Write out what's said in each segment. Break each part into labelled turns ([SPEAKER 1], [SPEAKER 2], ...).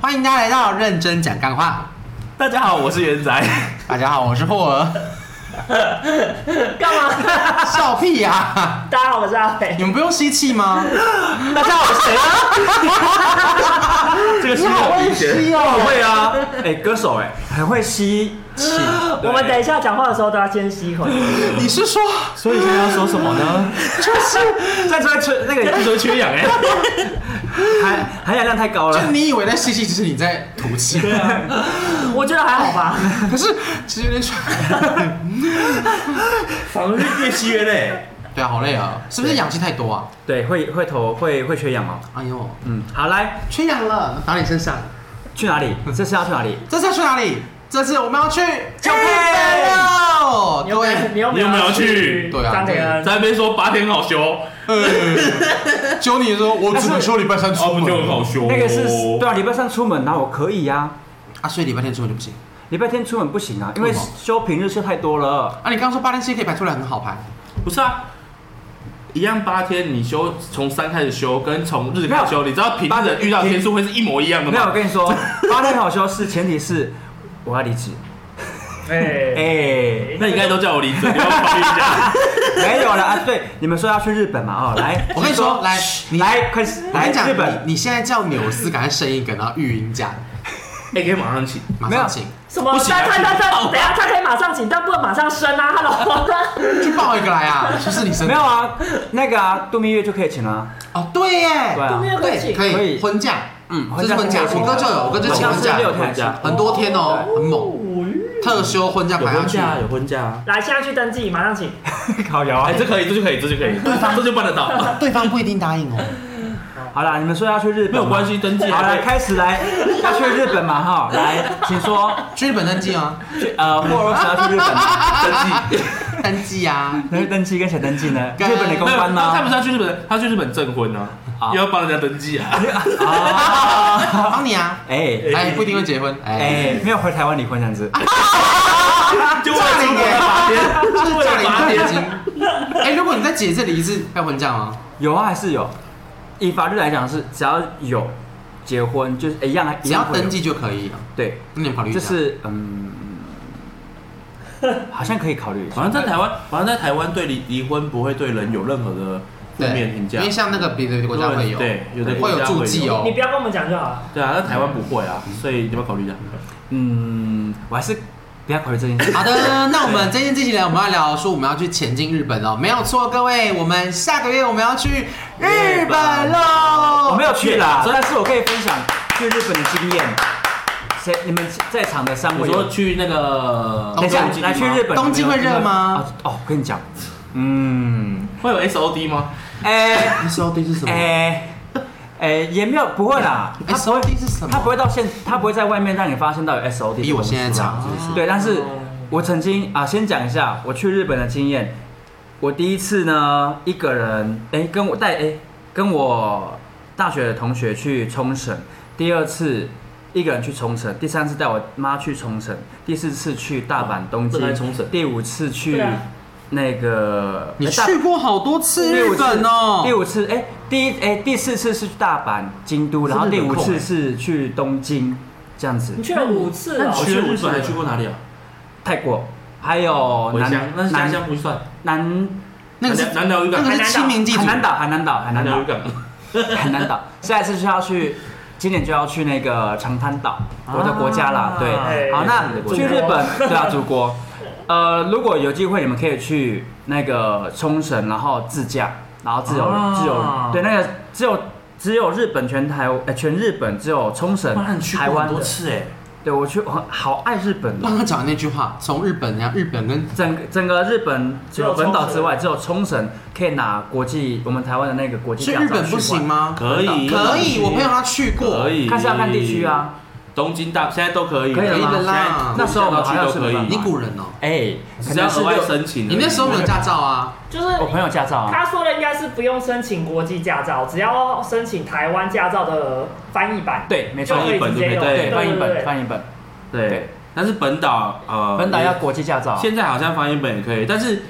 [SPEAKER 1] 欢迎大家来到认真讲干话。
[SPEAKER 2] 大家好，我是元仔。
[SPEAKER 1] 大家好，我是霍尔。
[SPEAKER 3] 干 嘛？
[SPEAKER 1] 笑屁呀、啊！
[SPEAKER 3] 大家好，我是阿
[SPEAKER 1] 你
[SPEAKER 3] 肥。
[SPEAKER 1] 们不用吸气吗？
[SPEAKER 2] 大家好，我是谁啊？ 这个是我
[SPEAKER 1] 你好会吸哦
[SPEAKER 2] 我会啊。哎，歌手哎，很会吸气。对
[SPEAKER 3] 我们等一，下讲话的时候都要先吸一口气。
[SPEAKER 1] 你是说
[SPEAKER 2] 所以现在要说什么呢？就是在说缺那个地球缺氧 哎，含含氧量太高了。
[SPEAKER 1] 你以为在吸气，只是你在吐 气？
[SPEAKER 3] 我觉得还好吧。
[SPEAKER 1] 可是其实有点喘。
[SPEAKER 2] 防御越吸越累。
[SPEAKER 1] 对啊，好累啊！是不是氧气太多啊？
[SPEAKER 2] 对，会会头会会缺氧哦。
[SPEAKER 1] 哎呦，
[SPEAKER 2] 嗯，好，来
[SPEAKER 1] 缺氧了，打你身上。
[SPEAKER 2] 去哪里？这次要去哪里？
[SPEAKER 1] 这次要去哪里？这次我们要去九
[SPEAKER 2] 哎
[SPEAKER 1] 杯了。对，
[SPEAKER 3] 你有没有
[SPEAKER 4] 你有没有去
[SPEAKER 1] 对啊
[SPEAKER 3] 张培恩，
[SPEAKER 4] 在那边说八天好休，哦，
[SPEAKER 1] 呃，九你说，我只能说礼拜三出
[SPEAKER 4] 哦不
[SPEAKER 1] 门
[SPEAKER 4] 就很好休？
[SPEAKER 2] 那个是对啊，礼拜三出门，然后我可以呀、啊。
[SPEAKER 1] 啊，所以礼拜天出门就不行。
[SPEAKER 2] 礼拜天出门不行啊，因为
[SPEAKER 1] 为什么
[SPEAKER 2] 休平日休太多了。
[SPEAKER 1] 啊，你刚刚说八天七夜可以排出来，很好排。
[SPEAKER 4] 不是啊？一样八天，你休从三开始休，跟从日开始休，你知道平日的遇到天数会是一模一样 的
[SPEAKER 2] 没有，我
[SPEAKER 4] 吗？
[SPEAKER 2] 跟 你说，八天好休是前提是我要离职。 哎、
[SPEAKER 3] 哎，
[SPEAKER 4] 那你应该都叫我离职，你要考虑一下。
[SPEAKER 2] 没有了啊！对，你们说要去日本嘛？哦，来，
[SPEAKER 1] 我跟你说，来，你
[SPEAKER 2] 来，快点
[SPEAKER 1] 我跟
[SPEAKER 2] 来
[SPEAKER 1] 你讲，
[SPEAKER 2] 日本，
[SPEAKER 1] 你你现在叫纽斯赶快生一个，然后育婴假，
[SPEAKER 4] 哎，可以马上请。
[SPEAKER 1] 马
[SPEAKER 2] 没有
[SPEAKER 1] 上请，
[SPEAKER 3] 什么
[SPEAKER 4] 不？行啊
[SPEAKER 3] 他他他
[SPEAKER 4] 不
[SPEAKER 3] 他，
[SPEAKER 4] 行
[SPEAKER 3] 等一下他可以马上请，但不能马上生啊！Hello，
[SPEAKER 1] 去抱一个来 啊！是不是你生的？
[SPEAKER 2] 没有啊？那个啊，度蜜月就可以请了、啊。
[SPEAKER 1] 哦，对耶，
[SPEAKER 2] 对啊
[SPEAKER 3] 都没有
[SPEAKER 1] 对
[SPEAKER 3] 关系
[SPEAKER 1] 可
[SPEAKER 2] 可
[SPEAKER 1] 以
[SPEAKER 2] 以
[SPEAKER 1] 婚假，嗯，这是婚假，
[SPEAKER 2] 婚假可以
[SPEAKER 1] 我哥就有，我哥就
[SPEAKER 2] 好
[SPEAKER 1] 请
[SPEAKER 2] 像
[SPEAKER 1] 婚
[SPEAKER 2] 是
[SPEAKER 1] 假，
[SPEAKER 2] 六天还
[SPEAKER 4] 婚
[SPEAKER 2] 是
[SPEAKER 4] 假
[SPEAKER 1] 很多天哦，很猛，特休婚假
[SPEAKER 4] 有
[SPEAKER 1] 排
[SPEAKER 4] 婚啊
[SPEAKER 1] 下去，
[SPEAKER 4] 假，有婚假。
[SPEAKER 3] 来，现在去登记，马上请。
[SPEAKER 2] 好摇啊
[SPEAKER 4] 哎，！这可以，这就可以，这就可以，这就办得到，
[SPEAKER 1] 对方不一定答应哦，
[SPEAKER 2] 好啦，你们说要去日本，
[SPEAKER 4] 没有关。系，登记
[SPEAKER 2] 好
[SPEAKER 4] 啊
[SPEAKER 2] 了，。开始来，要去日本嘛？哈，来，请说，
[SPEAKER 1] 去日本登记 啊，
[SPEAKER 2] 去呃，霍尔要去日本嘛？
[SPEAKER 4] 登 记。
[SPEAKER 1] 登记啊，
[SPEAKER 2] 那登记跟谁登记呢？
[SPEAKER 1] 跟
[SPEAKER 2] 日本的公
[SPEAKER 4] 没有
[SPEAKER 2] 关
[SPEAKER 4] 他
[SPEAKER 2] 吗？
[SPEAKER 4] 不是要去日本，他去日本证婚呢，要帮人家登记啊。
[SPEAKER 2] 啊，
[SPEAKER 1] 帮你 啊，
[SPEAKER 2] 哎
[SPEAKER 1] 哎，不一定会结婚，哎，
[SPEAKER 2] 哎，没有回台湾离婚这样子。
[SPEAKER 4] 就为
[SPEAKER 1] 诈
[SPEAKER 4] 了
[SPEAKER 1] 领
[SPEAKER 4] 出
[SPEAKER 1] 耶
[SPEAKER 4] 国八天，
[SPEAKER 1] 就是诈领八
[SPEAKER 4] 为
[SPEAKER 1] 天
[SPEAKER 4] 了
[SPEAKER 1] 金。哎，如果你再解这里一次，要婚假吗？
[SPEAKER 2] 有啊，还是有。以法律来讲是，只要有结婚，就是哎一样，
[SPEAKER 1] 只要
[SPEAKER 2] 一样会有
[SPEAKER 1] 登，记就可以了。
[SPEAKER 2] 对，
[SPEAKER 1] 那你们考虑一下，
[SPEAKER 2] 就是嗯，好像可以考虑一
[SPEAKER 4] 好
[SPEAKER 2] 下。
[SPEAKER 4] 像在台湾，好像在台湾对离离婚不会对人有任何的负面
[SPEAKER 1] 对，
[SPEAKER 4] 评价，
[SPEAKER 1] 因为像那个别的国家会有，
[SPEAKER 4] 对，有的
[SPEAKER 1] 会
[SPEAKER 4] 国
[SPEAKER 1] 有
[SPEAKER 4] 家
[SPEAKER 1] 注记，哦
[SPEAKER 3] 你。不要跟我们讲就好了。
[SPEAKER 4] 对啊，那台湾不会啊，所以你们考虑一下。
[SPEAKER 2] 嗯，我还是不要考虑这件事。
[SPEAKER 1] 好的，那我们今天这期呢，我们要聊说我们要去前进日本哦，没有错，各位，我们下个月我们要去日本
[SPEAKER 2] 我
[SPEAKER 1] 喽
[SPEAKER 2] 没。有去
[SPEAKER 1] 哦
[SPEAKER 2] 啦，
[SPEAKER 4] 所以
[SPEAKER 2] 但是我可以分享去日本的经验。谁？你们在场的三
[SPEAKER 4] 我
[SPEAKER 2] 位有？
[SPEAKER 4] 说去那个，
[SPEAKER 2] 等一下
[SPEAKER 1] 东，
[SPEAKER 2] 来去日本，
[SPEAKER 1] 东京会热吗
[SPEAKER 2] 啊哦，跟你讲，嗯，
[SPEAKER 4] 会有 S O D 吗？
[SPEAKER 2] 哎
[SPEAKER 1] 你说对是什么？
[SPEAKER 2] 哎哎，也没有，不会 啦，他不会
[SPEAKER 1] SOD 是什么
[SPEAKER 2] 他不会到现，他不会在外面让你发现到有 SOD
[SPEAKER 1] 比我现在
[SPEAKER 2] 讲。
[SPEAKER 1] 长是不是？
[SPEAKER 2] 对，但是我曾经啊，先讲一下我去日本的经验。我第一次呢，一个人，哎，跟我带，哎，跟我大学的同学去冲绳。第二次一个人去冲绳，第三次带我妈去冲绳，第四次去大阪、东
[SPEAKER 4] 这才
[SPEAKER 2] 京，
[SPEAKER 4] 冲绳
[SPEAKER 2] 第五次去
[SPEAKER 3] 对啊
[SPEAKER 2] 那个，
[SPEAKER 1] 你
[SPEAKER 2] 诶大
[SPEAKER 1] 去过好多次日本哦。
[SPEAKER 2] 第五次，哎、第一，哎、第四次是去大阪、京都，然后第五次是去东京，这样子
[SPEAKER 3] 你。去了五次哦了，
[SPEAKER 4] 哦我去日本还去过哪里啊？
[SPEAKER 2] 泰国，还有
[SPEAKER 4] 回
[SPEAKER 2] 南
[SPEAKER 4] 乡，那是家
[SPEAKER 2] 南
[SPEAKER 4] 乡不算，
[SPEAKER 2] 南
[SPEAKER 1] 那个是
[SPEAKER 4] 南寮渔
[SPEAKER 1] 那
[SPEAKER 4] 港，
[SPEAKER 1] 个是清明祭祖
[SPEAKER 2] 海，南岛，海南岛，海
[SPEAKER 4] 南
[SPEAKER 2] 南
[SPEAKER 4] 寮
[SPEAKER 2] 岛
[SPEAKER 4] 渔，港，
[SPEAKER 2] 海南岛。下一次就要去，今年就要去那个长滩岛，
[SPEAKER 4] 啊
[SPEAKER 2] 我的国家啦。对，
[SPEAKER 3] 哎
[SPEAKER 2] 好，那
[SPEAKER 3] 祖国
[SPEAKER 2] 去日本，对啊，祖 国。呃，如果有机会，你们可以去那个冲绳，然后自驾，然后自由
[SPEAKER 4] 啊
[SPEAKER 2] 自由，对，那个只有只有日本全台，呃，全日本只有冲绳
[SPEAKER 4] 哇，那你去
[SPEAKER 2] 台
[SPEAKER 4] 过很
[SPEAKER 2] 湾
[SPEAKER 4] 多
[SPEAKER 2] 的。
[SPEAKER 4] 次哎，
[SPEAKER 2] 对我去，我好爱日本的。哦
[SPEAKER 1] 刚刚讲的那句话，从日本呀，日本跟
[SPEAKER 2] 整个整个日本除
[SPEAKER 3] 只
[SPEAKER 2] 了
[SPEAKER 3] 有
[SPEAKER 2] 本岛
[SPEAKER 3] 冲绳
[SPEAKER 2] 之
[SPEAKER 4] 哦
[SPEAKER 2] 外，只有冲绳可以拿国际我们台湾的那个国际
[SPEAKER 1] 去
[SPEAKER 2] 驾照
[SPEAKER 1] 日本不
[SPEAKER 2] 去玩
[SPEAKER 1] 行？吗？
[SPEAKER 4] 可以，
[SPEAKER 1] 可以，我朋友他去过
[SPEAKER 4] 可，以，
[SPEAKER 2] 看是要看地区，啊。
[SPEAKER 4] 东京大现在都可以，
[SPEAKER 2] 可以了吗
[SPEAKER 4] 现在
[SPEAKER 2] 那时候我们好像
[SPEAKER 4] 都
[SPEAKER 2] 是
[SPEAKER 4] 可以，
[SPEAKER 1] 你古人哦，
[SPEAKER 2] 哎，可
[SPEAKER 4] 只要
[SPEAKER 2] 能是
[SPEAKER 4] 额外
[SPEAKER 2] 六
[SPEAKER 4] 申请而
[SPEAKER 1] 你
[SPEAKER 4] 已，
[SPEAKER 1] 那时候没有驾照啊？
[SPEAKER 3] 就是
[SPEAKER 2] 我朋友驾照啊。
[SPEAKER 3] 他说的应该是不用申请国际驾照，只要申请台湾驾照的翻译版。
[SPEAKER 2] 对，没
[SPEAKER 3] 就
[SPEAKER 2] 错，
[SPEAKER 3] 可以
[SPEAKER 4] 翻译本
[SPEAKER 3] 直接
[SPEAKER 4] 对
[SPEAKER 3] 用，
[SPEAKER 4] 不对
[SPEAKER 2] 对，
[SPEAKER 3] 对
[SPEAKER 2] 翻译
[SPEAKER 3] 对
[SPEAKER 2] 本，
[SPEAKER 3] 对
[SPEAKER 2] 翻译本，
[SPEAKER 4] 对，但是本岛呃，
[SPEAKER 2] 本岛
[SPEAKER 4] 也
[SPEAKER 2] 要国际驾照，啊
[SPEAKER 4] 现在好像翻译本也可以，但是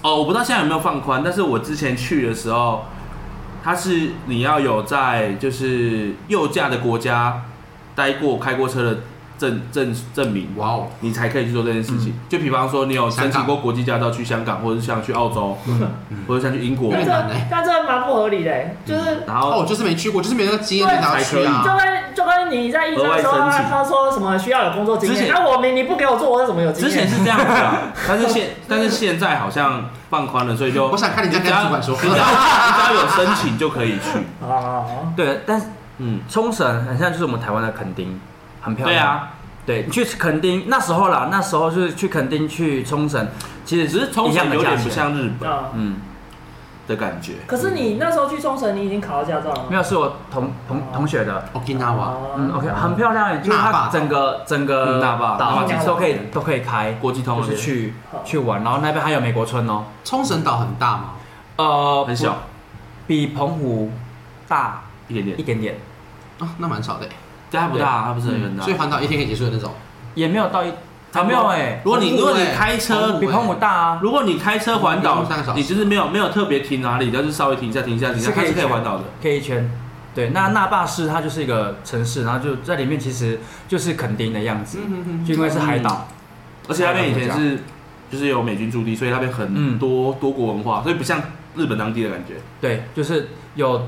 [SPEAKER 4] 哦，我不知道现在有没有放宽，但是我之前去的时候，它是你要有在就是右驾的国家待过、开过车的证证证明，
[SPEAKER 1] 哇哦，
[SPEAKER 4] 你才可以去做这件事
[SPEAKER 1] 嗯
[SPEAKER 4] 情。就比方说，你有申请过国际驾照去香港，或者是像去澳洲，
[SPEAKER 1] 嗯
[SPEAKER 4] 或者像去英国，
[SPEAKER 1] 对
[SPEAKER 3] 但
[SPEAKER 1] 越南欸
[SPEAKER 3] 这但这蛮不合理的，欸就是
[SPEAKER 4] 然后
[SPEAKER 1] 哦，我就是没去过，就是没那个经验，
[SPEAKER 3] 对
[SPEAKER 1] 没拿去
[SPEAKER 3] 就
[SPEAKER 1] 啊。
[SPEAKER 3] 跟就跟你在医生说
[SPEAKER 4] 额外申
[SPEAKER 3] 他
[SPEAKER 4] 请
[SPEAKER 3] 他说什么需要有工作经
[SPEAKER 4] 之
[SPEAKER 3] 验，
[SPEAKER 4] 前
[SPEAKER 3] 那我明你不给我做，我怎么有经
[SPEAKER 4] 之前
[SPEAKER 3] 验？
[SPEAKER 4] 是这样子
[SPEAKER 1] 哦
[SPEAKER 4] 啊， 但是现但是现在好像放宽了，所以就
[SPEAKER 1] 我想看你在
[SPEAKER 4] 你只要
[SPEAKER 1] 跟主管说
[SPEAKER 4] 你只要你只要有申请就可以去，
[SPEAKER 3] 啊，
[SPEAKER 2] 对，但是
[SPEAKER 4] 嗯，
[SPEAKER 2] 冲绳很像就是我们台湾的垦丁，很漂
[SPEAKER 4] 对
[SPEAKER 2] 亮。
[SPEAKER 4] 啊。
[SPEAKER 2] 对，你去垦丁那时候啦，那时候就是去垦丁去冲绳，其实
[SPEAKER 4] 只是冲
[SPEAKER 2] 一样
[SPEAKER 4] 绳
[SPEAKER 2] 的
[SPEAKER 4] 有
[SPEAKER 2] 价
[SPEAKER 4] 点
[SPEAKER 2] 钱
[SPEAKER 4] 不，像日本
[SPEAKER 3] 啊，
[SPEAKER 2] 嗯，
[SPEAKER 4] 的感觉。
[SPEAKER 3] 可是你那时候去冲绳，你已经考到驾照了吗？
[SPEAKER 2] 没有是我同同同学的，
[SPEAKER 1] Okinawa，
[SPEAKER 3] 哦
[SPEAKER 2] 嗯，OK，很漂亮耶，就是
[SPEAKER 1] 大坝
[SPEAKER 2] 它整个整个
[SPEAKER 4] 嗯大坝大
[SPEAKER 2] 岛
[SPEAKER 3] 坝
[SPEAKER 2] 都可以都可以开，
[SPEAKER 4] 国际通
[SPEAKER 2] 就
[SPEAKER 4] 了
[SPEAKER 2] 是去去玩，然后那边还有美国村哦，
[SPEAKER 1] 冲绳岛很大吗？
[SPEAKER 2] 呃，
[SPEAKER 4] 很小，
[SPEAKER 2] 比澎湖大
[SPEAKER 4] 一点
[SPEAKER 2] 一
[SPEAKER 4] 点，
[SPEAKER 2] 点点，
[SPEAKER 1] 啊，那蛮少的欸，
[SPEAKER 4] 但它不大，啊它不是很大
[SPEAKER 1] 所。以环岛一天可以结束的那种。
[SPEAKER 2] 也没有到一，啊没有哎，
[SPEAKER 4] 如果你
[SPEAKER 1] 澎
[SPEAKER 4] 如
[SPEAKER 1] 湖
[SPEAKER 4] 果你
[SPEAKER 1] 欸
[SPEAKER 4] 开
[SPEAKER 1] 澎
[SPEAKER 4] 车
[SPEAKER 1] 湖，
[SPEAKER 2] 比澎湖大啊，
[SPEAKER 4] 如果你开车环岛
[SPEAKER 1] 澎湖三个小，时
[SPEAKER 4] 你就是没有没有特别停哪里，你就是稍微停一下停一下停一下，
[SPEAKER 2] 是可
[SPEAKER 4] 它
[SPEAKER 2] 以
[SPEAKER 4] 是可以
[SPEAKER 2] 去
[SPEAKER 4] 环岛的。
[SPEAKER 2] 可以一圈。对，那那霸市它就是一个城市，然后就在里面其实就是垦丁的样子，
[SPEAKER 1] 嗯
[SPEAKER 2] 就因为是海岛，
[SPEAKER 4] 而且那边以前
[SPEAKER 2] 海岛
[SPEAKER 4] 是就是有美军驻地，所以那边很
[SPEAKER 2] 嗯
[SPEAKER 4] 多多国文化，所以不像日本当地的感觉。
[SPEAKER 2] 对，就是有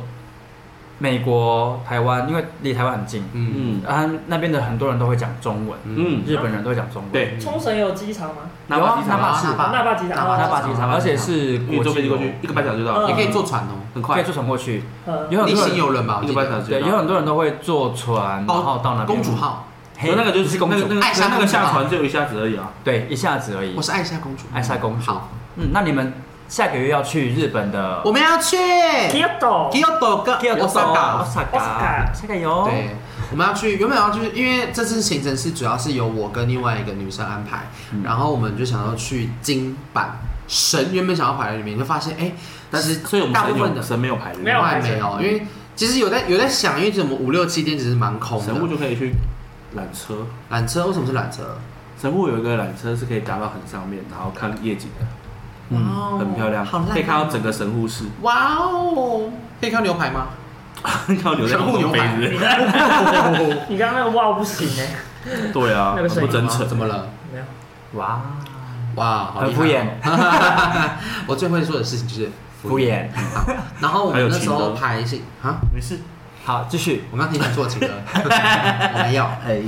[SPEAKER 2] 美国、台湾，因为离台湾很近，
[SPEAKER 1] 嗯，
[SPEAKER 4] 嗯
[SPEAKER 2] 啊，那边的很多人都会讲中文，
[SPEAKER 4] 嗯，
[SPEAKER 2] 日本人都会讲中文，
[SPEAKER 4] 对，
[SPEAKER 3] 冲绳有机场吗？
[SPEAKER 4] 那
[SPEAKER 2] 有啊
[SPEAKER 4] 巴基斯坦
[SPEAKER 2] 那巴士
[SPEAKER 3] 那霸机
[SPEAKER 1] 啊
[SPEAKER 3] 场，
[SPEAKER 2] 那霸机场，而啊且是
[SPEAKER 4] 你
[SPEAKER 2] 国
[SPEAKER 4] 坐飞
[SPEAKER 2] 际哦
[SPEAKER 4] 机过啊去，一个半小时就到
[SPEAKER 3] 嗯
[SPEAKER 4] 了，
[SPEAKER 1] 也可以坐船哦，
[SPEAKER 4] 很
[SPEAKER 2] 可
[SPEAKER 4] 快
[SPEAKER 2] 以，坐船过去，
[SPEAKER 3] 嗯
[SPEAKER 2] 有很
[SPEAKER 1] 逆
[SPEAKER 2] 多
[SPEAKER 1] 行
[SPEAKER 2] 人
[SPEAKER 1] 游轮吧，我
[SPEAKER 4] 一
[SPEAKER 1] 记
[SPEAKER 4] 个半小
[SPEAKER 1] 得。
[SPEAKER 4] 时
[SPEAKER 2] 对，
[SPEAKER 4] 就
[SPEAKER 2] 有
[SPEAKER 4] 到。
[SPEAKER 2] 很多人都会坐
[SPEAKER 4] 哦
[SPEAKER 2] 船，然后到那边
[SPEAKER 1] 公主，号，
[SPEAKER 2] 嘿
[SPEAKER 4] 那个就
[SPEAKER 2] 你
[SPEAKER 4] 是
[SPEAKER 2] 是公
[SPEAKER 4] 那个
[SPEAKER 2] 主，
[SPEAKER 4] 那
[SPEAKER 1] 爱
[SPEAKER 4] 个
[SPEAKER 1] 上
[SPEAKER 4] 那个下
[SPEAKER 1] 公主
[SPEAKER 4] 船就一下子而已啊。
[SPEAKER 2] 对，一下子而已
[SPEAKER 1] 我。是艾莎公主，
[SPEAKER 2] 嗯爱莎公主
[SPEAKER 1] 好，
[SPEAKER 2] 嗯，那你们下个月要去日本的
[SPEAKER 1] 我们要去
[SPEAKER 3] Kyoto，
[SPEAKER 1] Kyoto 跟 Osaka。
[SPEAKER 2] Osaka，
[SPEAKER 3] Osaka
[SPEAKER 2] 下个
[SPEAKER 4] 哦
[SPEAKER 2] 游，
[SPEAKER 1] 对，我们要去，原本要去，因为这次行程是主要是由我跟另外一个女生安排，
[SPEAKER 4] 嗯
[SPEAKER 1] 然后我们就想要去金板神，原本想要排在里面，就发现哎、
[SPEAKER 4] 但是，所以我们
[SPEAKER 1] 大
[SPEAKER 4] 神
[SPEAKER 1] 部分
[SPEAKER 4] 有
[SPEAKER 1] 的
[SPEAKER 4] 神没有排日，
[SPEAKER 3] 没有
[SPEAKER 1] 还
[SPEAKER 3] 排
[SPEAKER 1] 没有，因为其实有在有在想，因为我们五六七天其实蛮空
[SPEAKER 4] 神户
[SPEAKER 1] 的。
[SPEAKER 4] 就可以去缆车。
[SPEAKER 1] 缆车为什么是缆车？
[SPEAKER 4] 神户有一个缆车是可以达到很上面，然后看夜景的，
[SPEAKER 2] 嗯，
[SPEAKER 1] 哦
[SPEAKER 4] 很漂亮
[SPEAKER 1] 好，
[SPEAKER 4] 可以看到
[SPEAKER 1] 整。
[SPEAKER 4] 整个神户市，
[SPEAKER 1] 哇哦，可以看到牛排吗？
[SPEAKER 4] 看到牛在
[SPEAKER 1] 神户牛
[SPEAKER 4] 飞
[SPEAKER 1] 排
[SPEAKER 4] 子。
[SPEAKER 3] 你刚刚那个哇不行哎，
[SPEAKER 4] 对啊，
[SPEAKER 3] 那
[SPEAKER 4] 很
[SPEAKER 3] 个
[SPEAKER 4] 不
[SPEAKER 3] 声音
[SPEAKER 4] 真
[SPEAKER 1] 啊
[SPEAKER 4] 诚。
[SPEAKER 1] 怎么了？
[SPEAKER 3] 没有，
[SPEAKER 2] 哇，
[SPEAKER 1] 哇，好厉害哦
[SPEAKER 2] 很敷衍。
[SPEAKER 1] 我最会做的事情就是
[SPEAKER 2] 敷。衍。
[SPEAKER 1] 好然后我
[SPEAKER 4] 还
[SPEAKER 1] 们
[SPEAKER 4] 有
[SPEAKER 1] 那
[SPEAKER 4] 情
[SPEAKER 1] 时候
[SPEAKER 4] 歌
[SPEAKER 1] 排行啊，
[SPEAKER 4] 没事，
[SPEAKER 2] 好，继续。
[SPEAKER 1] 我刚提醒做情歌， 我没有。
[SPEAKER 4] 哎，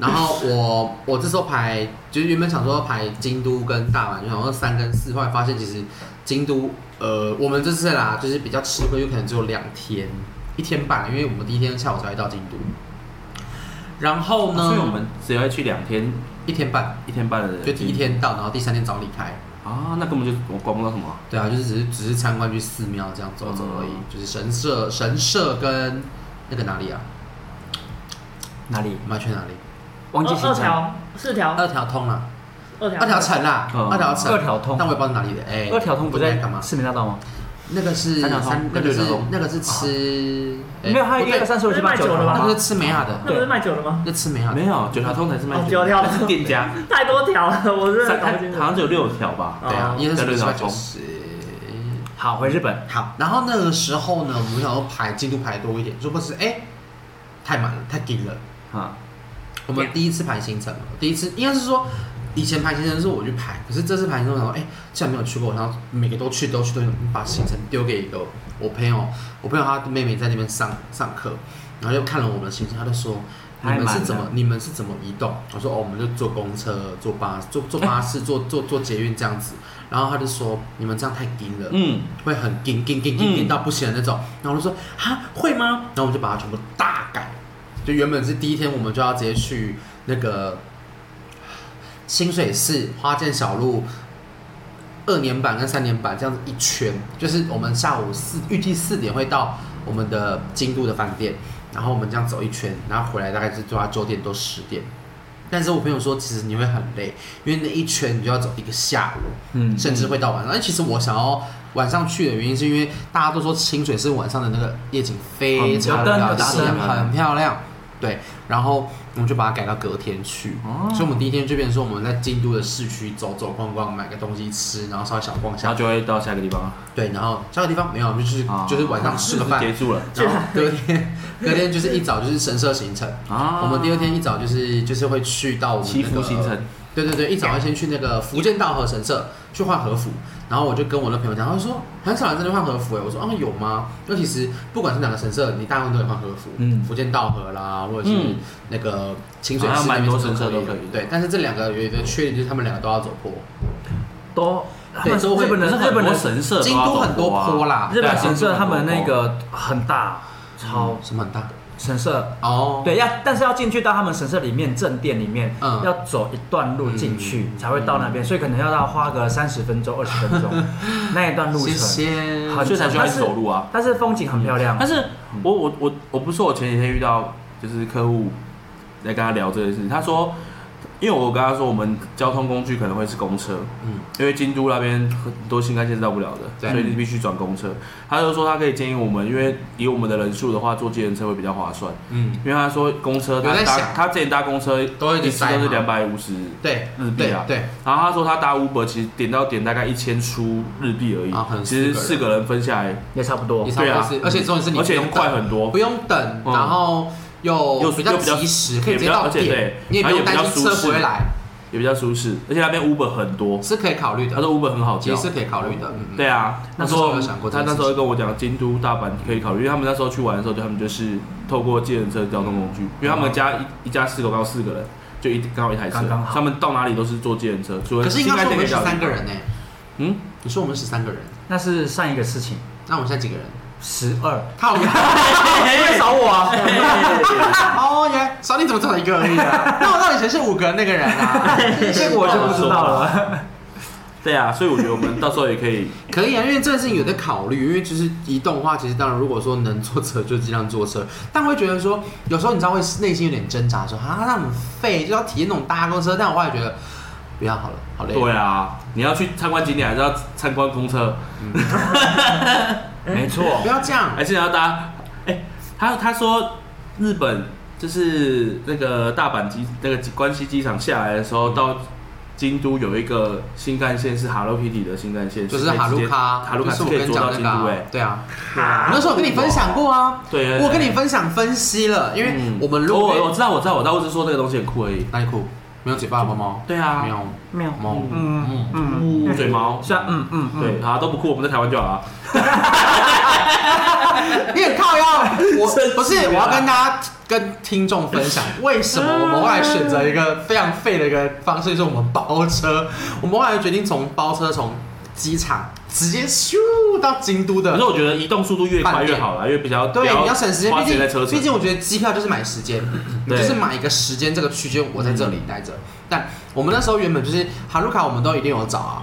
[SPEAKER 1] 然后我我这时候排，就是原本想说排京都跟大阪，就想说三跟四，后来发现其实京都，呃，我们这次啦，就是比较吃亏，有可能只有两天，一天半，因为我们第一天下午才会到京都，然后呢，
[SPEAKER 4] 哦所以我们只要去两天
[SPEAKER 1] 一天半，
[SPEAKER 4] 一天半的人，
[SPEAKER 1] 就第一天到，然后第三天早离开。
[SPEAKER 4] 啊，那根本就我管不到什么。
[SPEAKER 1] 对啊，就是只是只是参观去寺庙这样走走而已，
[SPEAKER 4] 嗯
[SPEAKER 1] 就是神社神社跟那个哪里啊？
[SPEAKER 2] 哪里？
[SPEAKER 1] 我们要去哪里？
[SPEAKER 2] 忘记
[SPEAKER 3] 二
[SPEAKER 2] 行
[SPEAKER 3] 二
[SPEAKER 2] 程。
[SPEAKER 3] 条四条
[SPEAKER 1] 二条通啦，
[SPEAKER 3] 二条
[SPEAKER 1] 二条城啦，
[SPEAKER 4] 嗯
[SPEAKER 1] 二条城，
[SPEAKER 2] 二条通
[SPEAKER 1] 但我也不知道是哪里的。哎，
[SPEAKER 2] 二条通不
[SPEAKER 1] 我
[SPEAKER 2] 在
[SPEAKER 1] 知道干嘛？
[SPEAKER 2] 市民大道吗？
[SPEAKER 1] 那个是
[SPEAKER 4] 三条通
[SPEAKER 1] 那个
[SPEAKER 4] 跟
[SPEAKER 1] 是
[SPEAKER 4] 六条通
[SPEAKER 1] 那个是吃哎
[SPEAKER 2] 哦没有，还有
[SPEAKER 1] 不
[SPEAKER 2] 一个
[SPEAKER 1] 对
[SPEAKER 2] 三十五啊七八
[SPEAKER 3] 不是
[SPEAKER 2] 九
[SPEAKER 3] 卖酒的
[SPEAKER 1] 那
[SPEAKER 3] 吗
[SPEAKER 2] 吗？
[SPEAKER 1] 个是吃美亚的，
[SPEAKER 3] 那不是卖酒的吗？
[SPEAKER 1] 那吃美亚的
[SPEAKER 4] 没有，九条通才是卖
[SPEAKER 3] 哦九条通
[SPEAKER 4] 那是店家，
[SPEAKER 3] 太多条了，我真的
[SPEAKER 4] 三
[SPEAKER 3] 搞不
[SPEAKER 4] 它
[SPEAKER 3] 清楚
[SPEAKER 4] 好。像只有六条吧。
[SPEAKER 1] 对啊
[SPEAKER 3] 哦，
[SPEAKER 1] 因为
[SPEAKER 4] 在
[SPEAKER 1] 是
[SPEAKER 4] 六
[SPEAKER 1] 八
[SPEAKER 4] 条
[SPEAKER 1] 九
[SPEAKER 4] 通
[SPEAKER 1] 十。
[SPEAKER 2] 好，回日本。
[SPEAKER 1] 好，然后那个时候呢，我们想要排进度排多一点，如果是哎太满了，太紧了。
[SPEAKER 4] 啊，
[SPEAKER 1] 我们第一次排行程嘛，第一次应该是说以前排行程是我去排，可是这次排行程我想说，哎、既然没有去过，然后每个都去都去都去把行程丢给一个我朋友，我朋友他妹妹在那边上上课，然后就看了我们的行程，他就说。你
[SPEAKER 2] 太
[SPEAKER 1] 们
[SPEAKER 2] 满
[SPEAKER 1] 是
[SPEAKER 2] 了
[SPEAKER 1] 怎么？你们是怎么移动？我说哦，我们就坐公车、坐巴、坐坐巴士、坐坐坐捷运这样子。然后他就说，你们这样太紧了，
[SPEAKER 4] 嗯，
[SPEAKER 1] 会很紧紧紧紧紧
[SPEAKER 4] 嗯
[SPEAKER 1] 到不行的那种。然后我就说啊，会吗？然后我们就把它全部大改，就原本是第一天我们就要直接去那个清水寺花见小路。二年版跟三年版这样子一圈，就是我们下午四预计四点会到我们的京都的饭店，然后我们这样走一圈，然后回来大概是做到九点多十点。但是我朋友说，其实你会很累，因为那一圈你就要走一个下午，
[SPEAKER 2] 嗯，
[SPEAKER 1] 甚至会到晚上。但其实我想要晚上去的原因，是因为大家都说清
[SPEAKER 4] 嗯
[SPEAKER 1] 水是晚上的那个夜景非常
[SPEAKER 2] 有灯
[SPEAKER 1] 漂
[SPEAKER 2] 有灯
[SPEAKER 1] 亮，很漂亮。对，然后我们就把它改到隔天去。
[SPEAKER 4] 哦
[SPEAKER 1] 所以我们第一天就变成说我们在京都的市区走走逛逛，买个东西吃，然后稍微小逛一
[SPEAKER 4] 然
[SPEAKER 1] 下
[SPEAKER 4] 后。就会到下一个地方，
[SPEAKER 1] 对，然后下个地方没有，就是、
[SPEAKER 4] 啊
[SPEAKER 1] 就是晚上吃个饭，
[SPEAKER 4] 结束了
[SPEAKER 1] 然后隔 天隔天就是一早就是神社行程。
[SPEAKER 4] 啊
[SPEAKER 1] 我们第二天一早就是就是会去到我们
[SPEAKER 4] 祈
[SPEAKER 1] 那
[SPEAKER 4] 福
[SPEAKER 1] 个
[SPEAKER 4] 行程，
[SPEAKER 1] 对对对，一早要先去那个福建道和神社去换和服，然后我就跟我的朋友讲，他说很少人在那换和服哎、我说啊有吗？那其实不管是哪个神社，你大部分都有换和服，
[SPEAKER 2] 嗯
[SPEAKER 1] 福建道和啦，或者是
[SPEAKER 4] 嗯
[SPEAKER 1] 那个清水
[SPEAKER 4] 好
[SPEAKER 1] 寺
[SPEAKER 4] 像
[SPEAKER 1] 那边
[SPEAKER 4] 蛮多
[SPEAKER 1] 是
[SPEAKER 4] 神社
[SPEAKER 1] 可以
[SPEAKER 4] 都
[SPEAKER 1] 的
[SPEAKER 4] 可以
[SPEAKER 1] 对，但是这两个有一个缺点就是他们两个都要走坡，
[SPEAKER 2] 都他们
[SPEAKER 1] 对都会
[SPEAKER 2] 日本的
[SPEAKER 4] 可是
[SPEAKER 2] 日
[SPEAKER 4] 很
[SPEAKER 2] 本
[SPEAKER 4] 多
[SPEAKER 2] 的
[SPEAKER 4] 神社都要
[SPEAKER 1] 京都
[SPEAKER 4] 走
[SPEAKER 1] 很多
[SPEAKER 4] 啊
[SPEAKER 1] 坡啦，
[SPEAKER 2] 日本神
[SPEAKER 4] 对
[SPEAKER 2] 社
[SPEAKER 4] 啊
[SPEAKER 2] 他们那个很大，超
[SPEAKER 1] 什么很大
[SPEAKER 2] 神社
[SPEAKER 1] 哦，
[SPEAKER 2] 对要，但是要进去到他们神社里面正殿里面，
[SPEAKER 1] 嗯
[SPEAKER 2] 要走一段路进去
[SPEAKER 1] 嗯
[SPEAKER 2] 才会到那边，所以可能要到花个三十分钟、二十分钟那一段路
[SPEAKER 1] 谢
[SPEAKER 2] 程，
[SPEAKER 1] 谢，
[SPEAKER 2] 很
[SPEAKER 4] 所以才需要
[SPEAKER 2] 长
[SPEAKER 4] 一直走路啊。
[SPEAKER 2] 但是风景很漂亮
[SPEAKER 3] 嗯
[SPEAKER 4] 但。是我我我我嗯不是说我前几天遇到就是客户在跟他聊这件事情，他说，因为我跟他说我们交通工具可能会是公车，
[SPEAKER 1] 嗯
[SPEAKER 4] 因为京都那边很多新干线是到不了的，
[SPEAKER 1] 对
[SPEAKER 4] 所以你必须转公车。他就说他可以建议我们，因为以我们的人数的话，坐计程车会比较划算。
[SPEAKER 1] 嗯，
[SPEAKER 4] 因为他说公车
[SPEAKER 1] 有
[SPEAKER 4] 他
[SPEAKER 1] 在
[SPEAKER 4] 搭
[SPEAKER 1] 想
[SPEAKER 4] 他之前搭公车
[SPEAKER 1] 都会一直
[SPEAKER 4] 一次
[SPEAKER 1] 塞
[SPEAKER 4] 都是两
[SPEAKER 1] 嘛
[SPEAKER 4] 百五十，
[SPEAKER 1] 对
[SPEAKER 4] 日币
[SPEAKER 1] 对
[SPEAKER 4] 啊
[SPEAKER 1] 对，
[SPEAKER 4] 然后他说他搭 Uber 其实点到点大概一千出日币而已，
[SPEAKER 1] 啊可能
[SPEAKER 4] 其实四
[SPEAKER 1] 四
[SPEAKER 4] 个人分下来，
[SPEAKER 2] 也差不多
[SPEAKER 1] 也，差不多
[SPEAKER 4] 对
[SPEAKER 1] 是
[SPEAKER 4] 啊，
[SPEAKER 1] 而且重点是你
[SPEAKER 4] 而
[SPEAKER 1] 不
[SPEAKER 4] 且
[SPEAKER 1] 用
[SPEAKER 4] 快
[SPEAKER 1] 等
[SPEAKER 4] 很多，
[SPEAKER 1] 不用等，
[SPEAKER 4] 嗯
[SPEAKER 1] 然后又
[SPEAKER 4] 又
[SPEAKER 1] 比较
[SPEAKER 4] 又比较
[SPEAKER 1] 及时，可以
[SPEAKER 4] 也
[SPEAKER 1] 直
[SPEAKER 4] 比
[SPEAKER 1] 接
[SPEAKER 4] 较
[SPEAKER 1] 到
[SPEAKER 4] 而且
[SPEAKER 1] 店
[SPEAKER 4] 对，
[SPEAKER 1] 你也不
[SPEAKER 4] 然后
[SPEAKER 1] 用
[SPEAKER 4] 也比
[SPEAKER 1] 担
[SPEAKER 4] 较
[SPEAKER 1] 心车
[SPEAKER 4] 舒适
[SPEAKER 1] 回来，
[SPEAKER 4] 也比较舒适，而且那边 Uber 很多，
[SPEAKER 1] 是可以考虑
[SPEAKER 4] 他
[SPEAKER 1] 的，
[SPEAKER 4] 说 Uber 很好
[SPEAKER 1] 其
[SPEAKER 4] 叫
[SPEAKER 1] 实。是可以考虑的。嗯，
[SPEAKER 4] 对啊，
[SPEAKER 1] 那
[SPEAKER 4] 那
[SPEAKER 1] 时
[SPEAKER 4] 时
[SPEAKER 1] 候
[SPEAKER 4] 候
[SPEAKER 1] 有想过这
[SPEAKER 4] 他
[SPEAKER 1] 件事
[SPEAKER 4] 那
[SPEAKER 1] 情
[SPEAKER 4] 时候跟我讲，京都、大阪可以考虑，因为他们那时候去玩的时候，就他们就是透过计程车交通工具，因为他们
[SPEAKER 1] 嗯
[SPEAKER 4] 家一一家四口刚好四个人，就一刚好一台车，
[SPEAKER 2] 刚刚好
[SPEAKER 4] 他们到哪里都是坐计程车，除了
[SPEAKER 1] 可是应
[SPEAKER 4] 新
[SPEAKER 1] 该
[SPEAKER 4] 干
[SPEAKER 1] 说我们
[SPEAKER 4] 线可以
[SPEAKER 1] 十
[SPEAKER 4] 到
[SPEAKER 1] 三个人呢，
[SPEAKER 4] 嗯，
[SPEAKER 1] 你说我们十三个人，
[SPEAKER 2] 那是上一个事情，
[SPEAKER 1] 那我们现在几个人？
[SPEAKER 2] 十二。
[SPEAKER 1] 靠呀！
[SPEAKER 2] 不会找我啊！
[SPEAKER 1] 哦耶，少你怎么找到一个而已啊？ 那我到底谁是五个那个人 啊？
[SPEAKER 2] 这个我就不知道了。
[SPEAKER 4] 对啊，所以我觉得我们到时候也可以，
[SPEAKER 1] 可以啊，因为这个事情有在考虑，因为就是移动的话，其实当然如果说能坐车就尽量坐车，但会觉得说有时候你知道会内心有点挣扎说啊，那很废，就要体验那种搭公车，但我后来觉得不要好了，好累。
[SPEAKER 4] 对啊，你要去参观景点还是要参观公车，
[SPEAKER 2] 没错，
[SPEAKER 1] 不要这样，
[SPEAKER 4] 还是要搭？哎、他他说日本就是那个大阪机那个关西机场下来的时候，到京都有一个新干线是 Hello Kitty 的新干线，
[SPEAKER 1] 就是哈鲁卡，
[SPEAKER 4] 哈鲁
[SPEAKER 1] 就
[SPEAKER 4] 卡
[SPEAKER 1] 是是我
[SPEAKER 4] 可以
[SPEAKER 1] 跟你
[SPEAKER 4] 坐
[SPEAKER 1] 讲
[SPEAKER 4] 到
[SPEAKER 1] 那
[SPEAKER 4] 京
[SPEAKER 1] 个
[SPEAKER 4] 都哎、
[SPEAKER 1] 啊，对啊，
[SPEAKER 3] 啊
[SPEAKER 1] 我那时候有跟你分享过啊，
[SPEAKER 4] 对，
[SPEAKER 1] 我跟你分享分析了，因为我们
[SPEAKER 4] 如
[SPEAKER 1] 路
[SPEAKER 4] 我我知道我知道我知道，我只是说那个东西很酷而已。
[SPEAKER 1] 哪里酷，没有嘴巴的猫猫，
[SPEAKER 4] 对啊
[SPEAKER 1] 没，有
[SPEAKER 2] 妙
[SPEAKER 1] 猫，
[SPEAKER 2] 嗯
[SPEAKER 1] 嗯，
[SPEAKER 2] 嗯
[SPEAKER 4] 嘴毛，
[SPEAKER 2] 虽然嗯嗯嗯，
[SPEAKER 4] 对，好都不酷，我们在台湾就好了。
[SPEAKER 1] 你很靠腰，我不是
[SPEAKER 4] 生气了
[SPEAKER 1] 我要跟大家。跟听众分享为什么我们后来选择一个非常废的一个方式，就是我们包车。我们后来决定从包车从机场直接咻到京都
[SPEAKER 4] 可
[SPEAKER 1] 的
[SPEAKER 4] 是我觉得移动速度越快越好了，因为比较
[SPEAKER 1] 对，
[SPEAKER 4] 比较
[SPEAKER 1] 你要省时间，
[SPEAKER 4] 花
[SPEAKER 1] 毕
[SPEAKER 4] 钱
[SPEAKER 1] 竟
[SPEAKER 4] 在车
[SPEAKER 1] 毕竟
[SPEAKER 4] 上。
[SPEAKER 1] 我觉得机票就是买时间，你
[SPEAKER 4] 对嗯
[SPEAKER 1] 就是买一个时间这个区间，我在这里待着。但我们那时候原本就是哈鲁卡，我们都一定有找啊。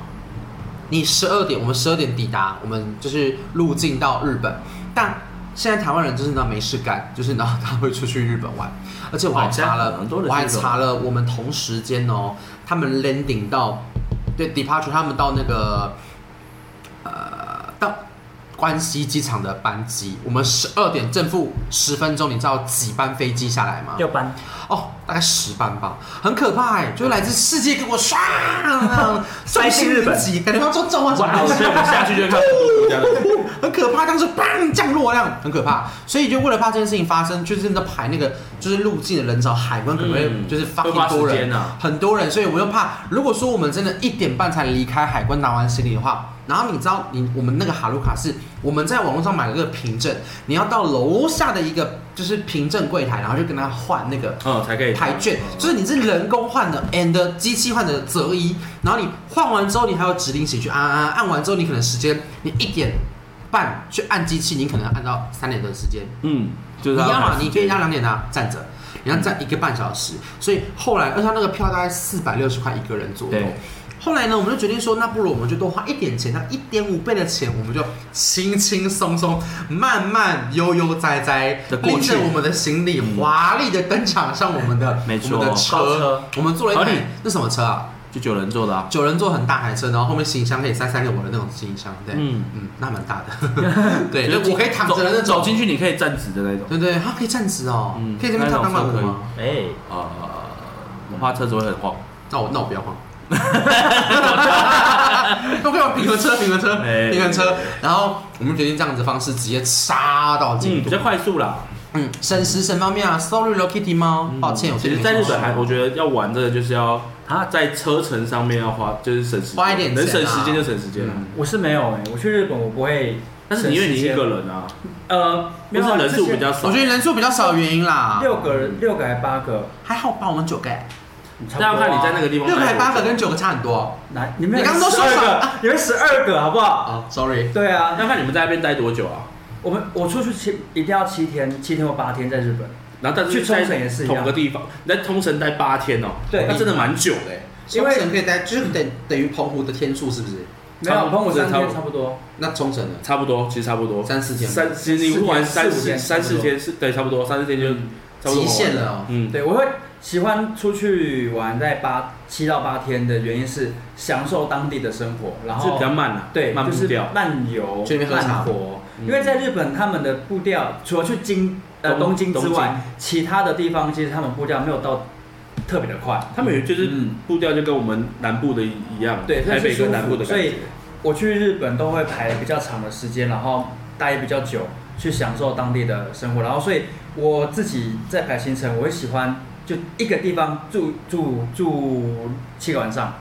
[SPEAKER 1] 你十二点，我们十二点抵达，我们就是入境到日本。但现在台湾人就是呢没事干，就是呢他会出去日本玩，而且我还
[SPEAKER 4] 哦这样
[SPEAKER 1] 查了
[SPEAKER 4] 很多，人
[SPEAKER 1] 我还
[SPEAKER 4] 是这种
[SPEAKER 1] 查了我们同时间哦，他们 landing 到对 departure，他们到那个呃到关西机场的班机，我们十二点正负十分钟，你知道几班飞机下来吗？
[SPEAKER 2] 六班
[SPEAKER 1] 哦，大概十班吧，很可怕哎、就是来自世界各国 唰，
[SPEAKER 2] 塞进日本
[SPEAKER 1] 众星云集感觉要做中华什
[SPEAKER 4] 哇，所以我们下去就会看
[SPEAKER 1] 很可怕，当时砰降落那样，很可怕。所以就为了怕这件事情发生，就是真的排那个就是入境的人潮，海关可能会
[SPEAKER 4] 嗯
[SPEAKER 1] 就是发
[SPEAKER 4] 会花
[SPEAKER 1] 很多
[SPEAKER 4] 时
[SPEAKER 1] 人，
[SPEAKER 4] 间啊
[SPEAKER 1] 很多人，所以我又怕，如果说我们真的一点半才离开海关拿完行李的话，然后你知道你我们那个哈鲁卡是我们在网络上买了个凭证，你要到楼下的一个就是凭证柜台，然后就跟他换那个
[SPEAKER 4] 嗯，才可以
[SPEAKER 1] 排券，就是你是人工换的，and 机器换的择一，然后你换完之后，你还有指令写去啊按按按，按完之后你可能时间你一点半去按机器，你可能按到三点的时间，
[SPEAKER 4] 嗯，就是
[SPEAKER 1] 你
[SPEAKER 4] 它
[SPEAKER 1] 要嘛
[SPEAKER 4] 排时
[SPEAKER 1] 啊你可
[SPEAKER 4] 间
[SPEAKER 1] 以压两点啊站着，你要站一个半小时，所以后来而且它那个票大概四百六十块一个人左右
[SPEAKER 4] 对。
[SPEAKER 1] 后来呢，我们就决定说，那不如我们就多花一点钱，那一点五倍的钱，我们就轻轻松松、慢慢悠悠哉哉
[SPEAKER 4] 地，过
[SPEAKER 1] 拎
[SPEAKER 4] 去
[SPEAKER 1] 着我们的行李，华丽的登场上我们的
[SPEAKER 4] 没
[SPEAKER 1] 我们的
[SPEAKER 4] 错
[SPEAKER 1] 车。我们坐了一
[SPEAKER 4] 合理
[SPEAKER 1] 台那什么车啊？
[SPEAKER 4] 就九人座的啊。
[SPEAKER 1] 九人座很大台车，然后后面行李箱可以塞三个我的那种行李箱，对，嗯
[SPEAKER 4] 嗯，
[SPEAKER 1] 那蛮大的， 对，
[SPEAKER 4] 就是
[SPEAKER 1] 就我可以躺着的那种
[SPEAKER 4] 走走进，去，你可以站直的那种。
[SPEAKER 1] 对对，它可以站直哦，
[SPEAKER 4] 嗯
[SPEAKER 1] 可以这边跳钢管舞
[SPEAKER 4] 那种
[SPEAKER 1] 吗
[SPEAKER 4] 车？
[SPEAKER 3] 哎、
[SPEAKER 1] 嗯
[SPEAKER 4] 呃，我怕车子会很晃。
[SPEAKER 1] 那我那我不要晃。 都给我平衡车，平衡车，
[SPEAKER 4] 哎
[SPEAKER 1] 平衡车。然后我们决定这样子的方式，直接杀到
[SPEAKER 4] 嗯，
[SPEAKER 1] 京
[SPEAKER 4] 比
[SPEAKER 1] 都。
[SPEAKER 4] 较快速啦。
[SPEAKER 1] 嗯，省时省方面啊，sorry l o Kitty 猫，嗯抱歉，我
[SPEAKER 4] 嗯其实，在日本还我觉得要玩这个就是要它在车程上面要花，就是省时间，
[SPEAKER 1] 花一点钱啊
[SPEAKER 4] 能省时间就省时间啦。
[SPEAKER 1] 嗯
[SPEAKER 2] 我是没有哎、我去日本我不会，
[SPEAKER 4] 但是你因为你一个，人啊，
[SPEAKER 2] 呃，没
[SPEAKER 4] 就
[SPEAKER 2] 有
[SPEAKER 4] 是
[SPEAKER 2] 啊
[SPEAKER 4] 人数比较
[SPEAKER 2] 之
[SPEAKER 4] 少
[SPEAKER 1] 我觉，得人数比较少的原因啦
[SPEAKER 2] 前，六个人六个还八个，
[SPEAKER 1] 还好吧，我们九个，哎
[SPEAKER 2] 差不多啊
[SPEAKER 4] 但要看你在那个地方
[SPEAKER 1] 六个还八个
[SPEAKER 4] 待多久啊
[SPEAKER 1] 跟九个差很多
[SPEAKER 2] 哪你们
[SPEAKER 1] 你刚刚都说
[SPEAKER 2] 12
[SPEAKER 1] 少
[SPEAKER 2] 个，你们十二个好不好？
[SPEAKER 1] 啊
[SPEAKER 4] 哦
[SPEAKER 1] ，sorry。
[SPEAKER 2] 对啊，
[SPEAKER 4] 要看你们在那边待多久啊。
[SPEAKER 2] 我们我出去七一定要七天，七天或八天在日本，
[SPEAKER 4] 然后但是
[SPEAKER 2] 去冲绳
[SPEAKER 4] 在
[SPEAKER 2] 也是一样
[SPEAKER 4] 同个地方，你在冲绳待八天哦，
[SPEAKER 2] 对
[SPEAKER 4] 那真的蛮久的欸。
[SPEAKER 2] 因为
[SPEAKER 1] 冲绳可以待，就是等等于澎湖的天数是不是？
[SPEAKER 2] 没有，
[SPEAKER 4] 差不多
[SPEAKER 2] 跟我三
[SPEAKER 4] 差不
[SPEAKER 2] 天
[SPEAKER 4] 多
[SPEAKER 2] 差不多。
[SPEAKER 1] 那冲绳呢？
[SPEAKER 4] 差不多，其实差不多
[SPEAKER 1] 三四天吗
[SPEAKER 4] 三其实你玩
[SPEAKER 2] 四天
[SPEAKER 4] 三
[SPEAKER 2] 四五
[SPEAKER 4] 四
[SPEAKER 2] 天
[SPEAKER 4] 三
[SPEAKER 2] 差
[SPEAKER 4] 四
[SPEAKER 2] 不多
[SPEAKER 4] 天是对，差不多三四天就差不多
[SPEAKER 1] 嗯极限
[SPEAKER 4] 玩完。
[SPEAKER 1] 了哦。
[SPEAKER 4] 嗯，
[SPEAKER 2] 对，我会喜欢出去玩在八七到八天的原因是享受当地的生活，然
[SPEAKER 4] 是
[SPEAKER 2] 后
[SPEAKER 4] 比较慢啦，
[SPEAKER 2] 对，
[SPEAKER 4] 慢
[SPEAKER 2] 就
[SPEAKER 4] 步
[SPEAKER 2] 是
[SPEAKER 4] 调。
[SPEAKER 2] 漫游
[SPEAKER 1] 去那边、喝茶
[SPEAKER 2] 慢活。
[SPEAKER 4] 嗯
[SPEAKER 2] 因为在日本，他们的步调除了去京呃
[SPEAKER 4] 东
[SPEAKER 2] 东京之外，其他的地方其实他们步调没有到特别的快。
[SPEAKER 4] 他们有就是
[SPEAKER 2] 嗯
[SPEAKER 4] 步调就跟我们南部的一样，
[SPEAKER 2] 对
[SPEAKER 4] 台北跟南部的
[SPEAKER 2] 所
[SPEAKER 4] 感
[SPEAKER 2] 以
[SPEAKER 4] 觉。
[SPEAKER 2] 我去日本都会排比较长的时间，然后待比较久，去享受当地的生活。然后，所以我自己在排行程，我会喜欢就一个地方住住住七个晚上，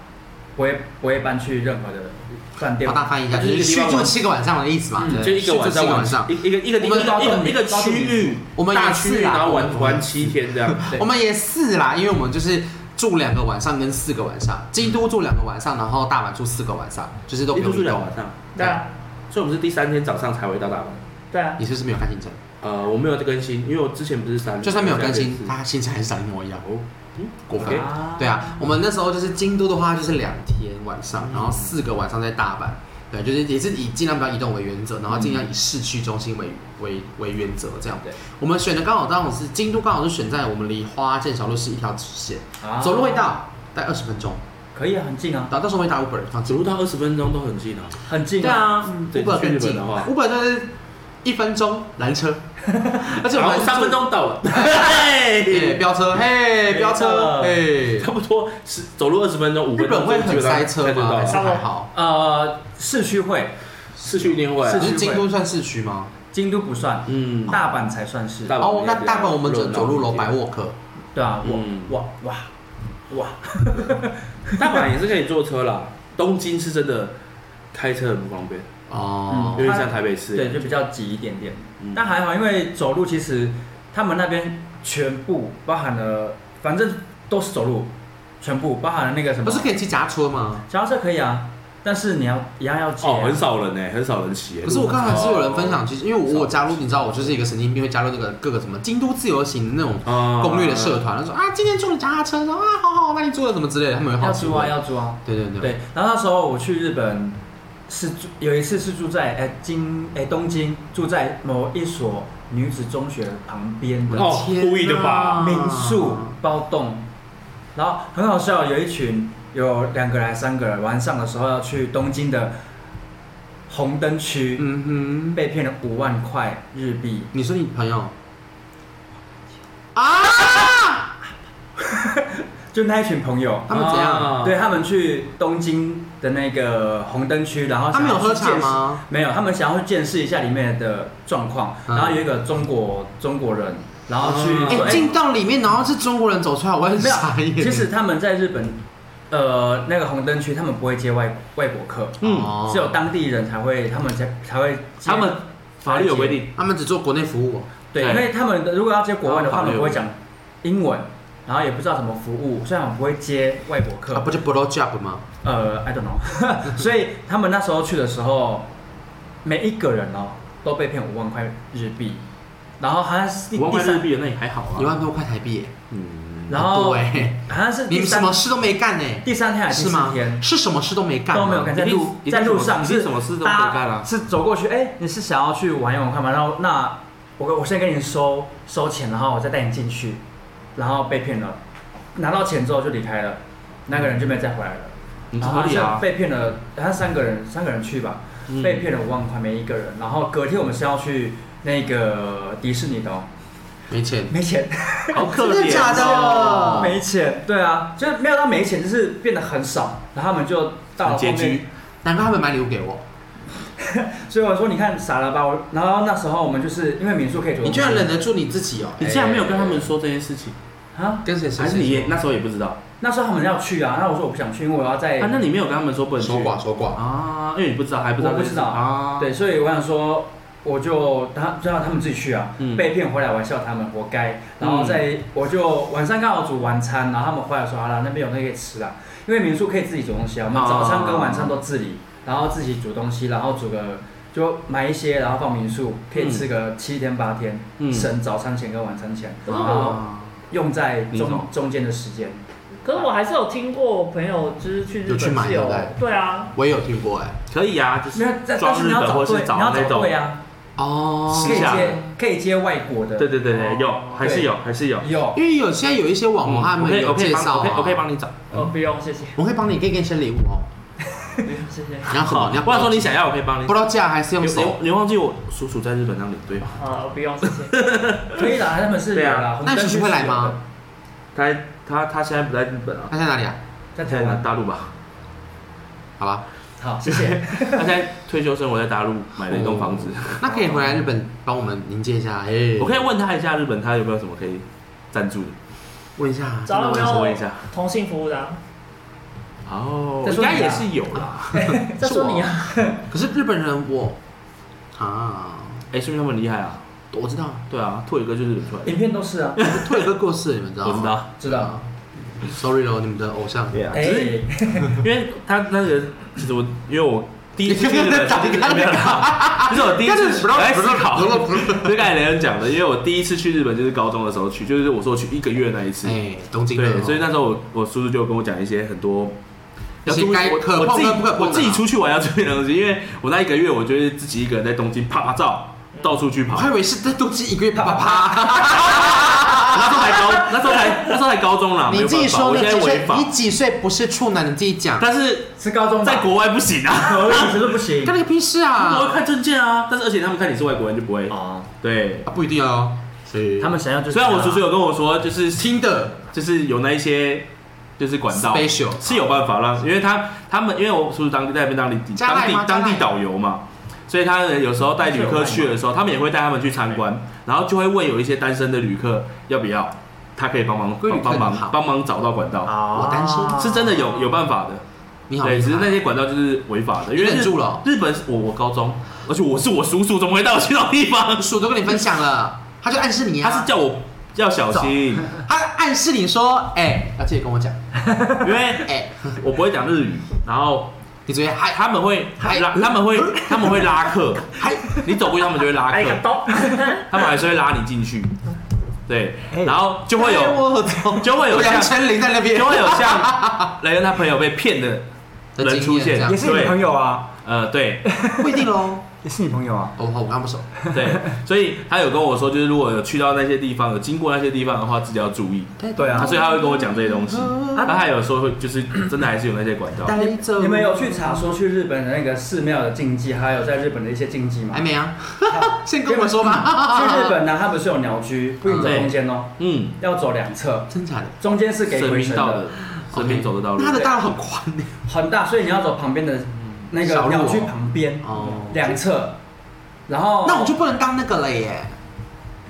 [SPEAKER 2] 不会不会搬去任何的饭店
[SPEAKER 1] 帮。大家翻译一下，就
[SPEAKER 4] 就是一
[SPEAKER 1] 是去
[SPEAKER 4] 个地方
[SPEAKER 1] 住
[SPEAKER 4] 玩
[SPEAKER 1] 七个晚上的意思嘛，
[SPEAKER 2] 嗯
[SPEAKER 1] 对
[SPEAKER 4] 就一个晚上
[SPEAKER 1] 去住七个
[SPEAKER 4] 玩
[SPEAKER 1] 晚上。
[SPEAKER 4] 一一个一个
[SPEAKER 1] 我
[SPEAKER 4] 一
[SPEAKER 1] 们
[SPEAKER 4] 个一个一个
[SPEAKER 2] 高度
[SPEAKER 4] 区域，
[SPEAKER 1] 我们
[SPEAKER 4] 大
[SPEAKER 1] 也
[SPEAKER 4] 区
[SPEAKER 1] 是
[SPEAKER 4] 域，
[SPEAKER 1] 啦
[SPEAKER 4] 然后
[SPEAKER 1] 我
[SPEAKER 4] 玩
[SPEAKER 1] 们
[SPEAKER 4] 玩七天这样。
[SPEAKER 2] 对
[SPEAKER 1] 我们也是啦，因为我们就是住两个晚上跟四个晚上，京都住两个晚上，然后大阪住四个晚上，就是都不
[SPEAKER 4] 一
[SPEAKER 1] 用
[SPEAKER 4] 住
[SPEAKER 1] 移
[SPEAKER 4] 两
[SPEAKER 1] 动
[SPEAKER 4] 个。晚上，
[SPEAKER 3] 对啊，
[SPEAKER 4] 所以我们是第三天早上才回到大阪。
[SPEAKER 3] 对啊，
[SPEAKER 1] 你是不是没有看行程？
[SPEAKER 4] 呃，我没有更新，因为我之前不是三，
[SPEAKER 1] 就算没有更新
[SPEAKER 4] 现，在
[SPEAKER 1] 他行程还是长一模一样。哦，
[SPEAKER 4] 嗯
[SPEAKER 1] 过分
[SPEAKER 4] OK。
[SPEAKER 2] 啊
[SPEAKER 1] 对啊，我们那时候就是京都的话，就是两天晚上，然后四个晚上在大阪。对，就是也是以尽量不要移动为原则，然后尽量以市区中心为为为原则这样。
[SPEAKER 2] 对，
[SPEAKER 1] 我们选的刚好刚好是京都，刚好是选在我们离花见小路是一条直线，
[SPEAKER 2] 啊
[SPEAKER 1] 走路会到，大概二十分钟，
[SPEAKER 2] 可以啊，很近啊，
[SPEAKER 1] 到到时候会打 Uber，然后
[SPEAKER 4] 走路到二十分钟都很近啊。
[SPEAKER 2] 很近
[SPEAKER 1] 对。啊
[SPEAKER 4] 对
[SPEAKER 1] ，Uber
[SPEAKER 4] 去
[SPEAKER 1] 更
[SPEAKER 4] 日本
[SPEAKER 1] 近
[SPEAKER 4] 的话
[SPEAKER 1] ，Uber 就是一分钟拦 车，而且我
[SPEAKER 4] 然
[SPEAKER 1] 们
[SPEAKER 4] 后三分
[SPEAKER 1] 钟，
[SPEAKER 4] 钟到 了，
[SPEAKER 1] 哎，飙车，嘿，飙车，嘿，
[SPEAKER 4] 差不多是走路二十分钟，五
[SPEAKER 1] 日
[SPEAKER 4] 分
[SPEAKER 1] 本
[SPEAKER 4] 钟
[SPEAKER 1] 会
[SPEAKER 4] 基
[SPEAKER 1] 很
[SPEAKER 4] 本上
[SPEAKER 1] 塞车
[SPEAKER 4] 就到
[SPEAKER 1] 吗？还
[SPEAKER 4] 了
[SPEAKER 1] 是还好？
[SPEAKER 2] 呃，市区会，
[SPEAKER 4] 市区一定会啊，
[SPEAKER 1] 只
[SPEAKER 2] 市区
[SPEAKER 1] 是京都算市区吗？
[SPEAKER 2] 京都不算，
[SPEAKER 4] 嗯，
[SPEAKER 2] 大阪才算是。
[SPEAKER 4] 大阪
[SPEAKER 1] 哦，那
[SPEAKER 4] 比较
[SPEAKER 1] 大阪我们走
[SPEAKER 4] 热闹
[SPEAKER 1] 走路
[SPEAKER 4] 一
[SPEAKER 1] 楼
[SPEAKER 4] 点
[SPEAKER 1] 百沃克，
[SPEAKER 2] 对啊，我
[SPEAKER 4] 嗯
[SPEAKER 2] 哇哇哇，
[SPEAKER 4] 大阪也是可以坐车啦，东京是真的开车很不方便，
[SPEAKER 1] 哦
[SPEAKER 2] 嗯
[SPEAKER 4] 有，点像台北市。
[SPEAKER 2] 对，就比较挤一点点。
[SPEAKER 4] 嗯
[SPEAKER 2] 但还好，因为走路其实他们那边全部包含了，反正都是走路，全部包含了那个什么，
[SPEAKER 1] 不是可以骑夹车吗？
[SPEAKER 2] 脚踏车可以啊，但是你要一样要借、啊。
[SPEAKER 4] 哦，很少人呢，很少人骑欸。
[SPEAKER 1] 可是我刚才是有人分享，其实因为我
[SPEAKER 4] 少
[SPEAKER 1] 我加入，你知道我就是一个神经病，会加入那个各个什么京都自由行的那种
[SPEAKER 4] 啊
[SPEAKER 1] 攻略的社团，他说啊，今天坐了夹车，说啊，好好，那你坐了什么之类的，他们会好
[SPEAKER 2] 要
[SPEAKER 1] 奇
[SPEAKER 2] 租啊，
[SPEAKER 1] 问。
[SPEAKER 2] 要租啊。
[SPEAKER 1] 对对对，
[SPEAKER 2] 对，然后那时候我去日本是住，有一次是住在哎京哎东京，住在某一所女子中学旁边的
[SPEAKER 4] 哦
[SPEAKER 1] 天啊哪
[SPEAKER 4] 故意的吧
[SPEAKER 2] 民宿包栋，然后很好笑，有一群有两个人还是三个人，晚上的时候要去东京的红灯区，
[SPEAKER 1] 嗯哼，
[SPEAKER 2] 被骗了五万块日币，
[SPEAKER 1] 你说你朋友啊？
[SPEAKER 2] 就那一群朋友，
[SPEAKER 1] 他们怎样？
[SPEAKER 4] 啊
[SPEAKER 2] 对他们去东京的那个红灯区，然后
[SPEAKER 1] 他
[SPEAKER 2] 想
[SPEAKER 1] 们有
[SPEAKER 2] 要
[SPEAKER 1] 喝
[SPEAKER 2] 去
[SPEAKER 1] 茶
[SPEAKER 2] 见识
[SPEAKER 1] 吗？
[SPEAKER 2] 没有，他们想要去见识一下里面的状况。
[SPEAKER 1] 嗯
[SPEAKER 2] 然后有一个中国中国人，然后去
[SPEAKER 4] 嗯
[SPEAKER 1] 哎、
[SPEAKER 2] 说哎
[SPEAKER 1] 进到里面，然后是中国人走出来，我很
[SPEAKER 2] 没有
[SPEAKER 1] 傻眼。
[SPEAKER 2] 其实他们在日本，呃，那个红灯区他们不会接外外国客，
[SPEAKER 4] 嗯，
[SPEAKER 1] 哦
[SPEAKER 2] 只有当地人才会，他们才才会接
[SPEAKER 4] 他们法律有规定，
[SPEAKER 1] 他们只做国内服务哦、
[SPEAKER 2] 对，
[SPEAKER 4] 对
[SPEAKER 2] 因为他们的如果要接国外的话，
[SPEAKER 4] 他
[SPEAKER 2] 他
[SPEAKER 4] 们
[SPEAKER 2] 们不会
[SPEAKER 4] 有
[SPEAKER 2] 讲英文，然后也不知道怎么服务，所以他们不会接外国客。
[SPEAKER 1] 啊，不就 blow job 吗？
[SPEAKER 2] 呃，I don't know，所 以他们那时候去的时候，每一个人哦都被骗五万块日币，然后好像是第
[SPEAKER 4] 五万
[SPEAKER 2] 第
[SPEAKER 4] 块日
[SPEAKER 2] 三，
[SPEAKER 4] 币那也还好啊。
[SPEAKER 1] 一万多块台币耶，
[SPEAKER 4] 嗯，
[SPEAKER 2] 然后
[SPEAKER 1] 很多欸
[SPEAKER 2] 好像是
[SPEAKER 1] 你
[SPEAKER 2] 第
[SPEAKER 1] 们什
[SPEAKER 2] 三
[SPEAKER 1] 么事都没干呢？
[SPEAKER 2] 第三天还是
[SPEAKER 1] 是
[SPEAKER 2] 第
[SPEAKER 1] 吗
[SPEAKER 2] 四天？
[SPEAKER 1] 是什么事都没干吗？啊
[SPEAKER 2] 都没有干，在
[SPEAKER 4] 一定
[SPEAKER 2] 路
[SPEAKER 4] 一定
[SPEAKER 2] 在路上
[SPEAKER 4] 什么
[SPEAKER 2] 是
[SPEAKER 4] 什么事都不
[SPEAKER 2] 搭
[SPEAKER 4] 干啊
[SPEAKER 2] 是走过去，哎，你是想要去玩一玩看吗？然后那我我先给你收收钱，然后我再带你进去，然后被骗了，拿到钱之后就离开了，那个人就没有再回来了。
[SPEAKER 4] 很
[SPEAKER 2] 然
[SPEAKER 4] 合
[SPEAKER 2] 后
[SPEAKER 4] 理
[SPEAKER 2] 像
[SPEAKER 4] 啊。
[SPEAKER 2] 被骗了，他三个人三个人去吧，
[SPEAKER 4] 嗯
[SPEAKER 2] 被骗了五万块每一个人。然后隔天我们是要去那个迪士尼的、哦，
[SPEAKER 1] 没钱，
[SPEAKER 2] 没钱，
[SPEAKER 4] 好可怜、哦，
[SPEAKER 1] 真的假的哦
[SPEAKER 2] 没钱，对啊，就是没有到没钱，就是变得很少。然后他们就到
[SPEAKER 4] 很
[SPEAKER 2] 了后
[SPEAKER 4] 拮
[SPEAKER 2] 面
[SPEAKER 4] 据，，
[SPEAKER 1] 难怪他们买礼物给我，
[SPEAKER 2] 哎所以我说你看傻了吧我。然后那时候我们就是因为民宿可以住，
[SPEAKER 1] 你居然忍得住你自己哦！哎
[SPEAKER 4] 你竟然没有跟他们说这件事情，
[SPEAKER 2] 啊？
[SPEAKER 1] 跟谁谁
[SPEAKER 4] 还是你也
[SPEAKER 1] 谁
[SPEAKER 4] 那时候也不知道啊？
[SPEAKER 2] 那时候他们要去啊，那我说我不想去，因为我要在
[SPEAKER 4] 那你没有跟他们说不能去
[SPEAKER 1] 守寡守寡，
[SPEAKER 4] 啊？因为你不知道，还不知道
[SPEAKER 2] 我
[SPEAKER 4] 这
[SPEAKER 2] 不知
[SPEAKER 4] 件事
[SPEAKER 2] 道
[SPEAKER 4] 啊。
[SPEAKER 2] 对，所以我想说，我就他就让他们自己去啊，
[SPEAKER 4] 嗯
[SPEAKER 2] 被骗回来，我还笑他们活该。然后在、我就晚上刚好煮晚餐，然后他们回来说，好了，那边有东西可以吃啊，因为民宿可以自己煮东西啊，我们
[SPEAKER 4] 哦
[SPEAKER 2] 早餐跟晚餐都自理，然后自己煮东西，然后煮个就买一些，然后放民宿，可以吃个七天八天，
[SPEAKER 4] 嗯
[SPEAKER 2] 省早餐钱跟晚餐钱，
[SPEAKER 3] 可是我，
[SPEAKER 4] 啊，
[SPEAKER 2] 用在
[SPEAKER 4] 你懂
[SPEAKER 2] 中中间的时间。
[SPEAKER 3] 可是我还是有听过我朋友就是去
[SPEAKER 1] 有
[SPEAKER 3] 日本
[SPEAKER 1] 去买
[SPEAKER 3] 是有
[SPEAKER 1] 对不，
[SPEAKER 3] 对啊，
[SPEAKER 1] 我也有听过哎。
[SPEAKER 4] 可以啊，就是
[SPEAKER 2] 没有，但但
[SPEAKER 4] 装
[SPEAKER 2] 是你
[SPEAKER 4] 日
[SPEAKER 2] 要
[SPEAKER 4] 本
[SPEAKER 2] 找
[SPEAKER 4] 或
[SPEAKER 2] 对，
[SPEAKER 4] 是
[SPEAKER 2] 你要
[SPEAKER 4] 那
[SPEAKER 2] 找
[SPEAKER 4] 种
[SPEAKER 2] 对，啊，
[SPEAKER 1] 哦
[SPEAKER 2] 可以
[SPEAKER 4] 是啊
[SPEAKER 2] 接可以接外国的，
[SPEAKER 4] 对对对对，有
[SPEAKER 3] 哦
[SPEAKER 4] 还是有还是有。
[SPEAKER 2] 有。
[SPEAKER 1] 因为有现在有一些网红
[SPEAKER 4] 嗯
[SPEAKER 1] 他
[SPEAKER 4] 我可
[SPEAKER 1] 们
[SPEAKER 4] 以
[SPEAKER 1] 有
[SPEAKER 4] 我可以
[SPEAKER 1] 介
[SPEAKER 4] 帮
[SPEAKER 1] 绍
[SPEAKER 4] 我可以
[SPEAKER 1] 啊，
[SPEAKER 4] 我可以帮你找。
[SPEAKER 3] 呃，不用，谢谢，
[SPEAKER 1] 我可以帮你，可以给你先礼物哦。
[SPEAKER 3] 不用谢谢。
[SPEAKER 1] 你要什么？你要
[SPEAKER 4] 或者嗯说你想要，我可以帮你
[SPEAKER 1] 不。知道价还是用
[SPEAKER 4] 你
[SPEAKER 1] 手？
[SPEAKER 4] 你你忘记我叔叔在日本当领队吗？
[SPEAKER 3] 呃，不用，谢 谢。
[SPEAKER 2] 可以啦，他们是
[SPEAKER 4] 对啊
[SPEAKER 2] 有啦。红
[SPEAKER 1] 那
[SPEAKER 2] 灯
[SPEAKER 1] 你
[SPEAKER 2] 区
[SPEAKER 1] 叔
[SPEAKER 2] 是
[SPEAKER 1] 叔会来
[SPEAKER 2] 有的
[SPEAKER 1] 吗？？
[SPEAKER 4] 他他他现在不在日本啊，
[SPEAKER 1] 他在哪里啊？
[SPEAKER 2] 在
[SPEAKER 4] 他
[SPEAKER 2] 台
[SPEAKER 4] 现在在
[SPEAKER 2] 湾。
[SPEAKER 4] 大陆吧？
[SPEAKER 1] 好吧，
[SPEAKER 2] 好，谢 谢。
[SPEAKER 4] 他现在退休生活在大陆买了一栋房子。
[SPEAKER 1] 那可以回来日本帮我们迎接一下。哎，
[SPEAKER 4] 我可以问他一下日本，他有没有什么可以赞助的？
[SPEAKER 1] 问一下，啊
[SPEAKER 3] 找有
[SPEAKER 1] 真的
[SPEAKER 4] 我
[SPEAKER 3] 没
[SPEAKER 4] 问
[SPEAKER 3] 有
[SPEAKER 4] 一下
[SPEAKER 3] 同性服务的啊？
[SPEAKER 4] 哦，
[SPEAKER 2] 再
[SPEAKER 4] 应
[SPEAKER 2] 说你啊
[SPEAKER 4] 该也是有啦。
[SPEAKER 2] 再说你啊，
[SPEAKER 1] 问可是日本人我啊，
[SPEAKER 4] 哎，说明他们很厉害啊。
[SPEAKER 1] 我知 道，
[SPEAKER 4] 对啊，拓一个就是日本出来的，
[SPEAKER 2] 影片都是啊，
[SPEAKER 1] 退有一个故事，你们知道吗？
[SPEAKER 4] 我知道。
[SPEAKER 2] 知道。
[SPEAKER 1] Sorry 喽，你们的偶像。
[SPEAKER 4] 对啊，
[SPEAKER 2] 哎
[SPEAKER 4] 只是，因为他那个，其实我因为我第 一次去 日本
[SPEAKER 1] 打你干嘛
[SPEAKER 4] 没有 啦，就是我第一次我在思考，
[SPEAKER 1] 不是
[SPEAKER 4] 就刚才雷恩讲的，因为我第一次去日本就是高中的时候去，就是我说去一个月那一次，
[SPEAKER 1] 哎，东京
[SPEAKER 4] 对，
[SPEAKER 1] 的，
[SPEAKER 4] 所以那时候我我叔叔就跟我讲一些很多。
[SPEAKER 1] 一
[SPEAKER 4] 要
[SPEAKER 1] 些
[SPEAKER 4] 注意
[SPEAKER 1] 该
[SPEAKER 4] 我
[SPEAKER 1] 可
[SPEAKER 4] 我
[SPEAKER 1] 碰
[SPEAKER 4] 自己
[SPEAKER 1] 跟不可碰的啊
[SPEAKER 4] 我自己出去玩要注意的东西，因为我那一个月我就是自己一个人在东京啪啪照，到处去
[SPEAKER 1] 我
[SPEAKER 4] 跑。
[SPEAKER 1] 还以为是在东京一个月啪啪啪。
[SPEAKER 4] 那时候还高，那时候还那时候还高中啦，没
[SPEAKER 1] 你
[SPEAKER 4] 有
[SPEAKER 1] 自
[SPEAKER 4] 办
[SPEAKER 1] 己
[SPEAKER 4] 法，
[SPEAKER 1] 说
[SPEAKER 4] 我
[SPEAKER 1] 你
[SPEAKER 4] 现在
[SPEAKER 1] 几
[SPEAKER 4] 违
[SPEAKER 1] 岁？
[SPEAKER 4] 法
[SPEAKER 1] 你。几岁不是处男？你自己讲，
[SPEAKER 4] 但是
[SPEAKER 2] 是高中吧
[SPEAKER 4] 在国外不行啊。
[SPEAKER 2] 可以，可是不 行
[SPEAKER 1] 干。你个屁事
[SPEAKER 4] 我会
[SPEAKER 1] 啊！
[SPEAKER 4] 看证件啊，但是而且他们看你是外国人就不会。
[SPEAKER 2] 哦，
[SPEAKER 4] 对，
[SPEAKER 1] 啊，不一定哦。
[SPEAKER 2] 他们想要就是。 啊
[SPEAKER 4] 虽然我叔叔有跟我说，就是
[SPEAKER 1] 听的
[SPEAKER 4] 就是有那一些就是管道
[SPEAKER 1] special
[SPEAKER 4] 是有办法让，因为他他们因为我叔叔当地在那边当地
[SPEAKER 1] 加
[SPEAKER 4] 当
[SPEAKER 1] 赖
[SPEAKER 4] 地
[SPEAKER 1] 吗
[SPEAKER 4] 当地
[SPEAKER 1] 加赖
[SPEAKER 4] 导游嘛，所以他有时候带旅客去的时候，他们也会带他们去参观，然后就会问有一些单身的旅客要不要，他可以帮忙
[SPEAKER 1] 跟旅客
[SPEAKER 4] 帮
[SPEAKER 1] 很好
[SPEAKER 4] 忙帮忙找到管道，
[SPEAKER 2] 啊
[SPEAKER 1] 我担心
[SPEAKER 4] 是真的有有办法的。
[SPEAKER 1] 你好，
[SPEAKER 4] 对，
[SPEAKER 1] 你
[SPEAKER 4] 只是
[SPEAKER 1] 好
[SPEAKER 4] 那些管道就是违法的，因为
[SPEAKER 1] 你忍
[SPEAKER 4] 日
[SPEAKER 1] 住了
[SPEAKER 4] 日本是我我高中，而且我是我叔叔，怎么会带我去那种地方？
[SPEAKER 1] 叔都跟你分享了，他就暗示你啊，
[SPEAKER 4] 他是叫我要小心，
[SPEAKER 1] 他暗示你说，哎，要记得跟我讲，
[SPEAKER 4] 因为
[SPEAKER 1] 哎，
[SPEAKER 4] 我不会讲日语，然后
[SPEAKER 1] 你昨天还
[SPEAKER 4] 他们会
[SPEAKER 1] 还
[SPEAKER 4] 拉，他们会他们会拉客，
[SPEAKER 1] 还
[SPEAKER 4] 你走过去他们就会拉
[SPEAKER 3] 哎，
[SPEAKER 4] 客
[SPEAKER 3] 感， 动。
[SPEAKER 4] 他们还是会拉你进去，对，
[SPEAKER 2] 哎
[SPEAKER 4] 然后就会
[SPEAKER 1] 哎
[SPEAKER 4] 有
[SPEAKER 1] 我操
[SPEAKER 4] 就会有
[SPEAKER 1] 杨
[SPEAKER 4] 像
[SPEAKER 1] 丞琳在那边，
[SPEAKER 4] 就会有像雷恩他朋友被骗的
[SPEAKER 1] 的经
[SPEAKER 4] 人
[SPEAKER 1] 验
[SPEAKER 4] 出现
[SPEAKER 1] 这样
[SPEAKER 2] 也是你朋友啊，
[SPEAKER 4] 呃，对
[SPEAKER 1] 不一定喽。
[SPEAKER 2] 也是你朋友啊。
[SPEAKER 1] 哦，好，我跟他不熟。
[SPEAKER 4] 对，所以他有跟我说，就是如果有去到那些地方，有经过那些地方的话，自己要注意。
[SPEAKER 2] 对啊
[SPEAKER 4] 啊，所以他会跟我讲这些东西。
[SPEAKER 1] 啊
[SPEAKER 4] 他还有说会，就是真的还是有那些管道。
[SPEAKER 1] 带走
[SPEAKER 2] 你们有去查说去日本的那个寺庙的禁忌，还有在日本的一些禁忌吗 嗯
[SPEAKER 1] 还？没啊？先跟我说吧。
[SPEAKER 2] 去日本呢，它不是有鸟居，不能走中间哦，
[SPEAKER 4] 嗯，
[SPEAKER 2] 要走两侧，
[SPEAKER 1] 真假的？
[SPEAKER 2] 中间是给
[SPEAKER 4] 神
[SPEAKER 2] 鬼
[SPEAKER 4] 明
[SPEAKER 2] 神
[SPEAKER 4] 道
[SPEAKER 2] 的
[SPEAKER 4] 的，，神明走的道路
[SPEAKER 1] 那。他的道路很宽欸耶
[SPEAKER 2] 很大，所以你要走旁边的那个
[SPEAKER 1] 小路哦
[SPEAKER 2] 鸟居旁边
[SPEAKER 1] 哦，
[SPEAKER 2] 两侧，然后
[SPEAKER 1] 那我就不能当那个了耶。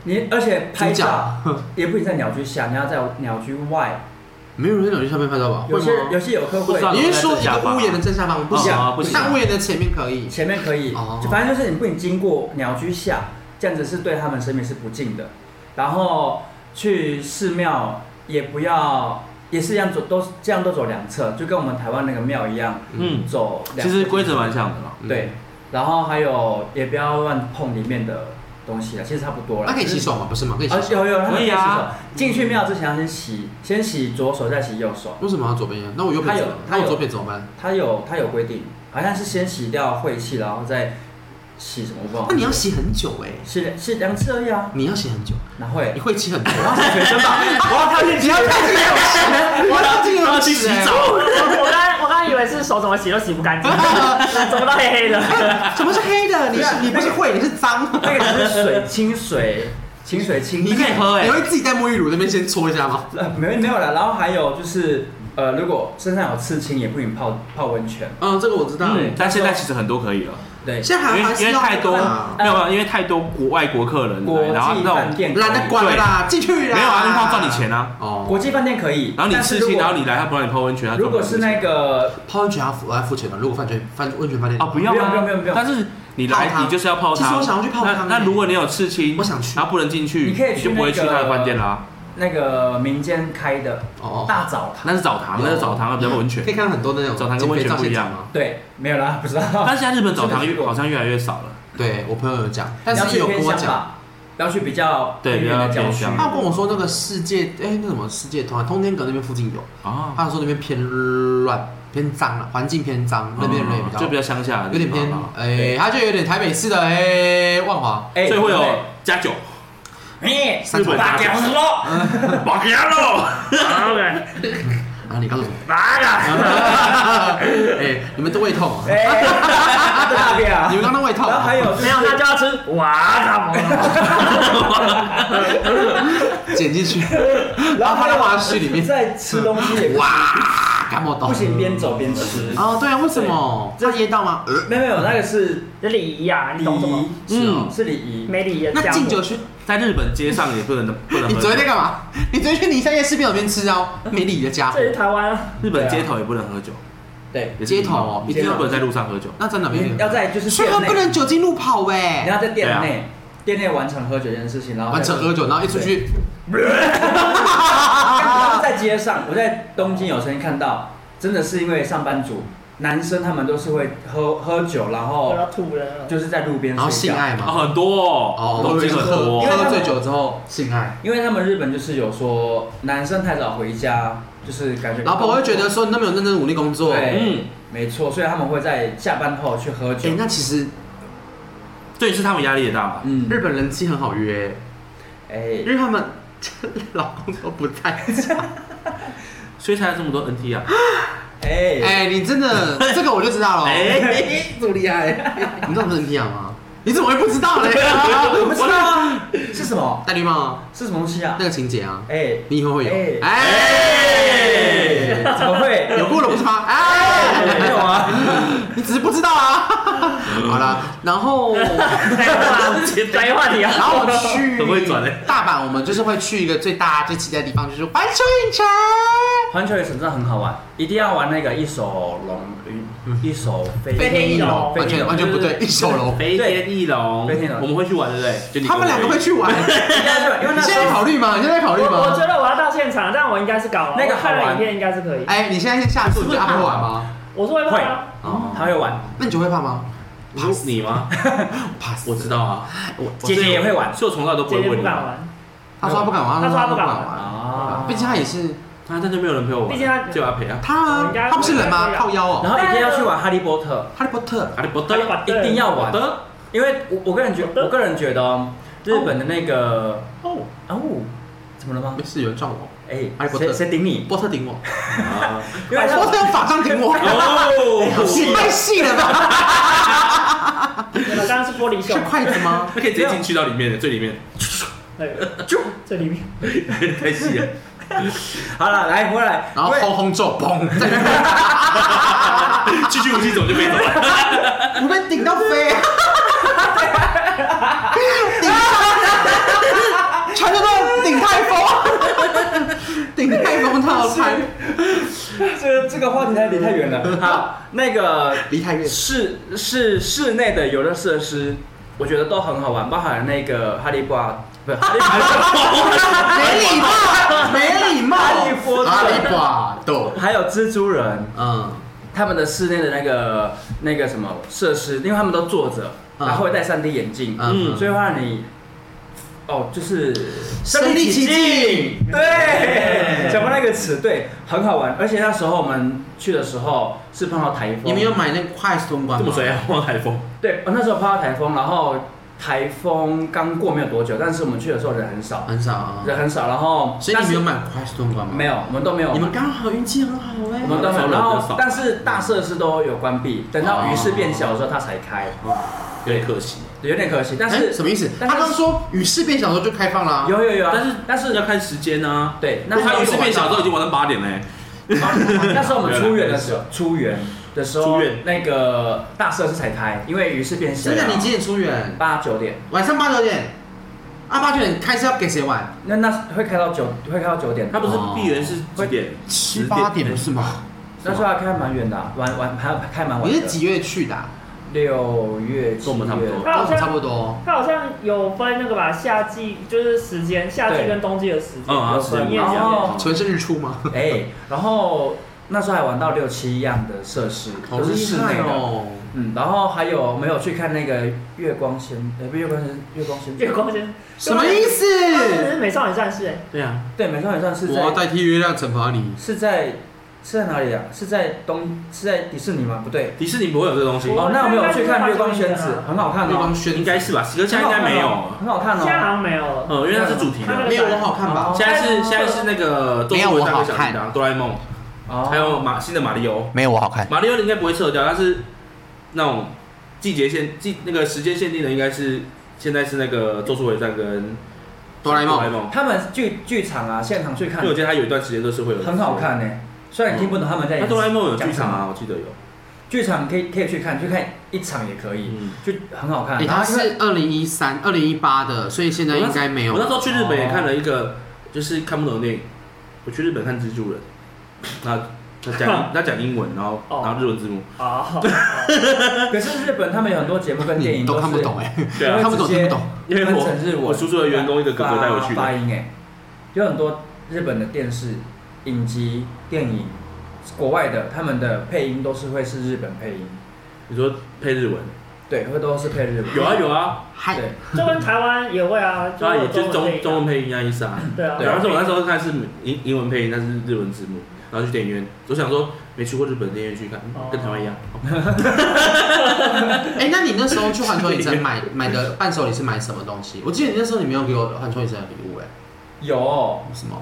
[SPEAKER 2] 你而且拍
[SPEAKER 1] 主
[SPEAKER 2] 照
[SPEAKER 1] 角
[SPEAKER 2] 也不仅在鸟居下，你要在鸟居外。
[SPEAKER 1] 没有人在鸟居上面拍照吧？
[SPEAKER 2] 有
[SPEAKER 1] 啊会
[SPEAKER 2] 些有
[SPEAKER 1] 吗？
[SPEAKER 2] 些游客
[SPEAKER 4] 不
[SPEAKER 2] 会
[SPEAKER 4] 知，道
[SPEAKER 1] 你是说一个屋檐的正下方不行
[SPEAKER 4] 哦不行
[SPEAKER 1] 但屋檐的前面可以。
[SPEAKER 2] 前面可以
[SPEAKER 1] 哦，
[SPEAKER 2] 就反正就是你不仅经过鸟居下，这样子是对他们生命是不敬的。然后去寺庙也不要，也是一样走，都是这样都走两侧，就跟我们台湾那个庙一样，
[SPEAKER 4] 嗯，
[SPEAKER 2] 走两。
[SPEAKER 4] 其实规则蛮像的
[SPEAKER 1] 嗯
[SPEAKER 4] 啦。
[SPEAKER 2] 对，然后还有也不要乱碰里面的东西了，啊其实差不多了。
[SPEAKER 1] 那可以
[SPEAKER 2] 就是
[SPEAKER 1] 洗手吗？不是吗？可以洗
[SPEAKER 2] 啊，
[SPEAKER 1] 手。
[SPEAKER 2] 有有，他们
[SPEAKER 4] 可
[SPEAKER 2] 可
[SPEAKER 4] 以
[SPEAKER 2] 以洗手
[SPEAKER 4] 啊。
[SPEAKER 2] 进去庙之前要先洗，先洗左手，再洗右手。
[SPEAKER 1] 为什么要左边？那我右边怎么办？
[SPEAKER 2] 他
[SPEAKER 1] 那
[SPEAKER 2] 有他有
[SPEAKER 1] 我左边怎么办？
[SPEAKER 2] 它有它有规定，好像是先洗掉晦气，然后再洗什么我不知道
[SPEAKER 1] 那你要洗很久哎、
[SPEAKER 2] 洗洗两次而已啊，
[SPEAKER 1] 你要洗很久，
[SPEAKER 2] 哪会
[SPEAKER 1] 你？会洗很久。
[SPEAKER 2] 学生吧， 我要跳进去，要跳进 去，
[SPEAKER 1] 我要进游泳池洗澡，
[SPEAKER 3] 我我刚我刚以为是手怎么洗都洗不干 净，怎么都黑黑的。
[SPEAKER 1] 怎么是黑的？你是你不是会，你是脏。
[SPEAKER 2] 那个只是水，清水，清水 清，
[SPEAKER 1] 你
[SPEAKER 2] 可以
[SPEAKER 1] 你会自己在沐浴乳那边先搓一下吗？
[SPEAKER 2] 呃，没没有了。然后还有就是，呃，如果身上有刺青，也不允泡泡温泉。
[SPEAKER 1] 嗯，这个我知道。
[SPEAKER 4] 嗯，但现在其实很多可以了，
[SPEAKER 2] 对，
[SPEAKER 1] 现在
[SPEAKER 4] 因为
[SPEAKER 1] 还还
[SPEAKER 4] 因
[SPEAKER 1] 是
[SPEAKER 4] 为
[SPEAKER 1] 要
[SPEAKER 4] 太多
[SPEAKER 1] 啊
[SPEAKER 4] 没有没有，因为太多国外国客人
[SPEAKER 2] 国
[SPEAKER 4] 来，然后
[SPEAKER 2] 际
[SPEAKER 4] 那
[SPEAKER 2] 饭
[SPEAKER 4] 种
[SPEAKER 2] 店
[SPEAKER 1] 懒得管了啦，进去啦。
[SPEAKER 4] 没有啊，那他赚你钱啊，
[SPEAKER 1] 哦，
[SPEAKER 2] 国际饭店可以。
[SPEAKER 4] 然后你
[SPEAKER 2] 但是
[SPEAKER 4] 刺
[SPEAKER 2] 如
[SPEAKER 4] 青，
[SPEAKER 2] 果
[SPEAKER 4] 然后你来，他不让你泡温泉，他赚
[SPEAKER 2] 如
[SPEAKER 4] 不
[SPEAKER 2] 果
[SPEAKER 4] 了你
[SPEAKER 2] 是
[SPEAKER 4] 钱
[SPEAKER 2] 那个
[SPEAKER 1] 泡温泉要付我要付钱吗？如果饭泉饭温泉饭店
[SPEAKER 4] 哦，不用
[SPEAKER 2] 不用
[SPEAKER 4] 啊
[SPEAKER 2] 不用不用
[SPEAKER 4] 但是你
[SPEAKER 1] 泡
[SPEAKER 4] 来
[SPEAKER 1] 汤
[SPEAKER 4] 你就是要泡
[SPEAKER 1] 其
[SPEAKER 4] 汤。
[SPEAKER 1] 实我想要去泡汤
[SPEAKER 4] 那
[SPEAKER 1] 欸
[SPEAKER 4] 那如果你有刺青，
[SPEAKER 1] 我想去
[SPEAKER 4] 然后不能进去，
[SPEAKER 2] 你可以去
[SPEAKER 4] 就不会去
[SPEAKER 2] 那个
[SPEAKER 4] 他的饭店啊啦。
[SPEAKER 2] 那个民间开的
[SPEAKER 1] 哦
[SPEAKER 2] 大澡堂，
[SPEAKER 4] 那是澡堂，那是澡堂，那比较温泉
[SPEAKER 2] 嗯
[SPEAKER 1] 可。以看到很多那种
[SPEAKER 4] 澡堂跟温泉不一样
[SPEAKER 1] 吗？
[SPEAKER 2] 对，没有啦，不 知道。
[SPEAKER 4] 但是现在日本澡堂
[SPEAKER 2] 是不
[SPEAKER 4] 越
[SPEAKER 2] 是
[SPEAKER 4] 好像越来越少了。
[SPEAKER 1] 对我朋友有讲，但
[SPEAKER 2] 你要
[SPEAKER 1] 是
[SPEAKER 2] 去
[SPEAKER 1] 有跟我
[SPEAKER 2] 偏乡
[SPEAKER 1] 讲，
[SPEAKER 2] 吧，要去比较
[SPEAKER 4] 对
[SPEAKER 2] 偏远的
[SPEAKER 4] 比
[SPEAKER 2] 郊
[SPEAKER 4] 较偏
[SPEAKER 2] 区
[SPEAKER 4] 乡。
[SPEAKER 1] 他跟我说那个世界哎那什么世界通啊，通天阁那边附近有，
[SPEAKER 4] 哦，
[SPEAKER 1] 他说那边偏乱偏脏了，环境偏脏，那边人也比较
[SPEAKER 4] 哦就比较乡下的
[SPEAKER 1] 有
[SPEAKER 4] 地
[SPEAKER 1] 点
[SPEAKER 4] 方啦，
[SPEAKER 1] 偏哎，他就有点台北市的哎万华，
[SPEAKER 2] 哎
[SPEAKER 4] 所以会有加酒，
[SPEAKER 2] 哎，
[SPEAKER 1] 三重
[SPEAKER 4] 日本
[SPEAKER 2] 八屌 丝喽，
[SPEAKER 4] 八加肉。
[SPEAKER 3] OK，
[SPEAKER 1] 啊你刚说什么？
[SPEAKER 3] 八个。
[SPEAKER 1] 哎你们都胃痛啊？
[SPEAKER 2] 哎，大屌，
[SPEAKER 1] 你们刚刚胃痛
[SPEAKER 2] 然后
[SPEAKER 1] 啊？
[SPEAKER 2] 还有就是
[SPEAKER 3] 没有，那就要吃哇嘎
[SPEAKER 1] 剪进去，
[SPEAKER 2] 然
[SPEAKER 1] 然
[SPEAKER 2] 后
[SPEAKER 1] 后
[SPEAKER 2] 还
[SPEAKER 1] 放
[SPEAKER 2] 有
[SPEAKER 1] 到花絮里面，
[SPEAKER 2] 在吃东西也不行
[SPEAKER 1] 哇，感冒到
[SPEAKER 2] 不行，边走边吃。
[SPEAKER 1] 哦，对啊，为什么？这噎到吗？呃，
[SPEAKER 2] 没有没有，那个是
[SPEAKER 3] 这礼仪啊，你
[SPEAKER 2] 礼
[SPEAKER 3] 懂什么
[SPEAKER 2] 仪？，
[SPEAKER 1] 是哦
[SPEAKER 2] 是礼仪。
[SPEAKER 3] 没礼仪的
[SPEAKER 1] 那
[SPEAKER 3] 项
[SPEAKER 1] 敬
[SPEAKER 3] 目
[SPEAKER 1] 酒去，
[SPEAKER 4] 在日本街上也不能不能
[SPEAKER 1] 你
[SPEAKER 4] 喝
[SPEAKER 1] 昨天在
[SPEAKER 4] 酒，
[SPEAKER 1] 干嘛？ 你昨天去宁夏夜市边有边吃哦， 没理的家伙
[SPEAKER 3] 这。也是台湾啊，
[SPEAKER 4] 日本街头也不能喝酒，
[SPEAKER 2] 对，
[SPEAKER 4] 也是
[SPEAKER 1] 街头哦
[SPEAKER 4] 一定不能在路上喝酒。
[SPEAKER 1] 那真的没理。
[SPEAKER 2] 嗯要在就是
[SPEAKER 1] 所以
[SPEAKER 2] 店
[SPEAKER 1] 他
[SPEAKER 2] 内，
[SPEAKER 1] 不能酒精路跑
[SPEAKER 2] 你
[SPEAKER 1] 喂，
[SPEAKER 2] 要在店内，店内完成喝酒这件事情，然后
[SPEAKER 1] 啊
[SPEAKER 2] 再
[SPEAKER 1] 完成喝酒，然后一出去，
[SPEAKER 2] 但是在街上，我在东京有曾经看到，真的是因为上班族男生他们都是会喝喝酒，然
[SPEAKER 3] 我要
[SPEAKER 2] 后
[SPEAKER 3] 吐 了。
[SPEAKER 2] 就是在路边
[SPEAKER 1] 然后
[SPEAKER 2] 睡
[SPEAKER 1] 性
[SPEAKER 2] 觉，
[SPEAKER 1] 爱嘛。
[SPEAKER 4] 哦，很多
[SPEAKER 1] 哦
[SPEAKER 4] 哦，，
[SPEAKER 1] 我
[SPEAKER 4] 东
[SPEAKER 1] 以为
[SPEAKER 4] 京
[SPEAKER 1] 是
[SPEAKER 4] 很
[SPEAKER 1] 喝
[SPEAKER 4] 多
[SPEAKER 1] 喝
[SPEAKER 2] 因为他
[SPEAKER 1] 到
[SPEAKER 2] 们
[SPEAKER 1] 醉酒之后性爱，
[SPEAKER 2] 因为他们日本就是有说男生太早回家，就是感觉
[SPEAKER 1] 老婆会觉得说你都没有认真努力工作。哎，
[SPEAKER 2] 对，
[SPEAKER 4] 嗯，
[SPEAKER 2] 没错，所以他们会在下班后去喝酒。
[SPEAKER 1] 那其实
[SPEAKER 4] 对，是他们压力也大吧？
[SPEAKER 2] 嗯
[SPEAKER 1] 日，本人妻很好约，
[SPEAKER 2] 哎
[SPEAKER 1] 因，为他们 老公都不在家。
[SPEAKER 4] 所以才有这么多 NT 啊。
[SPEAKER 2] 哎，
[SPEAKER 1] 哎，你真的 这个我就知道了。
[SPEAKER 4] 哎
[SPEAKER 1] 哎，这么厉害，你知道我们是 N P R 吗？你怎么会不知道嘞？
[SPEAKER 2] 我不知道啊， 是什么？
[SPEAKER 1] 戴绿帽啊，
[SPEAKER 2] 是什么东西啊
[SPEAKER 1] 那？个情节啊，
[SPEAKER 2] 哎，
[SPEAKER 1] 你以后会有。哎，
[SPEAKER 2] 哎，怎么会？
[SPEAKER 1] 有过了不是吗？哎，
[SPEAKER 2] 没有啊？
[SPEAKER 1] 你只是不知道啊。好啦，然后，
[SPEAKER 3] 转移话题啊
[SPEAKER 1] 然，后去
[SPEAKER 4] 很会转嘞
[SPEAKER 1] 大阪，我们就是会去一个最大最期待的地方，就是环球影城。
[SPEAKER 2] 环球影城真的很好玩，一定要玩那个一手龙云，一手飞
[SPEAKER 3] 飞天翼龙
[SPEAKER 1] 完全完全不对，一手楼。
[SPEAKER 4] 飞天翼龙，
[SPEAKER 2] 飞天翼龙
[SPEAKER 4] 我们会去玩，对不对？就你
[SPEAKER 1] 他们两个会去玩，你
[SPEAKER 2] 应该是因为那
[SPEAKER 1] 现
[SPEAKER 2] 时
[SPEAKER 1] 在在
[SPEAKER 2] 候
[SPEAKER 1] 考虑吗？你现在在考虑
[SPEAKER 3] 我我
[SPEAKER 1] 吗？
[SPEAKER 3] 觉得我要到现场，但我应该是搞了。
[SPEAKER 2] 那个
[SPEAKER 3] 我看
[SPEAKER 2] 好玩
[SPEAKER 3] 了影片应该是可以。
[SPEAKER 1] 哎，你现在下次你觉得阿会玩吗？
[SPEAKER 3] 我是会怕啊，
[SPEAKER 1] 哦，
[SPEAKER 2] 他会玩，
[SPEAKER 1] 那你就会怕吗？
[SPEAKER 4] 你说你吗？
[SPEAKER 1] 怕死
[SPEAKER 4] 我知道啊，
[SPEAKER 1] 我
[SPEAKER 2] 姐姐也会玩
[SPEAKER 4] 所以我从来都不
[SPEAKER 3] 姐
[SPEAKER 4] 会
[SPEAKER 3] 姐
[SPEAKER 4] 问
[SPEAKER 3] 不
[SPEAKER 4] 你
[SPEAKER 3] 敢
[SPEAKER 4] 啊。
[SPEAKER 3] 玩，
[SPEAKER 1] 他说他不敢玩，
[SPEAKER 3] 他说他
[SPEAKER 1] 不
[SPEAKER 3] 不敢玩
[SPEAKER 2] 啊
[SPEAKER 1] 毕竟他也是
[SPEAKER 4] 他但就没有人陪我玩，
[SPEAKER 3] 毕竟他
[SPEAKER 4] 就要陪 啊。
[SPEAKER 1] 他啊
[SPEAKER 3] 应该，
[SPEAKER 1] 他不是人吗
[SPEAKER 3] 应？该
[SPEAKER 1] 靠腰
[SPEAKER 2] 然
[SPEAKER 1] 哦，
[SPEAKER 2] 后一定要去玩哈利波特，
[SPEAKER 1] 哈利波特
[SPEAKER 4] 哈利波特
[SPEAKER 3] 他就把
[SPEAKER 2] 一定要
[SPEAKER 4] 好
[SPEAKER 2] 玩，
[SPEAKER 4] 的，
[SPEAKER 2] 因为我我个人觉我个人觉得哦日本的那个
[SPEAKER 1] 哦，
[SPEAKER 2] 哦，怎么了吗
[SPEAKER 1] 没？事，有人撞我，
[SPEAKER 2] 哎
[SPEAKER 1] 哈利，波特
[SPEAKER 2] 谁谁顶你？
[SPEAKER 1] 波特顶我，
[SPEAKER 4] 啊
[SPEAKER 2] 因为他
[SPEAKER 1] 波特法杖顶我，你
[SPEAKER 4] 哦，
[SPEAKER 1] 太细了吧？
[SPEAKER 3] 我刚刚是玻璃
[SPEAKER 1] 是
[SPEAKER 3] 袖，
[SPEAKER 1] 筷子吗？
[SPEAKER 4] 他可以直接进去到里面的最里面，
[SPEAKER 3] 对，就这里面。
[SPEAKER 4] 太细了。
[SPEAKER 2] 好了，来回来，
[SPEAKER 1] 然后
[SPEAKER 2] 因为
[SPEAKER 1] 轰轰咒，嘣，在那边
[SPEAKER 4] 继续武器走就飞走了。
[SPEAKER 1] 我被顶到飞，顶到，传说中顶泰丰，顶泰丰套餐，
[SPEAKER 2] 这个这个话题太离太远了。好，那个
[SPEAKER 1] 离太远，
[SPEAKER 2] 室室室内的游乐设施，我觉得都很好玩，包含那个哈利波特，不是哈利波特，
[SPEAKER 1] 没礼貌，没礼貌，
[SPEAKER 2] 哈利波特
[SPEAKER 1] 哈利波特，
[SPEAKER 2] 还有蜘蛛人，
[SPEAKER 1] 嗯，
[SPEAKER 2] 他们的室内的那个那个什么设施，因为他们都坐着，
[SPEAKER 1] 嗯
[SPEAKER 2] 然后会戴 3D 眼镜，
[SPEAKER 1] 嗯
[SPEAKER 2] 所以会让你哦，就是
[SPEAKER 1] 身临其境。
[SPEAKER 2] 对，讲到那个词，对，很好玩。而且那时候我们去的时候是碰到台风，
[SPEAKER 1] 你们有买那个快速通关
[SPEAKER 4] 这
[SPEAKER 1] 吗？
[SPEAKER 4] 么水啊，望台风，
[SPEAKER 2] 对，呃我那时候碰到台风，然后台风刚过没有多久，但是我们去的时候人很少，
[SPEAKER 1] 很少啊。
[SPEAKER 2] 人很少，然后
[SPEAKER 1] 所以你们有
[SPEAKER 2] 但是
[SPEAKER 1] 买快速通关吗？
[SPEAKER 2] 没有，我们都没有，
[SPEAKER 1] 你们刚好运气很好哎、
[SPEAKER 2] 我们都没
[SPEAKER 4] 那时候
[SPEAKER 2] 有，然
[SPEAKER 4] 人比较
[SPEAKER 2] 后
[SPEAKER 4] 少
[SPEAKER 2] 但是大设施都有关闭，等
[SPEAKER 1] 哦
[SPEAKER 2] 到鱼市变小的时候它才开，
[SPEAKER 4] 有点可惜。
[SPEAKER 2] 有点可惜，但
[SPEAKER 1] 哎
[SPEAKER 2] 是
[SPEAKER 1] 什么意思？他
[SPEAKER 2] 但是
[SPEAKER 1] 刚说与世变小的时候就开放啦、
[SPEAKER 2] 有有有啊，
[SPEAKER 4] 但是
[SPEAKER 2] 但是
[SPEAKER 4] 要看时间啊。
[SPEAKER 2] 对，那
[SPEAKER 4] 那
[SPEAKER 2] 时
[SPEAKER 4] 他
[SPEAKER 2] 候
[SPEAKER 4] 一次变小
[SPEAKER 1] 啊
[SPEAKER 4] 之后已经玩到八点嘞。
[SPEAKER 2] 那时候我们出园的时候，出园的时候，
[SPEAKER 4] 出园
[SPEAKER 2] 那个大设施才开，因为鱼市变小
[SPEAKER 1] 真
[SPEAKER 2] 了，
[SPEAKER 1] 的，你几点出园？
[SPEAKER 2] 八九点，
[SPEAKER 1] 晚上八九点。啊，八九点开是要给谁玩？
[SPEAKER 2] 那那会开到九，会开到九点，
[SPEAKER 4] 他不是
[SPEAKER 1] 哦
[SPEAKER 4] 闭园是几点？
[SPEAKER 1] 七
[SPEAKER 4] 10
[SPEAKER 1] 八点不是吗？
[SPEAKER 2] 那时候还开蛮远的啊，晚晚还开蛮晚的。
[SPEAKER 1] 你是几月去的、啊？
[SPEAKER 2] 六月、
[SPEAKER 4] 跟我们差不多
[SPEAKER 2] 七月
[SPEAKER 3] 他
[SPEAKER 1] 跟
[SPEAKER 3] 好
[SPEAKER 1] 我们差不
[SPEAKER 3] 像
[SPEAKER 1] 多。
[SPEAKER 3] 他好像有分那个吧，夏季就是时间，夏季
[SPEAKER 2] 对
[SPEAKER 3] 跟冬季的时间。
[SPEAKER 4] 嗯，啊，时间不一
[SPEAKER 2] 然
[SPEAKER 4] 样
[SPEAKER 2] 后
[SPEAKER 1] 纯是日出吗？
[SPEAKER 2] 哎、然后那时候还玩到六七样的设施，
[SPEAKER 1] 好
[SPEAKER 2] 都是
[SPEAKER 1] 厉
[SPEAKER 2] 室内
[SPEAKER 1] 害
[SPEAKER 2] 的。
[SPEAKER 1] 哦！
[SPEAKER 2] 嗯，然后还有没有去看那个月光仙？呃，不，月光仙，月光仙，
[SPEAKER 3] 月光先，
[SPEAKER 1] 什么意思？
[SPEAKER 4] 嗯
[SPEAKER 3] 这是美少女战士哎，
[SPEAKER 4] 对啊，
[SPEAKER 2] 对，美少女战士
[SPEAKER 1] 我要
[SPEAKER 2] 在
[SPEAKER 1] 代替月亮惩罚你。
[SPEAKER 2] 是在是在哪里啊？是在东是在迪士尼吗？不对，
[SPEAKER 4] 迪士尼不会有这东西，
[SPEAKER 3] 我
[SPEAKER 2] 哦，那我没有去看月光仙
[SPEAKER 3] 我在
[SPEAKER 2] 子
[SPEAKER 3] 那，
[SPEAKER 2] 很好看
[SPEAKER 1] 月光
[SPEAKER 2] 哦，
[SPEAKER 1] 轩
[SPEAKER 4] 应该是吧？可是啊现在应该没有。
[SPEAKER 2] 很好看
[SPEAKER 3] 现在好
[SPEAKER 2] 哦。
[SPEAKER 3] 像没有了。
[SPEAKER 4] 嗯，因为它是主题的。
[SPEAKER 1] 没有我好看吧？
[SPEAKER 2] 哦
[SPEAKER 4] 现在是现在是那个
[SPEAKER 1] 没有我好看
[SPEAKER 4] 动物大小叮当哆啦 A 梦，
[SPEAKER 2] 哦
[SPEAKER 4] 还有马新的马里奥。
[SPEAKER 1] 没有我好看。
[SPEAKER 4] 马里奥你应该不会撤掉，它是那种季节限季那个时间限定的，应该是现在是那个《咒术回战》跟
[SPEAKER 1] 哆啦 A
[SPEAKER 4] 哆啦 A
[SPEAKER 1] 梦，
[SPEAKER 4] 梦，
[SPEAKER 2] 他们剧剧场啊，现场去
[SPEAKER 4] 因
[SPEAKER 2] 看
[SPEAKER 4] 为我记得它有一段时间都是会有
[SPEAKER 2] 很好。看呢、欸虽然你听不懂他们在
[SPEAKER 4] 那
[SPEAKER 2] 演
[SPEAKER 4] 哆啦 A 梦有
[SPEAKER 2] 讲
[SPEAKER 4] 剧
[SPEAKER 2] 什
[SPEAKER 4] 场
[SPEAKER 2] 么
[SPEAKER 4] 啊，我记得有。
[SPEAKER 2] 剧场可以可以去看，去看一场也可以，
[SPEAKER 4] 嗯
[SPEAKER 2] 就很好看。
[SPEAKER 1] 哎，
[SPEAKER 2] 然
[SPEAKER 1] 它
[SPEAKER 2] 后因为
[SPEAKER 1] 是二零一三、二零一八的，所以现在应该没有
[SPEAKER 4] 我那时候去日本也看了一个，就是看不懂的电影。我去日本看蜘蛛人，那他讲他讲英文，然后
[SPEAKER 3] 哦
[SPEAKER 4] 然后日文字幕。
[SPEAKER 3] 哦，
[SPEAKER 2] 可是日本他们有很多节目跟电
[SPEAKER 1] 你
[SPEAKER 2] 影
[SPEAKER 1] 都
[SPEAKER 2] 是
[SPEAKER 1] 看不懂，哎，
[SPEAKER 4] 对啊
[SPEAKER 1] 看不懂
[SPEAKER 2] 直接
[SPEAKER 1] 听不懂。
[SPEAKER 4] 因为
[SPEAKER 2] 翻成日
[SPEAKER 4] 我
[SPEAKER 2] 文
[SPEAKER 4] 我叔叔的员工一个哥哥带我去
[SPEAKER 2] 发
[SPEAKER 4] 的，
[SPEAKER 2] 音哎、有很多日本的电视、影集、电影，国外的他们的配音都是会是日本配音，
[SPEAKER 4] 你说配日文？
[SPEAKER 2] 对，会都是配日文。
[SPEAKER 4] 有啊有啊，
[SPEAKER 1] 嗨，
[SPEAKER 2] 对，
[SPEAKER 3] 就跟台湾也会啊，
[SPEAKER 4] 对啊，也就是
[SPEAKER 3] 中
[SPEAKER 4] 中中文配音啊，意思啊。
[SPEAKER 3] 对啊，
[SPEAKER 4] 对，但是我那时候看是英英文配音，但是日文字幕，然后去电影院。我想说没去过日本电影院去看，
[SPEAKER 3] 哦
[SPEAKER 4] 跟台湾一样。
[SPEAKER 1] 哎，那你那时候去环球影城买买的伴手礼是买什么东西？我记得你那时候你没有给我环球影城的礼物，哎，
[SPEAKER 2] 有
[SPEAKER 1] 什么？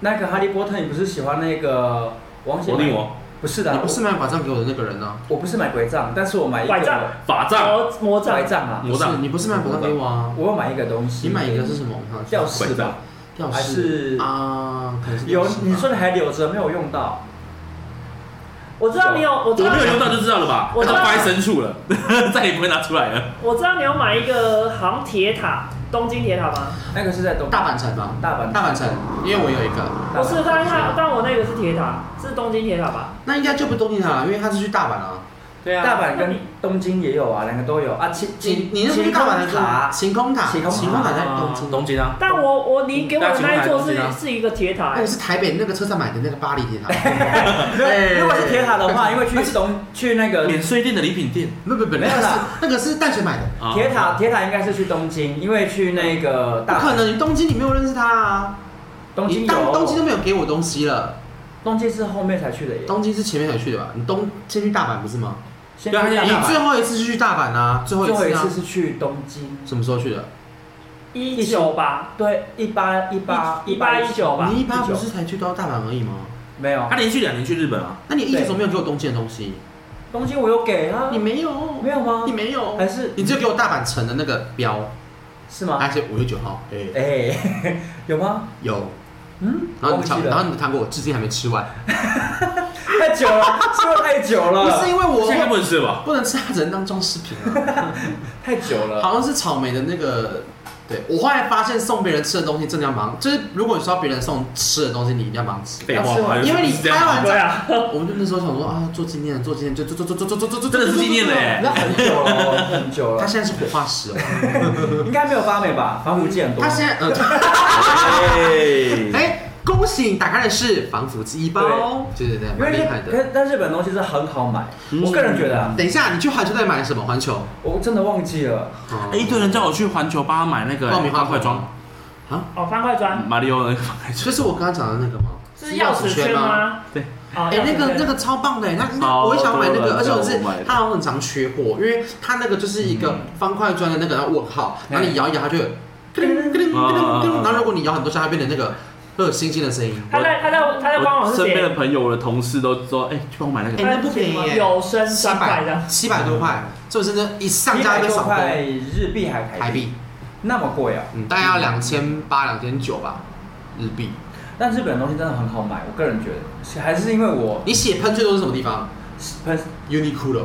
[SPEAKER 2] 那个哈利波特，你不是喜欢那个王
[SPEAKER 4] 我
[SPEAKER 2] 显？
[SPEAKER 4] 哦定我
[SPEAKER 2] 不是的，
[SPEAKER 1] 你不是买拐杖给我的那个人呢？
[SPEAKER 2] 我，我不是买拐杖，但是我买一个
[SPEAKER 3] 拐杖
[SPEAKER 4] 法杖
[SPEAKER 3] 魔魔杖
[SPEAKER 2] 拐，杖啊，
[SPEAKER 4] 魔
[SPEAKER 1] 不是
[SPEAKER 4] 杖，
[SPEAKER 1] 你不是买拐杖给我啊？
[SPEAKER 2] 我有买一个东西，
[SPEAKER 1] 你买一个是什么？我看看
[SPEAKER 2] 啊吊饰吧，
[SPEAKER 1] 吊
[SPEAKER 2] 还
[SPEAKER 1] 饰
[SPEAKER 2] 是
[SPEAKER 1] 啊，可能是
[SPEAKER 2] 有
[SPEAKER 1] 吊饰吧
[SPEAKER 2] 你说的还留着，没有用到。
[SPEAKER 3] 我知道你有，我
[SPEAKER 4] 我
[SPEAKER 3] 知道
[SPEAKER 4] 没有
[SPEAKER 3] 你
[SPEAKER 4] 用到就知道了吧？
[SPEAKER 3] 啊我
[SPEAKER 4] 它
[SPEAKER 3] 知
[SPEAKER 4] 都
[SPEAKER 3] 道
[SPEAKER 4] 放在深处了， 再也不会拿出来了。
[SPEAKER 3] 我知道你有买一个好像铁塔，东京铁塔吗？
[SPEAKER 2] 那个是在东
[SPEAKER 1] 大阪城吧？
[SPEAKER 2] 大阪
[SPEAKER 1] 大阪城，因为我有一个，
[SPEAKER 3] 不是，但是它但我那个是铁塔，是东京铁塔吧？
[SPEAKER 1] 那应该就不东京塔了，因为他是去大阪啊。
[SPEAKER 4] 对
[SPEAKER 2] 大阪跟东京也有啊，两个都有啊。晴
[SPEAKER 1] 你
[SPEAKER 2] 晴
[SPEAKER 1] 你那时候去大阪的时候，
[SPEAKER 2] 塔，
[SPEAKER 1] 晴空塔，
[SPEAKER 2] 晴空塔哦
[SPEAKER 1] 晴空塔在东京，
[SPEAKER 4] 东京啊，
[SPEAKER 3] 但我我你给我的那一座是
[SPEAKER 4] 大家去买东西哎
[SPEAKER 3] 是一个铁塔、
[SPEAKER 1] 那
[SPEAKER 3] 欸
[SPEAKER 1] 个，是台北那个车站买的那个巴黎铁塔， 哎
[SPEAKER 2] 对如果是铁塔的话，因为去东去那个
[SPEAKER 4] 免税店的礼品店
[SPEAKER 1] 不不不，
[SPEAKER 2] 没有
[SPEAKER 1] 那个是
[SPEAKER 2] 啦
[SPEAKER 1] 那个是淡水买的，
[SPEAKER 4] 啊
[SPEAKER 2] 铁塔铁塔应该是去东京，因为去那个
[SPEAKER 1] 不
[SPEAKER 2] 大
[SPEAKER 1] 可
[SPEAKER 2] 阪
[SPEAKER 1] 能，你东京你没有认识他啊，
[SPEAKER 2] 东京
[SPEAKER 1] 你当
[SPEAKER 2] 有
[SPEAKER 1] 东京都没有给我东西了，
[SPEAKER 2] 东京是后面才去的耶。
[SPEAKER 1] 东京是前面才去的吧？你东先去大阪不是吗？
[SPEAKER 2] 先
[SPEAKER 4] 对啊
[SPEAKER 2] 去
[SPEAKER 4] 大
[SPEAKER 1] 你
[SPEAKER 4] 阪
[SPEAKER 1] 最后一次是去大阪啊，最后
[SPEAKER 2] 最后
[SPEAKER 1] 一
[SPEAKER 2] 一
[SPEAKER 1] 次啊
[SPEAKER 2] 次，是去东京，
[SPEAKER 1] 什么时候去的？
[SPEAKER 3] 一九吧，
[SPEAKER 2] 对，一八一八
[SPEAKER 3] 一八一九吧
[SPEAKER 1] 你一八不是才去到大阪而已吗？
[SPEAKER 2] 没有
[SPEAKER 4] 他连续两年去日本啊，
[SPEAKER 1] 那你一直
[SPEAKER 2] 对
[SPEAKER 1] 怎么没有给我东京的东西？
[SPEAKER 2] 东京我有给啊，
[SPEAKER 1] 你没有，
[SPEAKER 2] 没有吗
[SPEAKER 1] 你？没有，
[SPEAKER 2] 还是
[SPEAKER 1] 你只有给我大阪城的那个标，
[SPEAKER 2] 是吗？
[SPEAKER 1] 而且五月九号，哎，
[SPEAKER 2] 哎， 有吗？
[SPEAKER 1] 有。
[SPEAKER 2] 嗯，
[SPEAKER 1] 然后
[SPEAKER 2] 忘
[SPEAKER 1] 你
[SPEAKER 2] 记
[SPEAKER 1] 糖，然后
[SPEAKER 2] 了，
[SPEAKER 1] 你的糖果我至今还没吃完，
[SPEAKER 2] 太久了，吃了太久
[SPEAKER 1] 不
[SPEAKER 2] 了，
[SPEAKER 1] 是因为
[SPEAKER 4] 现在应该不
[SPEAKER 1] 我
[SPEAKER 4] 能吃了吧？
[SPEAKER 1] 不能吃，它只能当装饰品啊。
[SPEAKER 2] 太久了。
[SPEAKER 1] 好像是草莓的那个，对我后来发现送别人吃的东西真的要忙，就是如果你说别人送吃的东西，你一定要忙吃。
[SPEAKER 4] 废话
[SPEAKER 2] 要吃，完
[SPEAKER 4] 好像
[SPEAKER 1] 因为你
[SPEAKER 4] 是这样啊
[SPEAKER 1] 开完
[SPEAKER 3] 对啊，
[SPEAKER 1] 我们就那时候想说啊，做纪念，做纪念，就做做做做做做做做，
[SPEAKER 4] 真的是纪念嘞
[SPEAKER 2] 那很久了，很久
[SPEAKER 1] 他
[SPEAKER 2] 了，
[SPEAKER 1] 现在是活化石了，
[SPEAKER 2] 应该没有发霉吧？防腐剂很多。
[SPEAKER 1] 他现在呃，
[SPEAKER 4] 哎，
[SPEAKER 1] 哎，恭喜你打开的是防腐剂一包，对对对，
[SPEAKER 2] 因为
[SPEAKER 1] 蛮厉
[SPEAKER 2] 日
[SPEAKER 1] 害
[SPEAKER 2] 可
[SPEAKER 1] 的。
[SPEAKER 2] 是但日本东西是很好买，
[SPEAKER 4] 嗯
[SPEAKER 2] 我个人觉得啊，
[SPEAKER 1] 等一下，你去环球在买什么？环球
[SPEAKER 2] 我真的忘记了。
[SPEAKER 1] 哦
[SPEAKER 4] 哎一堆人叫我去环球帮他买那个
[SPEAKER 1] 爆米花
[SPEAKER 4] 方块装，
[SPEAKER 1] 啊，
[SPEAKER 3] 哦，方块砖
[SPEAKER 4] 马里奥那个放开
[SPEAKER 1] 这是我刚刚讲的那个吗？
[SPEAKER 3] 是钥匙圈？吗？
[SPEAKER 4] 对，
[SPEAKER 3] 哦，
[SPEAKER 1] 哎、
[SPEAKER 3] 钥匙
[SPEAKER 1] 那个
[SPEAKER 3] 圈
[SPEAKER 1] 那个超棒的，那那
[SPEAKER 4] 超
[SPEAKER 1] 我也想买那
[SPEAKER 4] 多
[SPEAKER 1] 个，
[SPEAKER 4] 人
[SPEAKER 1] 而且我
[SPEAKER 4] 要
[SPEAKER 1] 是
[SPEAKER 4] 我买的
[SPEAKER 1] 它好像很常缺货，因为它那个就是一个
[SPEAKER 4] 嗯
[SPEAKER 1] 方块砖的那个，然后问号，然后你摇一摇，它就有咯噔咯噔咯噔咯
[SPEAKER 4] 啊啊啊
[SPEAKER 1] 噔，
[SPEAKER 4] 啊
[SPEAKER 1] 然后如果你摇很多下，它变成那个会有星星的声音。
[SPEAKER 3] 他在他在他在官
[SPEAKER 4] 我
[SPEAKER 3] 网是
[SPEAKER 4] 身边
[SPEAKER 3] 写
[SPEAKER 4] 的朋友、我的同事都说，哎，去帮我买那个
[SPEAKER 1] 哎。那不便宜耶
[SPEAKER 3] 有升
[SPEAKER 1] 七
[SPEAKER 3] 三百的
[SPEAKER 1] 百，七百多块，这真的，一上架就
[SPEAKER 2] 多
[SPEAKER 1] 少
[SPEAKER 2] 块
[SPEAKER 1] 多
[SPEAKER 2] 日币还台
[SPEAKER 1] 台币，
[SPEAKER 2] 那么贵啊！
[SPEAKER 1] 嗯，大概要两千八、两千九吧，日币。
[SPEAKER 2] 但日本的东西真的很好买，我个人觉得，是还是因为我
[SPEAKER 1] 你血喷最多是什么地方
[SPEAKER 2] 喷
[SPEAKER 1] ？Uniqlo，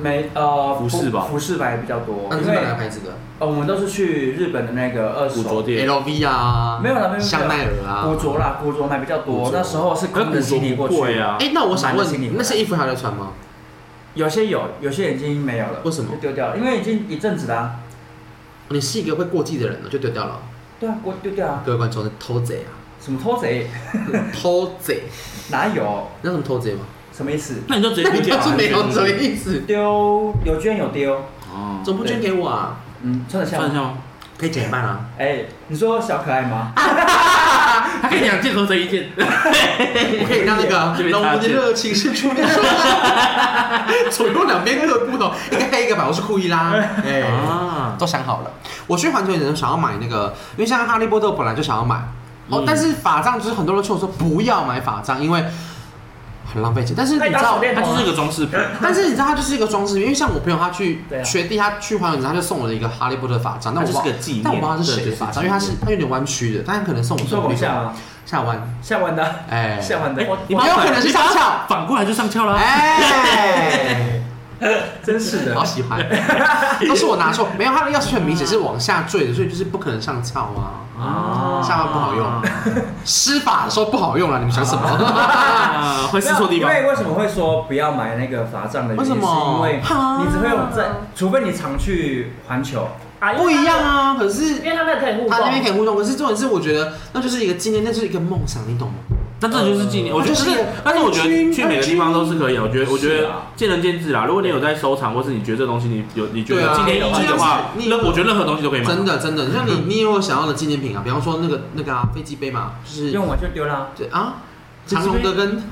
[SPEAKER 2] 没呃
[SPEAKER 4] 服饰吧
[SPEAKER 2] 服饰牌比较多，
[SPEAKER 1] 那你
[SPEAKER 2] 因
[SPEAKER 1] 是
[SPEAKER 2] 为
[SPEAKER 1] 买哪个牌子的
[SPEAKER 2] 呃我们都是去日本的那个二
[SPEAKER 4] 古着
[SPEAKER 2] 手
[SPEAKER 4] 店，
[SPEAKER 1] ？LV 啊，
[SPEAKER 2] 没有啦没有没有
[SPEAKER 1] 香奈儿啊，
[SPEAKER 2] 古着。啦，古着买比较
[SPEAKER 1] 古
[SPEAKER 2] 多。
[SPEAKER 1] 着
[SPEAKER 2] 那时候是跟
[SPEAKER 4] 可
[SPEAKER 2] 着
[SPEAKER 4] 古着
[SPEAKER 2] 行李
[SPEAKER 4] 不
[SPEAKER 2] 过去
[SPEAKER 4] 贵，啊。
[SPEAKER 1] 哎，那我想
[SPEAKER 2] 买了行李回
[SPEAKER 1] 问，
[SPEAKER 2] 来
[SPEAKER 1] 那些衣服还有在穿吗？
[SPEAKER 2] 有些有，有些已经没有了，
[SPEAKER 1] 为什么
[SPEAKER 2] 就丢掉了？因为已经一阵子啦、啊。
[SPEAKER 1] 哦你是一个会过季的人了，就丢掉了。
[SPEAKER 2] 对啊，我丢掉啊，
[SPEAKER 1] 各位观众，是偷贼啊，
[SPEAKER 2] 什么偷贼？
[SPEAKER 1] 偷贼，
[SPEAKER 2] 哪有？
[SPEAKER 1] 你知道什么偷贼吗？
[SPEAKER 2] 什么意思？
[SPEAKER 4] 那你就直接
[SPEAKER 1] 那
[SPEAKER 4] 不
[SPEAKER 1] 你
[SPEAKER 4] 讲
[SPEAKER 1] 当
[SPEAKER 4] 啊，
[SPEAKER 1] 初没有什么
[SPEAKER 4] 以。
[SPEAKER 1] 意思？
[SPEAKER 2] 丢有捐有丢，
[SPEAKER 4] 哦，
[SPEAKER 1] 怎么不捐给我啊？
[SPEAKER 2] 嗯，穿得下
[SPEAKER 4] 算一
[SPEAKER 2] 吗？
[SPEAKER 4] 下吗？
[SPEAKER 1] 可以减半 啊。
[SPEAKER 2] 哎、你说小可爱吗？
[SPEAKER 4] 他可以两件合成一件，
[SPEAKER 1] 我可以让那个让我们的热情伸 出面，左右两边各不同，一个黑一个白，我是库伊拉， 哎、
[SPEAKER 4] 啊
[SPEAKER 1] 都想好了。我去环球影城想要买那个，因为像哈利波特本来就想要买，哦，
[SPEAKER 4] 嗯
[SPEAKER 1] 但是法杖就是很多人劝我说不要买法杖，因为很浪费钱。但是你
[SPEAKER 3] 可以
[SPEAKER 1] 知
[SPEAKER 3] 当
[SPEAKER 1] 道
[SPEAKER 3] 手，电
[SPEAKER 4] 它
[SPEAKER 3] 筒
[SPEAKER 4] 就
[SPEAKER 3] 啊
[SPEAKER 4] 是一。个装饰品。
[SPEAKER 1] 但是你知道它就是一个装饰品，因为像我朋友他去
[SPEAKER 3] 对啊
[SPEAKER 1] 学弟，他去环球影城他就送我了一个哈利波特法杖，但
[SPEAKER 4] 它
[SPEAKER 1] 我
[SPEAKER 4] 就是
[SPEAKER 1] 忘
[SPEAKER 4] 个纪念
[SPEAKER 1] 但我不知道它是
[SPEAKER 4] 对
[SPEAKER 1] 谁的
[SPEAKER 4] 就是
[SPEAKER 1] 法杖，因为它是
[SPEAKER 4] 纪念
[SPEAKER 1] 它有点弯曲的，但他可能送我
[SPEAKER 2] 你说往下
[SPEAKER 1] 下
[SPEAKER 2] 吗？
[SPEAKER 1] 下弯，
[SPEAKER 2] 下弯的，啊
[SPEAKER 1] 哎、
[SPEAKER 2] 下弯的，
[SPEAKER 4] 哎
[SPEAKER 2] 我
[SPEAKER 4] 你
[SPEAKER 1] 有可能是上翘。
[SPEAKER 4] 反过来就上翘了啊。
[SPEAKER 1] 哎，
[SPEAKER 2] 真是的
[SPEAKER 1] 好。喜欢，都是我拿错，没有他的钥匙圈很明显是往下坠的，所以就是不可能上翘啊。
[SPEAKER 4] 啊
[SPEAKER 1] 下巴不好用施法的时候不好用了，你们想什么？
[SPEAKER 4] 啊，会试错地方
[SPEAKER 2] 没。有因为为什么会说不要买那个法杖的原因，
[SPEAKER 1] 为什么
[SPEAKER 2] 是因为
[SPEAKER 1] 哈
[SPEAKER 2] 你只会有在，除非你常去环球，
[SPEAKER 3] 啊
[SPEAKER 1] 不一样，啊，可
[SPEAKER 3] 因
[SPEAKER 1] 是
[SPEAKER 3] 为他们可以互
[SPEAKER 1] 他那边
[SPEAKER 3] 动
[SPEAKER 1] 可。以互动，可是重点是我觉得那就是一个纪念，那就是一个梦想，你懂吗？
[SPEAKER 4] 但这就是纪念，我觉得
[SPEAKER 1] 就是
[SPEAKER 4] 是，但是我觉得去每个地方都是可以啊。我觉得，我觉
[SPEAKER 2] 是
[SPEAKER 4] 得
[SPEAKER 2] 啊
[SPEAKER 4] 见仁见智啦。如果你有在收藏，或是你觉得这东西你有你觉
[SPEAKER 1] 对
[SPEAKER 4] 得
[SPEAKER 1] 啊
[SPEAKER 4] 纪念意义的话，
[SPEAKER 1] 这样子
[SPEAKER 4] 任
[SPEAKER 1] 你
[SPEAKER 4] 我觉得任何东西都可以买。
[SPEAKER 1] 真的真
[SPEAKER 4] 嗯
[SPEAKER 1] 的，像你你也有想要的纪念品啊，比方说那个那个啊飞机杯嘛，就是
[SPEAKER 2] 用完就丢啦。
[SPEAKER 1] 对啊。
[SPEAKER 4] 飞
[SPEAKER 1] 长
[SPEAKER 4] 机杯
[SPEAKER 1] 龙的跟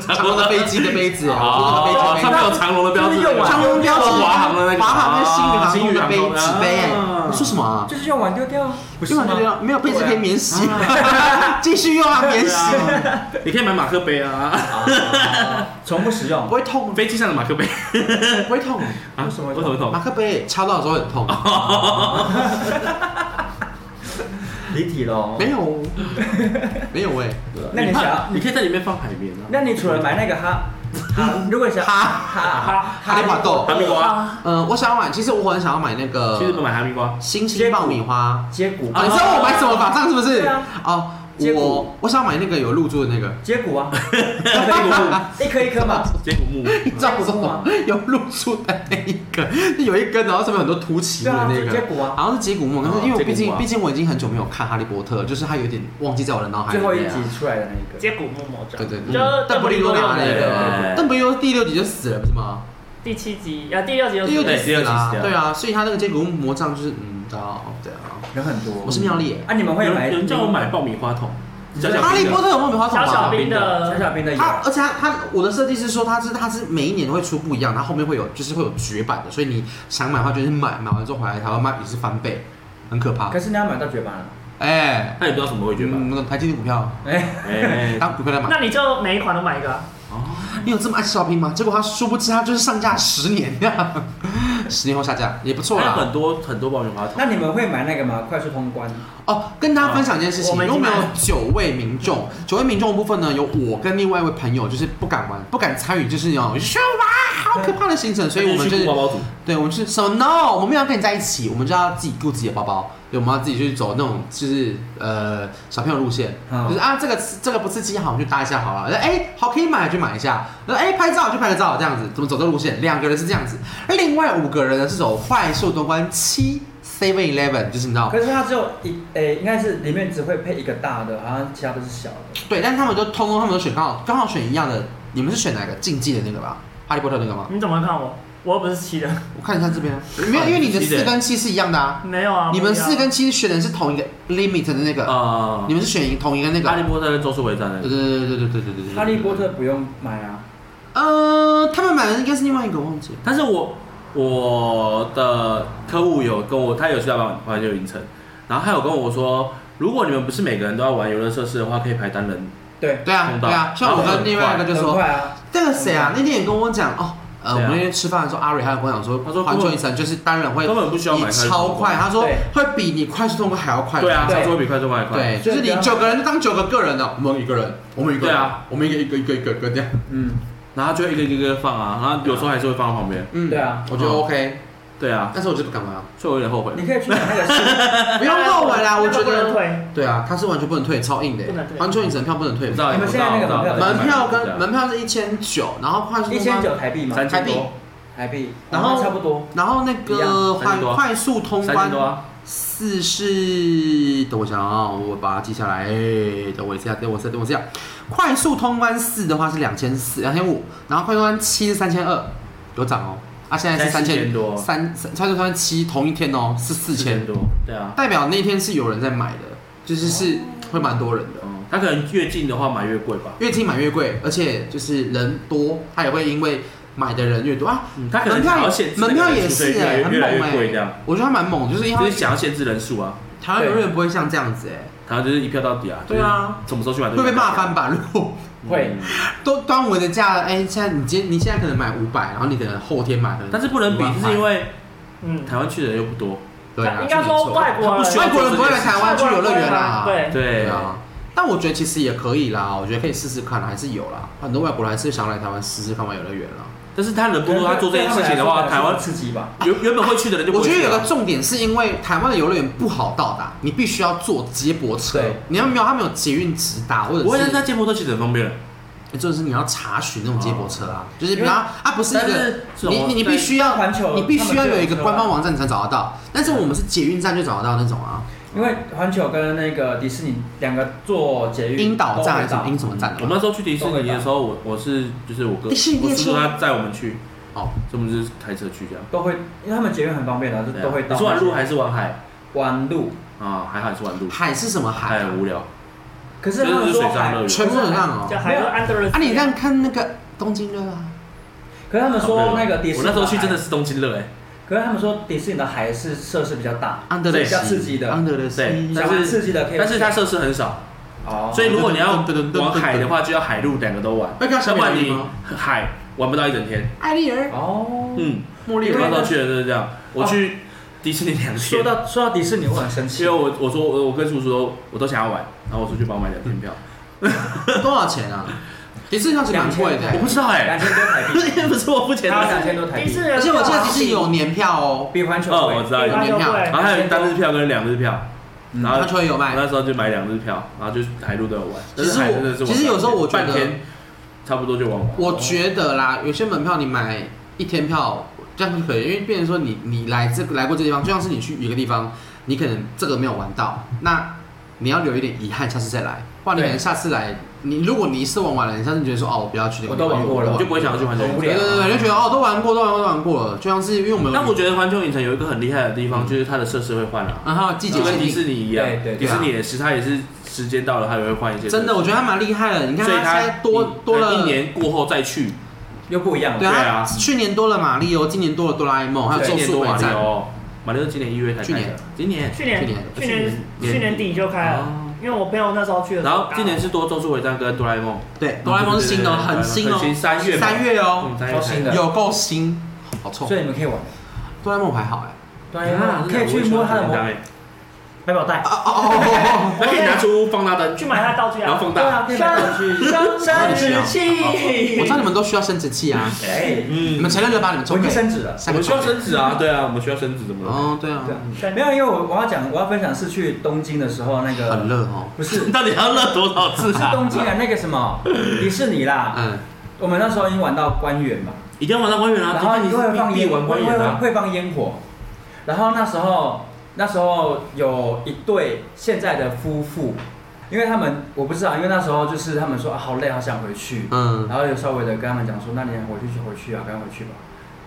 [SPEAKER 1] 长龙的飞机的杯子，啊，我说那
[SPEAKER 4] 哦
[SPEAKER 1] 个飞机杯
[SPEAKER 4] 上面有长龙的标
[SPEAKER 2] 就
[SPEAKER 4] 志，
[SPEAKER 2] 是用完
[SPEAKER 1] 长龙标志，
[SPEAKER 4] 华航的那个，
[SPEAKER 1] 华航跟
[SPEAKER 4] 啊
[SPEAKER 1] 新宇航空的杯纸杯，
[SPEAKER 2] 啊
[SPEAKER 1] 哎，你说什么啊？
[SPEAKER 2] 就是用完丢掉，不是
[SPEAKER 1] 用
[SPEAKER 2] 吗
[SPEAKER 1] 完就？掉，没有被子可以免洗
[SPEAKER 4] 对，
[SPEAKER 1] 继续用啊，免
[SPEAKER 4] 对
[SPEAKER 1] 洗，
[SPEAKER 4] 啊，你可以买马克杯啊，
[SPEAKER 2] 啊 从不使用
[SPEAKER 1] 不。会痛，
[SPEAKER 4] 飞机上的马克杯
[SPEAKER 1] 不会痛。
[SPEAKER 4] 啊，
[SPEAKER 2] 为什么
[SPEAKER 4] 为什么
[SPEAKER 1] 马
[SPEAKER 4] 痛？
[SPEAKER 1] 克杯敲到的时候很痛，
[SPEAKER 4] 哦
[SPEAKER 2] 离体喽。
[SPEAKER 1] 没有，没有哎，
[SPEAKER 2] 那你
[SPEAKER 4] 怕
[SPEAKER 2] 想，
[SPEAKER 4] 你可以在里面放海绵啊。
[SPEAKER 2] 那你除了买那个哈哈，如果想
[SPEAKER 1] 哈
[SPEAKER 2] 哈哈
[SPEAKER 1] 哈利法豆
[SPEAKER 4] 哈密瓜，
[SPEAKER 1] 嗯，我想要买，其实我很想要买那个
[SPEAKER 4] 去日本买哈密瓜，
[SPEAKER 1] 星星爆米花，
[SPEAKER 2] 接骨
[SPEAKER 4] 哦
[SPEAKER 1] 啊，你知道我买什么法杖是不是
[SPEAKER 2] 对啊？
[SPEAKER 1] 哦，
[SPEAKER 2] 接骨
[SPEAKER 1] 我我想要买那个有露珠的那个，
[SPEAKER 2] 接骨啊，
[SPEAKER 4] 坚果木，
[SPEAKER 2] 一颗一颗嘛。
[SPEAKER 4] 坚果 木，
[SPEAKER 1] 你知道我说什么？有露珠的那一根，就有一根，然后上面有很多凸起的那
[SPEAKER 2] 对啊
[SPEAKER 1] 个，
[SPEAKER 2] 就接骨啊
[SPEAKER 1] 好像是接骨木。可是因为我毕
[SPEAKER 4] 接骨木
[SPEAKER 1] 竟
[SPEAKER 4] 啊
[SPEAKER 1] 毕竟我已经很久没有看《哈利波特》，就是它有点忘记在我的脑海里
[SPEAKER 2] 最后一
[SPEAKER 1] 面啊。
[SPEAKER 2] 集出来的那一个，
[SPEAKER 3] 接骨木魔杖，
[SPEAKER 1] 对对对，嗯
[SPEAKER 3] 就是
[SPEAKER 1] 邓布利多
[SPEAKER 3] 那
[SPEAKER 1] 那
[SPEAKER 4] 对对对
[SPEAKER 1] 个
[SPEAKER 4] 对，
[SPEAKER 1] 邓布利多第六集就死了，不是吗？
[SPEAKER 3] 第七集，啊，第六集就
[SPEAKER 1] 第六
[SPEAKER 3] 是
[SPEAKER 1] 集
[SPEAKER 4] 对
[SPEAKER 1] 死
[SPEAKER 4] 第六集
[SPEAKER 1] 了啊
[SPEAKER 4] 死，掉
[SPEAKER 1] 对啊，所以他那个接骨木魔杖就是嗯，知道对啊，
[SPEAKER 2] 人很多。
[SPEAKER 1] 我是妙丽耶。
[SPEAKER 2] 啊，你们会
[SPEAKER 4] 有
[SPEAKER 2] 买？
[SPEAKER 4] 人有人叫我买爆米花桶，小小
[SPEAKER 1] 哈利波特有没有棉花
[SPEAKER 3] 小
[SPEAKER 1] 糖
[SPEAKER 3] 小
[SPEAKER 1] 啊？
[SPEAKER 3] 兵的
[SPEAKER 2] 小小兵的有，
[SPEAKER 1] 它而且它它我的设计是说它是它是每一年都会出不一样，它后面会有就是会有绝版的，所以你想买的话就是买，买完之后回来台湾卖也是翻倍，很可怕
[SPEAKER 2] 可。是你要买到绝版了。
[SPEAKER 1] 哎、
[SPEAKER 4] 那也不知道什么味觉吧？
[SPEAKER 1] 嗯，那个台积电股票，
[SPEAKER 2] 哎，
[SPEAKER 4] 哎，
[SPEAKER 1] 当股票来买。
[SPEAKER 3] 那你就每一款都买一个啊。
[SPEAKER 1] 你有这么爱吃小拼吗？结果他殊不知他就是上架十年呀， 十年后下架也不错
[SPEAKER 4] 还有
[SPEAKER 1] 啦。
[SPEAKER 4] 很多很多爆米花桶。
[SPEAKER 2] 那你们会买那个吗？快速通关。
[SPEAKER 1] 哦，跟大家分享一件事情，
[SPEAKER 3] 啊我们已
[SPEAKER 1] 因为我
[SPEAKER 3] 经
[SPEAKER 1] 们有
[SPEAKER 3] 买了
[SPEAKER 1] 九位民众，九位民众的部分呢，有我跟另外一位朋友，就是不敢玩，不敢参与，就是有说哇好可怕的行程，所以我们就是
[SPEAKER 4] 包包组，
[SPEAKER 1] 对，我们是什么 no？我们没有跟你在一起，我们就要自己顾自己的包包，对，我们要自己去走那种就是呃小朋友路线，
[SPEAKER 2] 嗯
[SPEAKER 1] 就是啊这个这个不刺激，好，我们就搭一下好了。哎、好可以买就买一下，那哎、拍照就拍个照，这样子，怎么走这个路线？两个人是这样子，而另外五个人呢是走快速通关七 Seven Eleven，就是你知道，
[SPEAKER 2] 可是它只有一，诶，应该是里面只会配一个大的，好像其他都是小的。
[SPEAKER 1] 对，但是他们就通通他们都选刚好刚好选一样的，你们是选哪个竞技的那个吧？哈利波特那个吗？
[SPEAKER 3] 你怎么会看我？我又不是七人，
[SPEAKER 1] 我看一下这边啊，没有，因为你的
[SPEAKER 4] 七的
[SPEAKER 1] 四跟七是一样的啊。
[SPEAKER 3] 没有啊，
[SPEAKER 1] 你们
[SPEAKER 3] 不一样
[SPEAKER 1] 四 跟七选的是同一个 limit 的那个，
[SPEAKER 4] 啊
[SPEAKER 1] 你，们是选同一个那
[SPEAKER 4] 哈利
[SPEAKER 1] 个。
[SPEAKER 4] 波特跟咒术回战
[SPEAKER 1] 对
[SPEAKER 4] 的，
[SPEAKER 1] 对对对对对对对对对。
[SPEAKER 2] 哈利波特不用买啊，
[SPEAKER 1] 呃，他们买的应该是另外一个，我忘记了。
[SPEAKER 4] 但是我我的客户有跟我，他有去到玩环球影城，然后他有跟我说，如果你们不是每个人都要玩游乐设施的话，可以排单人。
[SPEAKER 2] 对，
[SPEAKER 1] 对啊，
[SPEAKER 4] 通道
[SPEAKER 1] 对啊，像我
[SPEAKER 4] 然后
[SPEAKER 1] 跟
[SPEAKER 4] 很
[SPEAKER 1] 另外一个就
[SPEAKER 2] 很
[SPEAKER 1] 说，
[SPEAKER 2] 快啊，
[SPEAKER 1] 那个谁啊，那天也跟我讲哦，呃，我
[SPEAKER 4] 谁啊
[SPEAKER 1] 们那天吃饭的时候，阿蕊还有跟我讲说，
[SPEAKER 4] 他说
[SPEAKER 1] 环
[SPEAKER 4] 根
[SPEAKER 1] 球
[SPEAKER 4] 本
[SPEAKER 1] 影城就是单人会
[SPEAKER 4] 根本不需要买
[SPEAKER 1] 你超快，他说
[SPEAKER 2] 对
[SPEAKER 1] 会比你快速通关还要快。
[SPEAKER 4] 对啊，
[SPEAKER 2] 对
[SPEAKER 4] 上桌比快速快快。
[SPEAKER 1] 对，就是你九个人就当九个个人的，我们一个人，我们一个人，
[SPEAKER 4] 对啊，
[SPEAKER 1] 我们一个一个一个一个一个这样。
[SPEAKER 2] 嗯，
[SPEAKER 4] 然后就会一个一个一个放啊，然后有时候还是会放到旁边。
[SPEAKER 1] 嗯
[SPEAKER 2] 对啊
[SPEAKER 1] 我觉得
[SPEAKER 4] 嗯
[SPEAKER 1] OK，
[SPEAKER 4] 对啊，
[SPEAKER 1] 但是我就是不敢玩啊，
[SPEAKER 4] 所以我有点后悔。
[SPEAKER 2] 你可以去买那个是，
[SPEAKER 1] 不用后悔 啦，我觉
[SPEAKER 3] 不能
[SPEAKER 1] 得。
[SPEAKER 3] 退，
[SPEAKER 1] 对啊，他是完全不能退，超硬的
[SPEAKER 3] 不能退，
[SPEAKER 1] 环球影城票不能退
[SPEAKER 4] 我知，道，
[SPEAKER 2] 你们现在那个
[SPEAKER 4] 我知道
[SPEAKER 1] 门票
[SPEAKER 4] 我知道
[SPEAKER 1] 跟门票是一千九，然后 快速
[SPEAKER 2] 一
[SPEAKER 1] 通
[SPEAKER 2] 千
[SPEAKER 1] 关
[SPEAKER 2] 九台币嘛，
[SPEAKER 4] 三
[SPEAKER 1] 台
[SPEAKER 4] 千
[SPEAKER 1] 币
[SPEAKER 4] 多，
[SPEAKER 2] 台币，哦
[SPEAKER 1] 然后
[SPEAKER 2] 差不多，
[SPEAKER 1] 然后那
[SPEAKER 2] 一样
[SPEAKER 1] 个
[SPEAKER 4] 三
[SPEAKER 1] 快
[SPEAKER 4] 千多啊
[SPEAKER 1] 快速通
[SPEAKER 4] 三千
[SPEAKER 1] 关
[SPEAKER 4] 多啊，
[SPEAKER 1] 四是，等我想啊，我把它记下来。哎等我一下，等我一下，等我一下。快速通关四的话是两千四、两千五，然后快速通关七是三千二，有涨哦。啊，现在是三
[SPEAKER 4] 现在
[SPEAKER 1] 千
[SPEAKER 4] 4000多
[SPEAKER 1] 三三快速通关七同一天哦是四千，
[SPEAKER 4] 多。对啊，
[SPEAKER 1] 代表那天是有人在买的，就是是会蛮多人的。
[SPEAKER 4] 嗯，他可能越近的话买越贵吧。
[SPEAKER 1] 越近买越贵，而且就是人多，他也会因为买的人越多啊。
[SPEAKER 4] 嗯，他可能
[SPEAKER 1] 门票
[SPEAKER 4] 想要
[SPEAKER 1] 也
[SPEAKER 4] 限制那
[SPEAKER 1] 门
[SPEAKER 4] 个
[SPEAKER 1] 票
[SPEAKER 4] 人
[SPEAKER 1] 也
[SPEAKER 4] 数所以
[SPEAKER 1] 是
[SPEAKER 4] 越来
[SPEAKER 1] 哎、
[SPEAKER 4] 越
[SPEAKER 1] 很
[SPEAKER 4] 越
[SPEAKER 1] 猛
[SPEAKER 4] 来越
[SPEAKER 1] 哎、
[SPEAKER 4] 贵这样，
[SPEAKER 1] 我觉得他蛮猛，就是因为他
[SPEAKER 4] 就是
[SPEAKER 1] 们
[SPEAKER 4] 想要限制人数啊。
[SPEAKER 1] 台湾永远不会像这样子哎、
[SPEAKER 4] 然后就是一票到底啊。
[SPEAKER 1] 对啊，
[SPEAKER 4] 什么时候去买都
[SPEAKER 1] 会被骂翻吧？如果
[SPEAKER 2] 会
[SPEAKER 4] 嗯
[SPEAKER 1] 都端午的价了，哎、现在你今天你现在可能买五百，然后你可能后天买可能500，
[SPEAKER 4] 但是不能比，就是因为
[SPEAKER 3] 嗯，
[SPEAKER 4] 台湾去的人又不多。
[SPEAKER 1] 对啊，
[SPEAKER 3] 应该说外国人
[SPEAKER 4] 不需要
[SPEAKER 1] 外国人不会来台湾去游乐园啦，
[SPEAKER 3] 对
[SPEAKER 4] 对
[SPEAKER 1] 啊。但我觉得其实也可以啦，我觉得可以试试看啦，还是有啦，很多外国人还是想来台湾试试看玩游乐园啦。
[SPEAKER 4] 但是他人不多，
[SPEAKER 1] 啊
[SPEAKER 4] 他做这件事情的话，
[SPEAKER 2] 对他
[SPEAKER 4] 台
[SPEAKER 2] 们来说
[SPEAKER 4] 湾
[SPEAKER 2] 刺激吧，
[SPEAKER 4] 原原本会去的人就不
[SPEAKER 1] 我
[SPEAKER 4] 会
[SPEAKER 1] 觉得
[SPEAKER 4] 去啊
[SPEAKER 1] 有
[SPEAKER 4] 了
[SPEAKER 1] 个重点是因为台湾的游乐园不好到达，你必须要坐接驳车
[SPEAKER 2] 对，
[SPEAKER 1] 你要没有他们有捷运直达，或
[SPEAKER 4] 不
[SPEAKER 1] 者
[SPEAKER 4] 会，
[SPEAKER 1] 是
[SPEAKER 4] 但是他接驳车其实很方便了。
[SPEAKER 1] 就是你要查询那种接驳车啊，就是比
[SPEAKER 2] 因为
[SPEAKER 1] 方啊不是一
[SPEAKER 4] 但
[SPEAKER 1] 个
[SPEAKER 4] 是这
[SPEAKER 1] 你
[SPEAKER 4] 种
[SPEAKER 1] 你你必须要
[SPEAKER 2] 环球
[SPEAKER 1] 你必须要有一个
[SPEAKER 2] 他们就有车啊
[SPEAKER 1] 官方网站你才找得到，但是我们是捷运站就找得到那种啊，
[SPEAKER 2] 因为环球跟那个迪士尼两个做捷运
[SPEAKER 1] 樱岛站还是
[SPEAKER 2] 都
[SPEAKER 1] 什
[SPEAKER 2] 会
[SPEAKER 1] 么
[SPEAKER 2] 到
[SPEAKER 1] 樱什么站啊
[SPEAKER 4] 我
[SPEAKER 1] 的
[SPEAKER 4] 们那时候去迪士尼的时候，我我是就是我哥，
[SPEAKER 1] 迪士尼
[SPEAKER 4] 我
[SPEAKER 1] 列
[SPEAKER 4] 师
[SPEAKER 1] 车
[SPEAKER 4] 傅他载我们去，
[SPEAKER 1] 哦，
[SPEAKER 4] 所以我们就是开车去这样。
[SPEAKER 2] 都会，因为他们捷运很方便的，
[SPEAKER 4] 对
[SPEAKER 2] 就
[SPEAKER 4] 啊
[SPEAKER 2] 都会到。
[SPEAKER 4] 你是玩路还是玩海
[SPEAKER 2] 玩路？
[SPEAKER 4] 啊？还好你是玩路，
[SPEAKER 1] 海是什么
[SPEAKER 4] 海
[SPEAKER 1] 海啊？
[SPEAKER 4] 很无聊。
[SPEAKER 2] 可是他们
[SPEAKER 4] 就是
[SPEAKER 2] 说
[SPEAKER 4] 水上
[SPEAKER 2] 海
[SPEAKER 4] 乐园，
[SPEAKER 1] 全部都浪
[SPEAKER 3] 叫
[SPEAKER 1] 哦，
[SPEAKER 3] 海安德人
[SPEAKER 1] 啊你这样看那个东京热啊，
[SPEAKER 2] 可是他们说那个迪士
[SPEAKER 4] 我
[SPEAKER 2] 尼，
[SPEAKER 4] 那时候去真的，是东京乐哎，
[SPEAKER 2] 可是他们说迪士尼的海是设施比较大，
[SPEAKER 1] 安德
[SPEAKER 4] 对
[SPEAKER 1] 烈
[SPEAKER 2] 比较刺激的
[SPEAKER 1] 安德烈西
[SPEAKER 4] 对但
[SPEAKER 2] 想
[SPEAKER 4] 是
[SPEAKER 2] 玩刺激的可以。
[SPEAKER 4] 但是它设施很少，
[SPEAKER 2] 哦，
[SPEAKER 4] 所以如果你要往海的话，就要海陆两个都玩，
[SPEAKER 1] 会看小
[SPEAKER 4] 要不
[SPEAKER 1] 美
[SPEAKER 4] 然
[SPEAKER 1] 人鱼
[SPEAKER 4] 你
[SPEAKER 1] 吗？
[SPEAKER 4] 海玩不到一整天。
[SPEAKER 1] 艾丽儿、
[SPEAKER 2] 哦，
[SPEAKER 4] 嗯，
[SPEAKER 1] 茉莉
[SPEAKER 4] 我
[SPEAKER 1] 儿
[SPEAKER 4] 那时候去的就是这样，我去迪士尼两
[SPEAKER 2] 说
[SPEAKER 4] 天，
[SPEAKER 2] 到说到迪士尼，我很生气
[SPEAKER 4] 因为，我我说我我跟叔叔说我都想要玩，然后我出去帮我买两天票，
[SPEAKER 1] 多少钱 啊？迪士尼好像是蛮贵的
[SPEAKER 4] 我，不知道
[SPEAKER 2] 两
[SPEAKER 4] 哎，
[SPEAKER 2] 千多台币，
[SPEAKER 4] 不是我付钱
[SPEAKER 2] 他
[SPEAKER 4] 的，
[SPEAKER 2] 两千多台
[SPEAKER 3] 迪士
[SPEAKER 2] 币，
[SPEAKER 3] 尼，
[SPEAKER 1] 而且啊我记得迪士尼有年票哦，
[SPEAKER 2] 比环球
[SPEAKER 4] 哦，我
[SPEAKER 2] 贵
[SPEAKER 4] 知。道，
[SPEAKER 1] 有
[SPEAKER 4] 然
[SPEAKER 1] 年票
[SPEAKER 4] 后还有单日票跟两日票，
[SPEAKER 2] 嗯
[SPEAKER 4] 然后
[SPEAKER 1] 他球也有卖。
[SPEAKER 4] 那时候就买两日票，然后就是海陆都有玩，但
[SPEAKER 1] 其实
[SPEAKER 4] 是海真的是
[SPEAKER 1] 我
[SPEAKER 4] 玩
[SPEAKER 1] 其实有时候我觉
[SPEAKER 4] 半
[SPEAKER 1] 得，
[SPEAKER 4] 天差不多就玩完。
[SPEAKER 1] 我觉得啦，有些门票你买一天票这样就可以，因为变成说你你来这个来过这地方，就像是你去一个地方，你可能这个没有玩到，那你要留一点遗憾，下次再来。不然你可能下次来，你如果你一次玩完了，你下次觉得说哦，我不要去那个地方，
[SPEAKER 2] 我都玩过了
[SPEAKER 1] 我
[SPEAKER 4] 我
[SPEAKER 1] 就
[SPEAKER 4] 就不会想要去环球影
[SPEAKER 2] 很无
[SPEAKER 4] 城。
[SPEAKER 1] 对对
[SPEAKER 2] 聊
[SPEAKER 1] 对，对就觉得哦，都玩过，都玩过，都玩过了，就像是因为我们有
[SPEAKER 4] 但我觉得环球影城有一个很厉害的地
[SPEAKER 1] 嗯
[SPEAKER 4] 方，就是它的设施会换啊，
[SPEAKER 1] 然后季
[SPEAKER 4] 就
[SPEAKER 1] 节
[SPEAKER 4] 跟
[SPEAKER 1] 限
[SPEAKER 4] 迪
[SPEAKER 1] 定，
[SPEAKER 4] 士尼一样
[SPEAKER 2] 对对，
[SPEAKER 4] 迪士尼也是，它也是时间到了，它也会换一些。
[SPEAKER 1] 真的，我觉得他蛮厉害的。你看
[SPEAKER 4] 所以
[SPEAKER 1] 他
[SPEAKER 4] 它
[SPEAKER 1] 现在多多了
[SPEAKER 4] 一年过后再去，
[SPEAKER 2] 又不一样了。
[SPEAKER 1] 对
[SPEAKER 4] 对
[SPEAKER 1] 啊，
[SPEAKER 4] 啊
[SPEAKER 1] 去年多了马里奥，今年多了哆啦 A 梦，还有
[SPEAKER 2] 对
[SPEAKER 1] 咒
[SPEAKER 4] 今年
[SPEAKER 1] 术
[SPEAKER 4] 多
[SPEAKER 1] 回
[SPEAKER 4] 马里
[SPEAKER 1] 战。
[SPEAKER 4] 奥，哦马里奥今年一月才
[SPEAKER 1] 去
[SPEAKER 4] 开
[SPEAKER 1] 年
[SPEAKER 4] 的，今年。
[SPEAKER 3] 去年
[SPEAKER 1] 去年
[SPEAKER 3] 去年去年底就开了，
[SPEAKER 4] 哦
[SPEAKER 3] 因为我朋友那时候去的时
[SPEAKER 4] 然
[SPEAKER 3] 候，
[SPEAKER 4] 后今年是多咒术回战跟哆啦 A 梦，
[SPEAKER 1] 对，哆啦 A 梦是新的哦，
[SPEAKER 4] 对对对
[SPEAKER 1] 很新哦
[SPEAKER 4] 很，新三月吧
[SPEAKER 1] 三月哦，
[SPEAKER 4] 嗯，三月
[SPEAKER 2] 超新
[SPEAKER 4] 才
[SPEAKER 2] 的
[SPEAKER 1] 有够新，好臭
[SPEAKER 2] 所。以你们可以玩。
[SPEAKER 1] 哆啦 A 梦还好哎，
[SPEAKER 2] 对啊，可以去摸它的
[SPEAKER 4] 我喜欢这个
[SPEAKER 2] 魔
[SPEAKER 4] 单位
[SPEAKER 2] 百宝袋
[SPEAKER 1] 哦。哦
[SPEAKER 4] 那可以拿出放大灯
[SPEAKER 3] 去买他的道具
[SPEAKER 4] 然后
[SPEAKER 3] 啊，
[SPEAKER 4] 放
[SPEAKER 2] 对
[SPEAKER 4] 大。
[SPEAKER 2] 啊，可以买回去。
[SPEAKER 3] 生生殖器
[SPEAKER 1] 我知道你们都需要生殖器啊，
[SPEAKER 2] 哎，
[SPEAKER 1] 你
[SPEAKER 4] 嗯
[SPEAKER 1] 们，承认了吧？你们
[SPEAKER 2] 我
[SPEAKER 1] 充
[SPEAKER 2] 已经
[SPEAKER 1] 分。
[SPEAKER 2] 升职了。
[SPEAKER 4] 我
[SPEAKER 1] 三个
[SPEAKER 4] 们需要
[SPEAKER 1] 充分
[SPEAKER 4] 升 职啊，对啊，我们需要升职怎么了？
[SPEAKER 1] 哦，对啊，
[SPEAKER 2] 对啊没有，因为我我要讲，我要分享是去东京的时候那
[SPEAKER 1] 很
[SPEAKER 2] 个，
[SPEAKER 1] 热哦，
[SPEAKER 2] 不是
[SPEAKER 4] 你 到底要乐多少
[SPEAKER 2] 不
[SPEAKER 4] 次
[SPEAKER 2] 是
[SPEAKER 4] 啊？
[SPEAKER 2] 东京啊，那个什么迪士尼啦，
[SPEAKER 1] 嗯，
[SPEAKER 2] 我们那时候已经玩到官员嘛，
[SPEAKER 4] 一定要玩到官员啊！
[SPEAKER 2] 然后你
[SPEAKER 4] 迪士
[SPEAKER 2] 会
[SPEAKER 4] 尼
[SPEAKER 2] 放
[SPEAKER 4] 必
[SPEAKER 2] 烟，
[SPEAKER 4] 玩官员
[SPEAKER 2] 会
[SPEAKER 4] 啊！
[SPEAKER 2] 会放烟火，然后那时候那时候有一对现在的夫妇，因为他们我不知道，因为那时候就是他们说啊好累，好想回去，
[SPEAKER 1] 嗯，
[SPEAKER 2] 然后有稍微的跟他们讲说，那你回去就回去啊，赶快回去吧。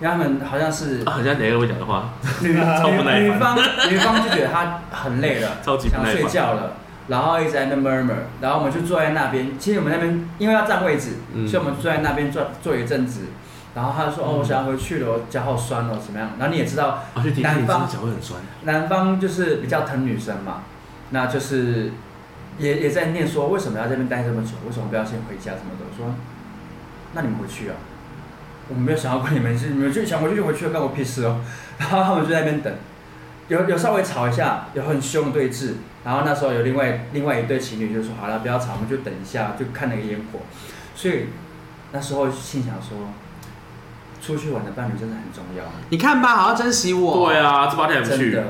[SPEAKER 2] 因为他们好像是
[SPEAKER 4] 啊，好像哪个会讲的话，
[SPEAKER 2] 女
[SPEAKER 4] 超不耐
[SPEAKER 2] 女
[SPEAKER 4] 烦
[SPEAKER 2] 女方女方就觉得她很累了，
[SPEAKER 4] 超级不耐
[SPEAKER 2] 想
[SPEAKER 4] 烦
[SPEAKER 2] 睡觉了，然后一直在那边 murmur，然后我们就坐在那边。其实我们那边因为要占位置，
[SPEAKER 1] 嗯
[SPEAKER 2] 所以我们坐在那边坐坐一阵子。然后他就说：“
[SPEAKER 4] 嗯
[SPEAKER 2] 哦，我想要回去了，我脚好酸哦，怎么样？”然后你也知道，
[SPEAKER 4] 而且迪士
[SPEAKER 2] 南
[SPEAKER 4] 尼真的
[SPEAKER 2] 方
[SPEAKER 4] 脚会很酸。
[SPEAKER 2] 男方就是比较疼女生嘛，那就是也也在念说为什么要这边待这么久，为什么不要先回家什么的。我说，那你们回去啊，我们没有想要管你们事，你们就想回去就回去，干我屁事哦。然后他们就在那边等，有有稍微吵一下，有很凶对峙。然后那时候有另外另外一对情侣就说好了，不要吵，我们就等一下，就看那个烟火。所以那时候心想说，出去玩的伴侣真的很重要，
[SPEAKER 1] 你看吧，好好珍惜我。
[SPEAKER 4] 对，啊，这八天还不
[SPEAKER 2] 真
[SPEAKER 4] 去。
[SPEAKER 2] 的。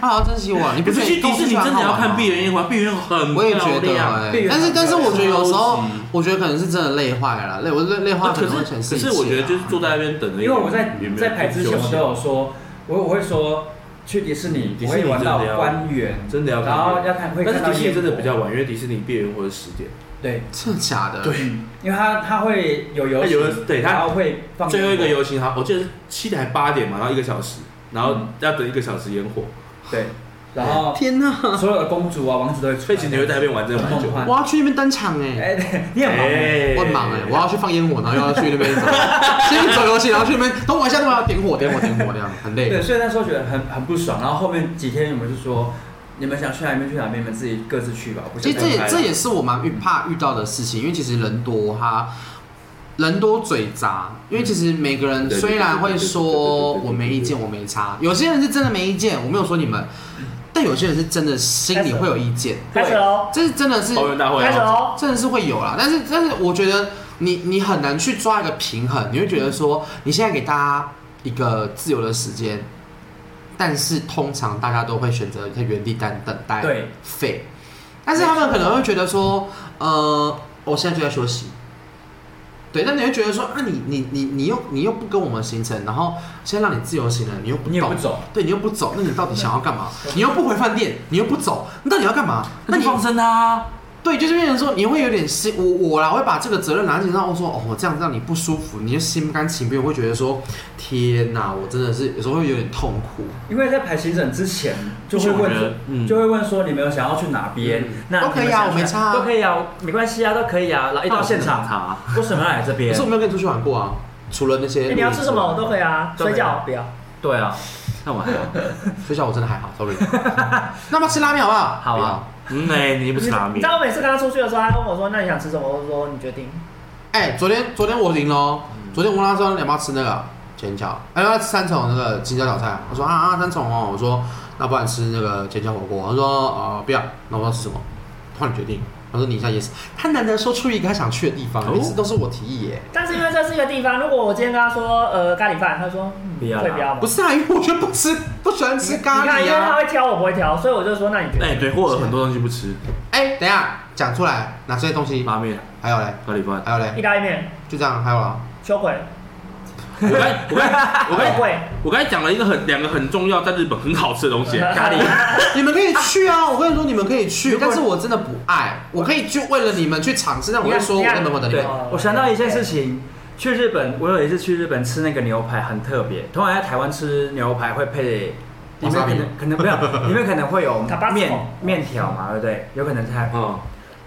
[SPEAKER 1] 好好珍惜我。你不
[SPEAKER 4] 可是
[SPEAKER 1] 是
[SPEAKER 4] 去迪士尼真的要看闭
[SPEAKER 1] 闭
[SPEAKER 4] 园烟花，闭园烟花很
[SPEAKER 1] 我也觉
[SPEAKER 4] 漂
[SPEAKER 1] 得
[SPEAKER 4] 亮。啊
[SPEAKER 1] 哎、
[SPEAKER 2] 闭园
[SPEAKER 1] 但是
[SPEAKER 2] 很漂
[SPEAKER 1] 但
[SPEAKER 2] 亮
[SPEAKER 1] 是我觉得有时候
[SPEAKER 4] 超级，
[SPEAKER 1] 我觉得可能是真的累坏了，累我累累坏
[SPEAKER 4] 啊
[SPEAKER 1] 可
[SPEAKER 4] 可
[SPEAKER 1] 能会
[SPEAKER 4] 是
[SPEAKER 1] 显
[SPEAKER 4] 可
[SPEAKER 1] 示、
[SPEAKER 4] 是我觉得就是坐在那边等着，
[SPEAKER 2] 因为我在
[SPEAKER 4] 也没有
[SPEAKER 2] 在排之前我都有说，我我会说去迪士尼，
[SPEAKER 4] 迪
[SPEAKER 2] 我
[SPEAKER 4] 士尼
[SPEAKER 2] 会玩到
[SPEAKER 4] 真的要
[SPEAKER 2] 官员，
[SPEAKER 4] 真的要看
[SPEAKER 2] 然后要看会看
[SPEAKER 4] 但是
[SPEAKER 2] 到
[SPEAKER 4] 迪士尼
[SPEAKER 2] 烟
[SPEAKER 4] 真的
[SPEAKER 2] 火
[SPEAKER 4] 比较晚，因为迪士尼闭园或者十点，
[SPEAKER 2] 对，
[SPEAKER 1] 真的假的？
[SPEAKER 4] 对
[SPEAKER 2] 因为它它会有游
[SPEAKER 4] 它有
[SPEAKER 2] 戏，
[SPEAKER 4] 对它
[SPEAKER 2] 然后会放
[SPEAKER 4] 最后一个
[SPEAKER 2] 烟火
[SPEAKER 4] 游行哈，我记得是七点还八点嘛，然后一个小时，然后要等一个小时烟火，
[SPEAKER 2] 对，然后
[SPEAKER 1] 天哪！
[SPEAKER 2] 所有的公主啊王子都会出
[SPEAKER 4] 所以
[SPEAKER 2] 来，
[SPEAKER 4] 其实你会在那边玩真的蛮久
[SPEAKER 2] 梦。幻
[SPEAKER 1] 我要去那边登场哎、
[SPEAKER 2] 哎，对你很忙欸，
[SPEAKER 1] 我很忙哎、我要去放烟火，然后又要去那边走， 先去走游戏，然后去那边等我一下，等我一下点火，点火，点火，这样很累。
[SPEAKER 2] 对，所以那时候觉得很很不爽，然后后面几天我们就说。你们想去哪边去哪边，你们自己各自去吧。我不
[SPEAKER 1] 其
[SPEAKER 2] 想
[SPEAKER 1] 实这也
[SPEAKER 4] 分开
[SPEAKER 1] 这也是我蛮遇怕遇到的事情，因为其实人多哈，人多嘴杂，因为其实每个人
[SPEAKER 4] 对对对
[SPEAKER 1] 虽然会
[SPEAKER 4] 对对对对
[SPEAKER 1] 说
[SPEAKER 4] 对对对
[SPEAKER 1] 我没意见，我没差，有些人是真的没意见，我没有说你们，但有些人是真的心里会有意见，
[SPEAKER 3] 开始喽，
[SPEAKER 1] 这是真的是
[SPEAKER 2] 哦
[SPEAKER 4] 抱怨大会
[SPEAKER 3] 开始
[SPEAKER 4] 啊，
[SPEAKER 3] 喽，
[SPEAKER 1] 真的是会有啦，但是但是我觉得你你很难去抓一个平衡，你会觉得说你现在给大家一个自由的时间，但是通常大家都会选择在原地等等待，
[SPEAKER 2] 对，
[SPEAKER 1] 废。但是他们可能会觉得说，呃，我现在就在休息。对，但你会觉得说啊，你你你你又你又不跟我们行程，然后现在让你自由行了，你又不
[SPEAKER 2] 你也
[SPEAKER 1] 动
[SPEAKER 2] 不走，
[SPEAKER 1] 对你又不走，那你到底想要干 嘛？你又不回饭店，你又不走，你到底要干嘛？那
[SPEAKER 4] 那
[SPEAKER 1] 你
[SPEAKER 4] 你放生啊，
[SPEAKER 1] 对，就是变成说你会有点心，我我啦，我会把这个责任拿起来，我说哦，我这样让你不舒服，你就心不甘情不愿，会觉得说天哪，我真的是有时候会有点痛苦。
[SPEAKER 2] 因为在排行程之前就会
[SPEAKER 4] 就我
[SPEAKER 2] 问
[SPEAKER 4] 觉得，嗯
[SPEAKER 2] 就会问说你们有想要去哪边？那
[SPEAKER 1] 都可以啊我
[SPEAKER 2] 你们想去
[SPEAKER 1] 没差啊
[SPEAKER 2] 都可以啊，没关系啊，都可以啊。然后一到现场，
[SPEAKER 4] 查，
[SPEAKER 2] 为什么要来这
[SPEAKER 1] 可
[SPEAKER 2] 边
[SPEAKER 1] 是？我没有跟你出去玩过啊，除了那些、
[SPEAKER 3] 哎你要吃什么？都可以啊，
[SPEAKER 2] 都可以
[SPEAKER 3] 水饺不要，
[SPEAKER 2] 对啊，
[SPEAKER 4] 那我还好。
[SPEAKER 1] 学校我真的还好，sorry。那么吃拉面好不好？
[SPEAKER 2] 好啊
[SPEAKER 1] 不要。
[SPEAKER 4] 嗯哎，你不查
[SPEAKER 3] 你
[SPEAKER 4] 米
[SPEAKER 3] 知？道我每次跟他出去的时候，他跟我说那你想吃什么，我就说你决定。
[SPEAKER 1] 哎、昨天昨天我赢喽，昨天我问他说你要不要吃那个煎饺，哎、要不要吃三重那个青椒小菜，我说啊啊三重哦，我说那不然吃那个煎饺火锅，他说呃不要，那我要吃什么？换你决定。他说你一下也是，他难得说出一个他想去的地方，
[SPEAKER 4] 哦
[SPEAKER 1] 每次都是我提议耶，
[SPEAKER 3] 但是因为这是一个地方，如果我今天跟他说呃咖喱饭，他说嗯
[SPEAKER 2] 不要啦
[SPEAKER 3] 会不要吗
[SPEAKER 1] 不？是啊，因为我就不吃，不喜欢吃咖
[SPEAKER 3] 你看，因
[SPEAKER 1] 喱
[SPEAKER 3] 为他
[SPEAKER 1] 啊。
[SPEAKER 3] 会挑，我不会挑，所以我就说那你决定。
[SPEAKER 4] 哎，对，或者很多东西不吃，
[SPEAKER 1] 哎、等一下讲出来哪些东西，
[SPEAKER 4] 拉面、
[SPEAKER 1] 还有嘞，
[SPEAKER 4] 咖喱饭。
[SPEAKER 1] 还有
[SPEAKER 3] 意
[SPEAKER 1] 嘞，
[SPEAKER 3] 大利面，
[SPEAKER 1] 就这样，还有了。
[SPEAKER 3] 秋葵，
[SPEAKER 4] 我刚我刚
[SPEAKER 3] 肉
[SPEAKER 4] 我刚
[SPEAKER 3] 桂，
[SPEAKER 4] 我刚才讲了一个很两个很重要，在日本很好吃的 东西，咖喱。
[SPEAKER 1] 你们可以去啊！我跟你说，你们可以去，
[SPEAKER 2] 如果
[SPEAKER 1] 但是我真的不爱，我可以去为了你们去尝试，但我
[SPEAKER 3] 你
[SPEAKER 1] 会
[SPEAKER 3] 看
[SPEAKER 1] 说我
[SPEAKER 3] 你看
[SPEAKER 1] 在门口等你
[SPEAKER 2] 对
[SPEAKER 1] 们
[SPEAKER 3] 对。哦，
[SPEAKER 2] 我想到一件事情，去日本，我有一次去日本吃那个牛排很特别，通常在台湾吃牛排会配。里面可
[SPEAKER 1] Wasabi 吗
[SPEAKER 2] 能可能没 有，里面可能会有
[SPEAKER 3] Tabasco
[SPEAKER 2] 面面条嘛，对不对？有可能是还
[SPEAKER 4] 嗯，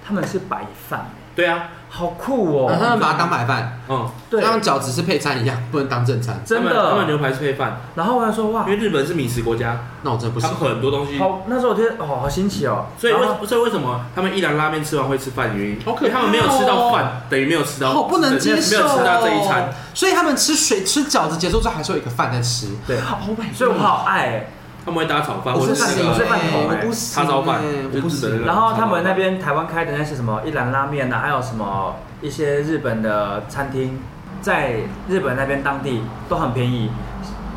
[SPEAKER 2] 他们是白饭，
[SPEAKER 4] 对啊，
[SPEAKER 2] 好酷
[SPEAKER 1] 然后他们
[SPEAKER 2] 哦！
[SPEAKER 1] 把它当白饭，
[SPEAKER 4] 嗯，
[SPEAKER 2] 对，
[SPEAKER 1] 当饺子是配餐一样，不能当正餐。
[SPEAKER 2] 真
[SPEAKER 4] 他们他们
[SPEAKER 2] 的。
[SPEAKER 4] 牛排是配饭，
[SPEAKER 2] 然后我还说哇
[SPEAKER 4] 因，为日本是米食国家，
[SPEAKER 1] 那我真的不
[SPEAKER 4] 他
[SPEAKER 1] 行
[SPEAKER 4] 们。很多东西。
[SPEAKER 2] 好，那时候我觉得哦，好新奇哦。
[SPEAKER 4] 所以
[SPEAKER 2] 然后
[SPEAKER 4] 为所以为什么他们一兰拉面吃完会吃饭的原因？
[SPEAKER 1] 好可
[SPEAKER 4] 因为他们没有
[SPEAKER 1] 怕哦
[SPEAKER 4] 吃到饭，等于没有吃到，
[SPEAKER 1] 好哦不能接受，
[SPEAKER 4] 哦没有吃到这一餐。。
[SPEAKER 1] 所以他们吃水吃饺子结束之后，还是有一个饭在吃。
[SPEAKER 2] 对，
[SPEAKER 1] Oh my god！
[SPEAKER 2] 所以我好爱欸、
[SPEAKER 4] 他们会搭炒饭，
[SPEAKER 1] 我
[SPEAKER 4] 或者
[SPEAKER 1] 是
[SPEAKER 4] 是那
[SPEAKER 1] 行，
[SPEAKER 2] 我是
[SPEAKER 4] 个
[SPEAKER 2] 饭桶
[SPEAKER 1] 我
[SPEAKER 2] 哎
[SPEAKER 1] 不行，
[SPEAKER 4] 叉烧饭
[SPEAKER 1] 哎我
[SPEAKER 4] 就
[SPEAKER 1] 不
[SPEAKER 4] 日本人
[SPEAKER 1] 行。
[SPEAKER 2] 然后他们那边台湾开的那些什么一兰拉面呐、还有什么一些日本的餐厅，在日本那边当地都很便宜。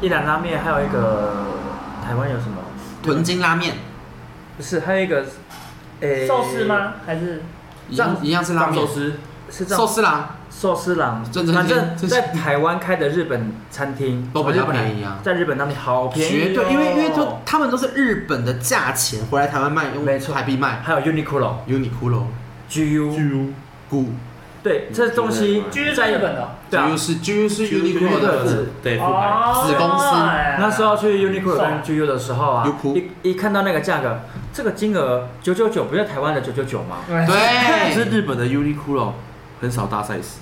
[SPEAKER 2] 一兰拉面还有一个台湾有什么？
[SPEAKER 1] 豚筋拉面
[SPEAKER 2] 不是，还有一个，诶、
[SPEAKER 3] 寿司？吗？还是
[SPEAKER 1] 一样一样是拉
[SPEAKER 4] 藏
[SPEAKER 1] 面
[SPEAKER 4] 寿，司，
[SPEAKER 2] 是这
[SPEAKER 1] 寿
[SPEAKER 2] 样，
[SPEAKER 1] 司啦，
[SPEAKER 2] 寿司郎。
[SPEAKER 1] 真真
[SPEAKER 2] 反正
[SPEAKER 1] 真真
[SPEAKER 2] 在台湾开的日本餐厅
[SPEAKER 1] 都比较便宜
[SPEAKER 2] 宜
[SPEAKER 1] 啊。
[SPEAKER 2] 在日本当地好便宜、哦，
[SPEAKER 1] 绝对，因为因为就他们都是日本的价钱回来台湾卖，用
[SPEAKER 2] 没错
[SPEAKER 1] 台币卖
[SPEAKER 2] 还有 Uniqlo、
[SPEAKER 1] ，Uniqlo
[SPEAKER 2] GU、
[SPEAKER 1] Gu
[SPEAKER 2] 对，这东西
[SPEAKER 3] 居然在日本的哦，
[SPEAKER 2] 对啊
[SPEAKER 1] GU 是 GU 是
[SPEAKER 4] Uniqlo
[SPEAKER 1] Uniqlo 的
[SPEAKER 4] 子
[SPEAKER 1] 子，
[SPEAKER 4] 对副牌，
[SPEAKER 3] 哦
[SPEAKER 1] 子公司
[SPEAKER 3] 哎
[SPEAKER 2] 那时候去 Uniqlo
[SPEAKER 3] 爽
[SPEAKER 2] 跟 GU 的时候啊，
[SPEAKER 1] Yupu
[SPEAKER 2] 一一看到那个价格，这个金额九九九，不是台湾的九九九吗？
[SPEAKER 4] 可是
[SPEAKER 1] 对，
[SPEAKER 4] 日本的 Uniqlo 很少大 size，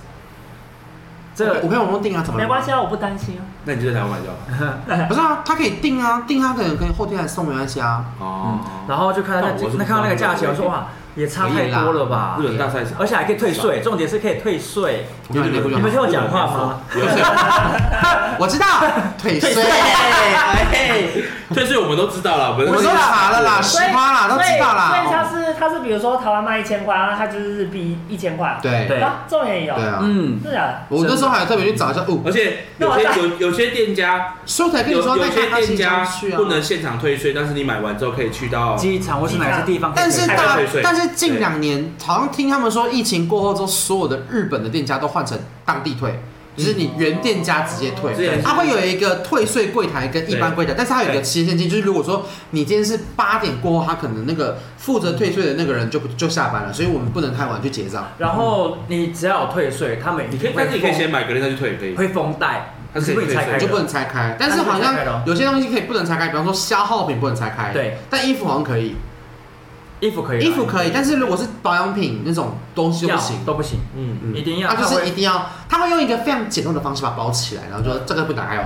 [SPEAKER 2] 这
[SPEAKER 1] 我
[SPEAKER 2] 个
[SPEAKER 1] 朋友用定啊，怎么了
[SPEAKER 3] 没关系啊，我不担心啊。
[SPEAKER 4] 那你就在台湾买就好。
[SPEAKER 1] 不是啊，他可以定啊，定他可以可以后天来送没关系啊。
[SPEAKER 2] 嗯
[SPEAKER 4] 哦，，
[SPEAKER 2] 然后就看到那
[SPEAKER 4] 但我是不
[SPEAKER 2] 那看到那个价钱，我说哇，也差太多了吧
[SPEAKER 4] 日，本大 size，
[SPEAKER 2] 而且还可以退税，重点是可以退税。嗯
[SPEAKER 1] 我看内裤就
[SPEAKER 2] 你
[SPEAKER 1] 好
[SPEAKER 2] 们听我讲话吗？
[SPEAKER 4] 有水，
[SPEAKER 1] 我 知道，腿碎，
[SPEAKER 4] 退税我们都知道了，我们
[SPEAKER 1] 哎我都查了啦，十
[SPEAKER 3] 所以
[SPEAKER 1] 趴啦，哦都知道
[SPEAKER 3] 所以所以它
[SPEAKER 1] 啦。
[SPEAKER 3] 是它是比如说台湾卖一千块，然后它就是日币一千块啊。
[SPEAKER 1] 对
[SPEAKER 2] 对
[SPEAKER 3] 啊，这种也有。
[SPEAKER 1] 对，啊，
[SPEAKER 2] 嗯，
[SPEAKER 3] 是啊。
[SPEAKER 1] 我那时候还特别去找一下，哦，
[SPEAKER 4] 而且有些有有些店家
[SPEAKER 1] 所以我才跟
[SPEAKER 4] 有
[SPEAKER 1] 你说，那
[SPEAKER 4] 有
[SPEAKER 1] 看
[SPEAKER 4] 些
[SPEAKER 1] 他
[SPEAKER 4] 店
[SPEAKER 1] 新
[SPEAKER 4] 家
[SPEAKER 1] 疆去啊
[SPEAKER 4] 不。能现场退税，但是你买完之后可以去到
[SPEAKER 2] 机场或是哪些地方可以
[SPEAKER 1] 但
[SPEAKER 2] 退
[SPEAKER 1] 是
[SPEAKER 2] 税？
[SPEAKER 1] 大
[SPEAKER 4] 退税，
[SPEAKER 1] 但是近两年好像听他们说，疫情过后之后，所有的日本的店家都换成当地退，就是你原店家直接退
[SPEAKER 4] 之前。是
[SPEAKER 1] 它会有一个退税柜台跟一般柜台，但是它有一个期限金，就是如果说你今天是八点过后，他可能那个负责退税的那个人就不就下班了，所以我们不能太晚去结账。
[SPEAKER 2] 然后你只要有退税，他们
[SPEAKER 4] 你可以，但是你可以先买，隔天再去退也可以。
[SPEAKER 2] 会封袋，
[SPEAKER 4] 它是可以
[SPEAKER 2] 不能拆开
[SPEAKER 1] 就
[SPEAKER 4] 退税
[SPEAKER 1] 不
[SPEAKER 2] 的。
[SPEAKER 1] 能拆开，但是好
[SPEAKER 2] 但是不能拆开的哦
[SPEAKER 1] 像有些东西可以不能拆开，比方说消耗品不能拆开，
[SPEAKER 2] 对，
[SPEAKER 1] 但衣服好像可以，
[SPEAKER 2] 衣服可以啦，
[SPEAKER 1] 衣服可以，但是如果是保养品那种东西就
[SPEAKER 2] 药
[SPEAKER 1] 不行，
[SPEAKER 2] 都不行，
[SPEAKER 4] 嗯，
[SPEAKER 1] 嗯
[SPEAKER 2] 一定要
[SPEAKER 1] 他就
[SPEAKER 2] 它
[SPEAKER 1] 是
[SPEAKER 2] 会
[SPEAKER 1] 一定要，他会用一个非常简陋的方式把它包起来，然后就说这个不打开哦，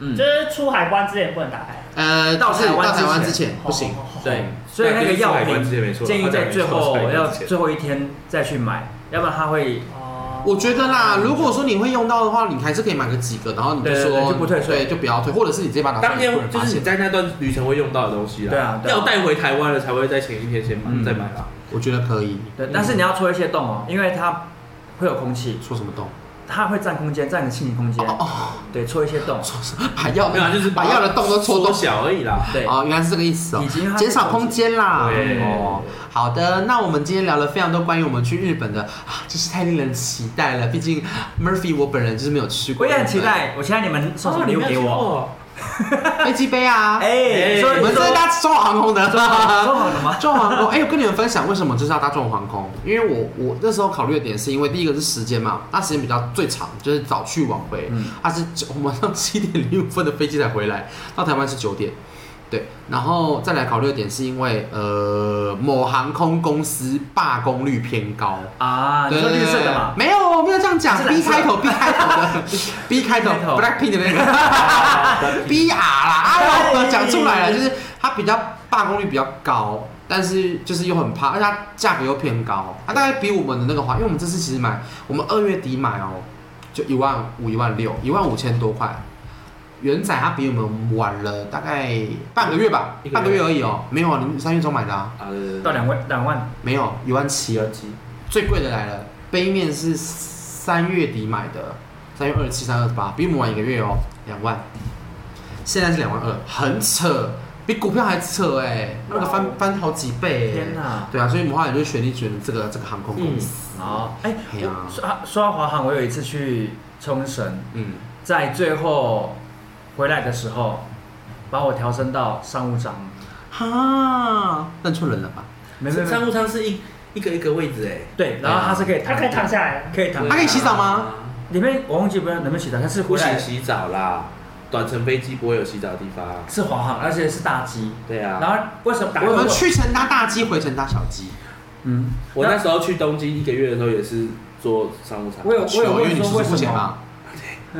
[SPEAKER 2] 嗯
[SPEAKER 3] 就，是出海关之前不能打开。
[SPEAKER 1] 呃，
[SPEAKER 2] 到
[SPEAKER 1] 就是
[SPEAKER 2] 台湾
[SPEAKER 1] 到
[SPEAKER 2] 之前
[SPEAKER 1] 台湾之前不行，
[SPEAKER 3] 哦。
[SPEAKER 2] 对，所以那个药
[SPEAKER 4] 关
[SPEAKER 2] 品
[SPEAKER 4] 之前没错，
[SPEAKER 2] 建议在最后要最
[SPEAKER 4] 后
[SPEAKER 2] 后一天再去买，要不然它会
[SPEAKER 3] 哦
[SPEAKER 1] 我觉得啦，如果说你会用到的话，你还是可以买个几个，然后你就
[SPEAKER 2] 嗯对对对
[SPEAKER 1] 说
[SPEAKER 2] 就不退税
[SPEAKER 1] 对，就不要退，或者是你直接把它拿
[SPEAKER 4] 当
[SPEAKER 1] 出来，
[SPEAKER 4] 天就是你在那段旅程会用到的东西啦。
[SPEAKER 2] 对啊对啊
[SPEAKER 4] 要带回台湾了才会在前一天先
[SPEAKER 2] 嗯
[SPEAKER 4] 买再买啦。
[SPEAKER 1] 我觉得可以，
[SPEAKER 2] 对，但是你要戳一些洞哦，因为它会有空气，
[SPEAKER 1] 说什么 洞，
[SPEAKER 2] 它会占空间，占你心理空间。对，戳一些洞。
[SPEAKER 1] 把药
[SPEAKER 4] 没有啊，就是
[SPEAKER 1] 把药的洞都戳
[SPEAKER 4] 缩
[SPEAKER 1] 洞
[SPEAKER 4] 小而已啦。
[SPEAKER 2] 对，
[SPEAKER 1] 哦，原来是这个意思哦
[SPEAKER 2] 已经，它
[SPEAKER 1] 减少空间啦。
[SPEAKER 4] 对
[SPEAKER 1] 哦，好的，那我们今天聊了非常多关于我们去日本的，啊，真是太令人期待了。毕竟 Murphy 我本人就是没有去过，
[SPEAKER 2] 我也很期。待，我期待你们送什么礼物给我。
[SPEAKER 4] 哦。
[SPEAKER 1] 飞机杯啊，
[SPEAKER 2] 哎，说
[SPEAKER 1] 我
[SPEAKER 2] 你
[SPEAKER 1] 们
[SPEAKER 2] 说
[SPEAKER 1] 这是搭中华航空 的，
[SPEAKER 2] 说好了吗？
[SPEAKER 1] 中华航空，哎、我跟你们分享为什么就是要搭中华航空，因为我我那时候考虑的点是因为第一个是时间嘛，那时间比较最长，就是早去晚回，
[SPEAKER 2] 嗯
[SPEAKER 1] 它是九我们晚上七点零五分的飞机才回来，到台湾是九点，对，然后再来考虑的点是因为呃某航空公司罢工率偏高。
[SPEAKER 2] 啊，你说绿色的嘛？
[SPEAKER 1] 没有，没有这样讲
[SPEAKER 2] 是蓝
[SPEAKER 1] ，B
[SPEAKER 2] 色
[SPEAKER 1] 开头，B 开头的，B 开头
[SPEAKER 2] 开头
[SPEAKER 1] ，Blackpink 的那个，B R 啦，哎呦，我讲出来了，就是它比较罢工率比较高，但是就是又很怕，而且它价格又偏高，啊它大概比我们的那个华，因为我们这次其实买，我们二月底买哦，就一万五、一万六、一万五千多块。元仔它比我们晚了大概半个月吧
[SPEAKER 4] 一，个月
[SPEAKER 1] 半个月而已哦，没有啊，你三月中买的啊，
[SPEAKER 4] 啊，对对
[SPEAKER 2] 到
[SPEAKER 4] 对。
[SPEAKER 2] 两万两万，
[SPEAKER 1] 没有一万七而已。
[SPEAKER 4] 机，
[SPEAKER 1] 最贵的来了，杯面是三月底买的，三月二十七、三二十八，比我们晚一个月哦，两万。现在是两万二，很扯，比股票还扯哎、那个翻翻好几倍、欸。
[SPEAKER 2] 哦天哪！嗯
[SPEAKER 1] 对啊，所以魔幻也就选你选这个这个航空
[SPEAKER 4] 嗯
[SPEAKER 1] 公司。
[SPEAKER 2] 好，哎，
[SPEAKER 1] 哎呀
[SPEAKER 2] 我说啊说到华航，我有一次去冲绳，
[SPEAKER 1] 嗯，
[SPEAKER 2] 在最后回来的时候，把我调升到商务舱。
[SPEAKER 1] 哈，认错人了吧？
[SPEAKER 2] 没没没，
[SPEAKER 4] 务舱是一一个一个位置哎，
[SPEAKER 2] 对，然后它是可以
[SPEAKER 3] 它
[SPEAKER 2] 躺，
[SPEAKER 3] 可以躺，下来。
[SPEAKER 2] 可以躺，
[SPEAKER 4] 啊
[SPEAKER 1] 它可以洗澡吗？
[SPEAKER 2] 里面我忘记不知道能不能洗澡，但是
[SPEAKER 4] 不
[SPEAKER 2] 回
[SPEAKER 4] 行
[SPEAKER 2] 来
[SPEAKER 4] 洗澡啦，短程飞机不会有洗澡的地方。
[SPEAKER 2] 是华航，而且是大机。
[SPEAKER 4] 对啊，
[SPEAKER 2] 然后为什么
[SPEAKER 1] 我们
[SPEAKER 2] 有？
[SPEAKER 1] 去乘搭大机，回乘搭小机。
[SPEAKER 2] 嗯，
[SPEAKER 4] 我那时候去东京一个月的时候也是坐商务舱。
[SPEAKER 2] 我有我有
[SPEAKER 1] 哦因为
[SPEAKER 2] 问
[SPEAKER 1] 你
[SPEAKER 2] 说
[SPEAKER 1] 叔
[SPEAKER 2] 为
[SPEAKER 1] 叔付
[SPEAKER 2] 什
[SPEAKER 1] 钱
[SPEAKER 2] 么？
[SPEAKER 1] 嘛。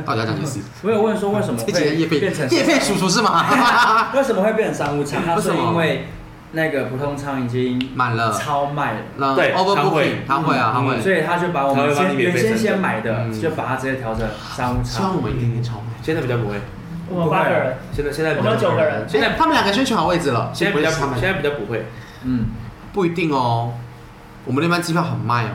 [SPEAKER 1] 到底要讲几次？
[SPEAKER 2] 我有问说为什么
[SPEAKER 1] 这几
[SPEAKER 2] 会
[SPEAKER 1] 天叶费
[SPEAKER 2] 变成
[SPEAKER 1] 叶费叔叔是 吗？
[SPEAKER 2] 为什么会变成商务舱？他
[SPEAKER 1] 为什
[SPEAKER 2] 说
[SPEAKER 1] 么
[SPEAKER 2] 因为那个普通舱已经
[SPEAKER 1] 满了，
[SPEAKER 2] 超卖了。
[SPEAKER 1] 那
[SPEAKER 4] 对他会
[SPEAKER 1] overbooking，他会啊，他
[SPEAKER 4] 嗯
[SPEAKER 1] 会。
[SPEAKER 2] 所以他就把我
[SPEAKER 4] 他
[SPEAKER 2] 们
[SPEAKER 4] 会帮你
[SPEAKER 2] 先
[SPEAKER 4] 免
[SPEAKER 2] 原
[SPEAKER 4] 费
[SPEAKER 2] 先
[SPEAKER 4] 升
[SPEAKER 2] 先
[SPEAKER 4] 等
[SPEAKER 2] 买的，
[SPEAKER 1] 嗯
[SPEAKER 2] 就把它直接调成商务
[SPEAKER 1] 希望我
[SPEAKER 2] 舱。
[SPEAKER 1] 们一定可以超卖。
[SPEAKER 4] 现在比较不会，
[SPEAKER 2] 啊
[SPEAKER 3] 我们八个人，
[SPEAKER 4] 现在现在比
[SPEAKER 3] 我们
[SPEAKER 4] 较
[SPEAKER 3] 有
[SPEAKER 4] 不会
[SPEAKER 3] 九个人。
[SPEAKER 1] 现在、他们两个先选好位置了，
[SPEAKER 4] 现在比较
[SPEAKER 1] 不会是他
[SPEAKER 4] 现
[SPEAKER 1] 们
[SPEAKER 4] 在比较不会。
[SPEAKER 2] 嗯，
[SPEAKER 1] 不一定哦。我们那班机票很卖哦，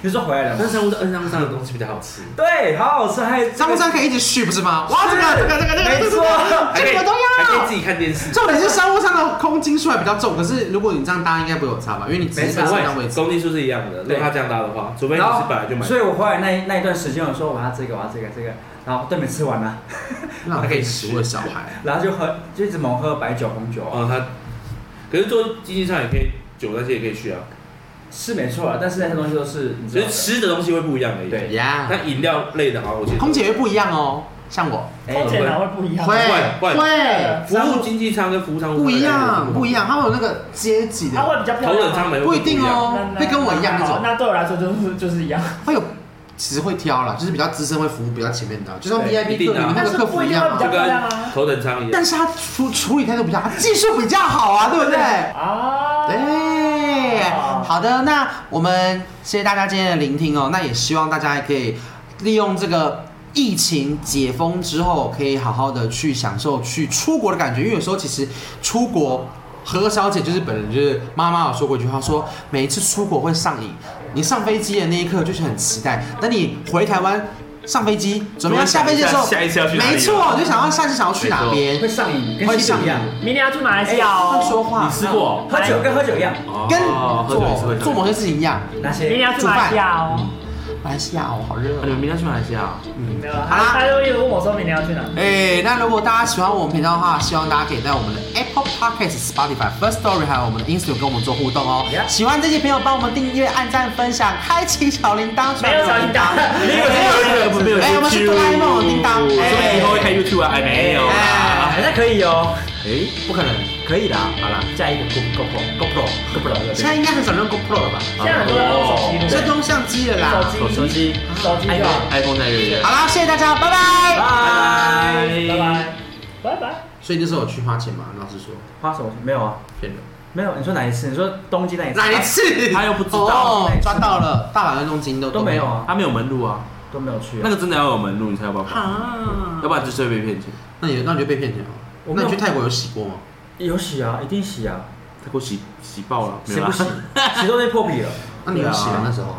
[SPEAKER 2] 你说回来了
[SPEAKER 4] 但
[SPEAKER 2] 吗？
[SPEAKER 4] 是商务舱商务舱的东西比较好吃，
[SPEAKER 2] 对，好好吃，还
[SPEAKER 1] 商务舱可以一直续不是吗？哇，这个这个这个这个
[SPEAKER 2] 没
[SPEAKER 1] 这
[SPEAKER 2] 错
[SPEAKER 1] 个
[SPEAKER 4] 还可
[SPEAKER 1] 这
[SPEAKER 4] 以
[SPEAKER 1] 个都
[SPEAKER 4] 还哎可以
[SPEAKER 1] 要
[SPEAKER 4] 自。己看电视。
[SPEAKER 1] 重点是商务舱的空斤数还比较重，可是如果你这样搭应该不会有差吧？因为你只
[SPEAKER 2] 没
[SPEAKER 1] 是
[SPEAKER 2] 差
[SPEAKER 1] 在
[SPEAKER 4] 不
[SPEAKER 1] 上位
[SPEAKER 4] 会，
[SPEAKER 1] 置。
[SPEAKER 4] 公斤数是一样的。如果他这样搭的话，除非你
[SPEAKER 2] 然后
[SPEAKER 4] 是本来就买，
[SPEAKER 2] 所以我回来那那一段时间，我说我要这个，我要这个，这个，然后都没吃完呢，
[SPEAKER 1] 浪费食物的小孩，
[SPEAKER 2] 然后就喝，就一直猛喝白酒、红酒啊。
[SPEAKER 4] 哦他，可是坐经济舱也可以，酒那些也可以去啊。
[SPEAKER 2] 是没错啊，但是那些东西都是你知道
[SPEAKER 4] 只是
[SPEAKER 2] 的。
[SPEAKER 4] 吃的东西会不一样而已。
[SPEAKER 2] 对
[SPEAKER 1] 呀，
[SPEAKER 4] 那饮料类的，好像我记得
[SPEAKER 1] 空姐会不一样哦，像我
[SPEAKER 2] 哎
[SPEAKER 3] 空姐哪会不一样？
[SPEAKER 1] 会
[SPEAKER 4] 会
[SPEAKER 1] 会
[SPEAKER 4] 服务经济舱跟服务舱
[SPEAKER 1] 不一样，不一，样，他们有那个阶级
[SPEAKER 3] 她
[SPEAKER 1] 的，
[SPEAKER 3] 会比较漂
[SPEAKER 4] 头
[SPEAKER 3] 亮
[SPEAKER 4] 等舱
[SPEAKER 3] 吗。
[SPEAKER 4] 没有
[SPEAKER 1] 不一定
[SPEAKER 4] 样。
[SPEAKER 1] 哦，会跟我一样那
[SPEAKER 3] 好
[SPEAKER 1] 种，
[SPEAKER 3] 那对我来说就是就是一样，
[SPEAKER 1] 会有其实会挑啦，就是比较资深会服务比较前面的，就像
[SPEAKER 2] 对
[SPEAKER 1] VIP
[SPEAKER 4] 一定
[SPEAKER 1] 客
[SPEAKER 4] 的啊
[SPEAKER 1] 你们那
[SPEAKER 3] 但
[SPEAKER 1] 个
[SPEAKER 3] 是
[SPEAKER 1] 客
[SPEAKER 3] 不
[SPEAKER 1] 服
[SPEAKER 3] 一
[SPEAKER 1] 一
[SPEAKER 3] 样
[SPEAKER 1] 样
[SPEAKER 3] 会比较
[SPEAKER 1] 啊，
[SPEAKER 3] 漂
[SPEAKER 4] 就
[SPEAKER 3] 亮
[SPEAKER 4] 跟
[SPEAKER 3] 啊。
[SPEAKER 4] 头等舱一样。
[SPEAKER 1] 但是他处处理态度比较好，技术比较好啊，对不对？
[SPEAKER 3] 啊，
[SPEAKER 1] 对，
[SPEAKER 3] 哦
[SPEAKER 1] 好的，那我们谢谢大家今天的聆听哦。那也希望大家也可以利用这个疫情解封之后，可以好好的去享受去出国的感觉，因为有时候其实出国。何小姐就是本人，就是妈妈有说过一句话说每一次出国会上瘾。你上飞机的那一刻就是很期待，等你回台湾上飞机，准备要下飞机的时候，
[SPEAKER 4] 下一次要去哪里了
[SPEAKER 1] 没错，就想要下次想要去哪边，
[SPEAKER 2] 会上瘾，
[SPEAKER 1] 会
[SPEAKER 2] 跟吸
[SPEAKER 1] 上
[SPEAKER 2] 毒
[SPEAKER 1] 瘾
[SPEAKER 2] 一样，
[SPEAKER 3] 明年要去马来
[SPEAKER 2] 哎
[SPEAKER 3] 西亚哦
[SPEAKER 1] 会，说话
[SPEAKER 4] 你，吃过？
[SPEAKER 2] 喝酒跟喝酒一样，
[SPEAKER 1] 跟
[SPEAKER 4] 哦喝酒也是
[SPEAKER 1] 做
[SPEAKER 4] 会
[SPEAKER 1] 做某些事情一样。
[SPEAKER 2] 那
[SPEAKER 3] 明
[SPEAKER 2] 些
[SPEAKER 3] 年要去马来西亚哦。
[SPEAKER 1] 马来西亚哦，好热
[SPEAKER 4] 啊你们明天去马来西亚啊？
[SPEAKER 1] 嗯，
[SPEAKER 3] 没有啊，
[SPEAKER 1] 好啦
[SPEAKER 3] 他就一直问我说明年要去哪。
[SPEAKER 1] 哎、那如果大家喜欢我们频道的话，希望大家可以在我们的 Apple Podcast、Spotify、First Story 还有我们的 Instagram 跟我们做互动哦。
[SPEAKER 2] Yeah
[SPEAKER 1] 喜欢这些朋友，帮我们订阅、按赞、分享、开启小铃铛，
[SPEAKER 3] 没有小铃铛
[SPEAKER 1] 没
[SPEAKER 4] 没有
[SPEAKER 1] 有
[SPEAKER 4] 没有
[SPEAKER 1] 哎、我们是哆啦 A 梦的叮当，
[SPEAKER 4] 说不定以后会
[SPEAKER 1] 哎、
[SPEAKER 4] 开 YouTube 啊？哎，没有啦。
[SPEAKER 2] 哎，那可以哦，
[SPEAKER 4] 哎，
[SPEAKER 1] 不可能
[SPEAKER 2] 可以的啊。
[SPEAKER 1] 好啦
[SPEAKER 2] 下一个 Go Go
[SPEAKER 1] ，GoPro，
[SPEAKER 2] Go Go Go，
[SPEAKER 1] 现在应该很少人用 GoPro 了吧？
[SPEAKER 3] 现在很多人都用手机录
[SPEAKER 1] 所以都用相哦机了啦。
[SPEAKER 3] 手机
[SPEAKER 2] 手机，
[SPEAKER 3] 手机就好
[SPEAKER 4] iPhone 在这边
[SPEAKER 1] 好。啦，谢谢大家，拜拜。
[SPEAKER 2] 拜
[SPEAKER 4] 哎
[SPEAKER 3] 拜拜，拜拜。
[SPEAKER 1] 所以那时候有去花钱吗？老实说，
[SPEAKER 2] 花手没有啊？
[SPEAKER 1] 骗人。
[SPEAKER 2] 没有，你说哪一次？你说东京那一次？
[SPEAKER 1] 哪一次？
[SPEAKER 4] 他又不知道
[SPEAKER 1] 哦，抓到了，大阪跟东京都
[SPEAKER 2] 都没有。啊，
[SPEAKER 4] 他没有门路啊，
[SPEAKER 2] 都没有去
[SPEAKER 4] 那
[SPEAKER 2] 啊。
[SPEAKER 4] 个真的要有门路你才有办法，
[SPEAKER 1] 啊
[SPEAKER 4] 要不然就是会被骗钱。
[SPEAKER 1] 那你那你就被骗钱了。
[SPEAKER 2] 我没
[SPEAKER 1] 那
[SPEAKER 2] 有
[SPEAKER 1] 你去泰国有洗过吗？
[SPEAKER 2] 有洗啊，一定洗啊，
[SPEAKER 4] 他给我洗洗爆了，没
[SPEAKER 2] 谁
[SPEAKER 4] 有啦啊
[SPEAKER 2] 不洗？谁都被破皮了。
[SPEAKER 1] 那你有洗吗
[SPEAKER 4] 对啊
[SPEAKER 1] 那时候？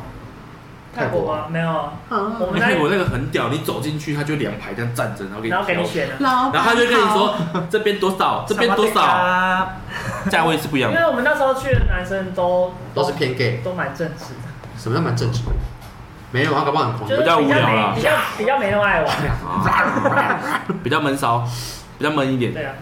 [SPEAKER 3] 泰国吗？没有啊，我们
[SPEAKER 4] 哎，
[SPEAKER 3] 那
[SPEAKER 4] 我那个很屌，你走进去，他就两排这样站着，然后给你
[SPEAKER 3] 然后给你
[SPEAKER 4] 挑，
[SPEAKER 3] 选啊，
[SPEAKER 1] 老
[SPEAKER 4] 然后他就跟你说这边多少， 这边多少，
[SPEAKER 2] 啊？
[SPEAKER 4] 价位是不一样
[SPEAKER 3] 因
[SPEAKER 4] 的。
[SPEAKER 3] 为我们那时候去的男生都
[SPEAKER 1] 都是偏 gay，
[SPEAKER 3] 都蛮正直的，
[SPEAKER 1] 什么叫蛮正直？没有啊，搞不好很狂
[SPEAKER 3] 就是
[SPEAKER 4] 比较无聊啦
[SPEAKER 3] 比较没比较比较没那么爱玩。
[SPEAKER 4] 啊比较闷骚，比较闷一点。
[SPEAKER 3] 对啊，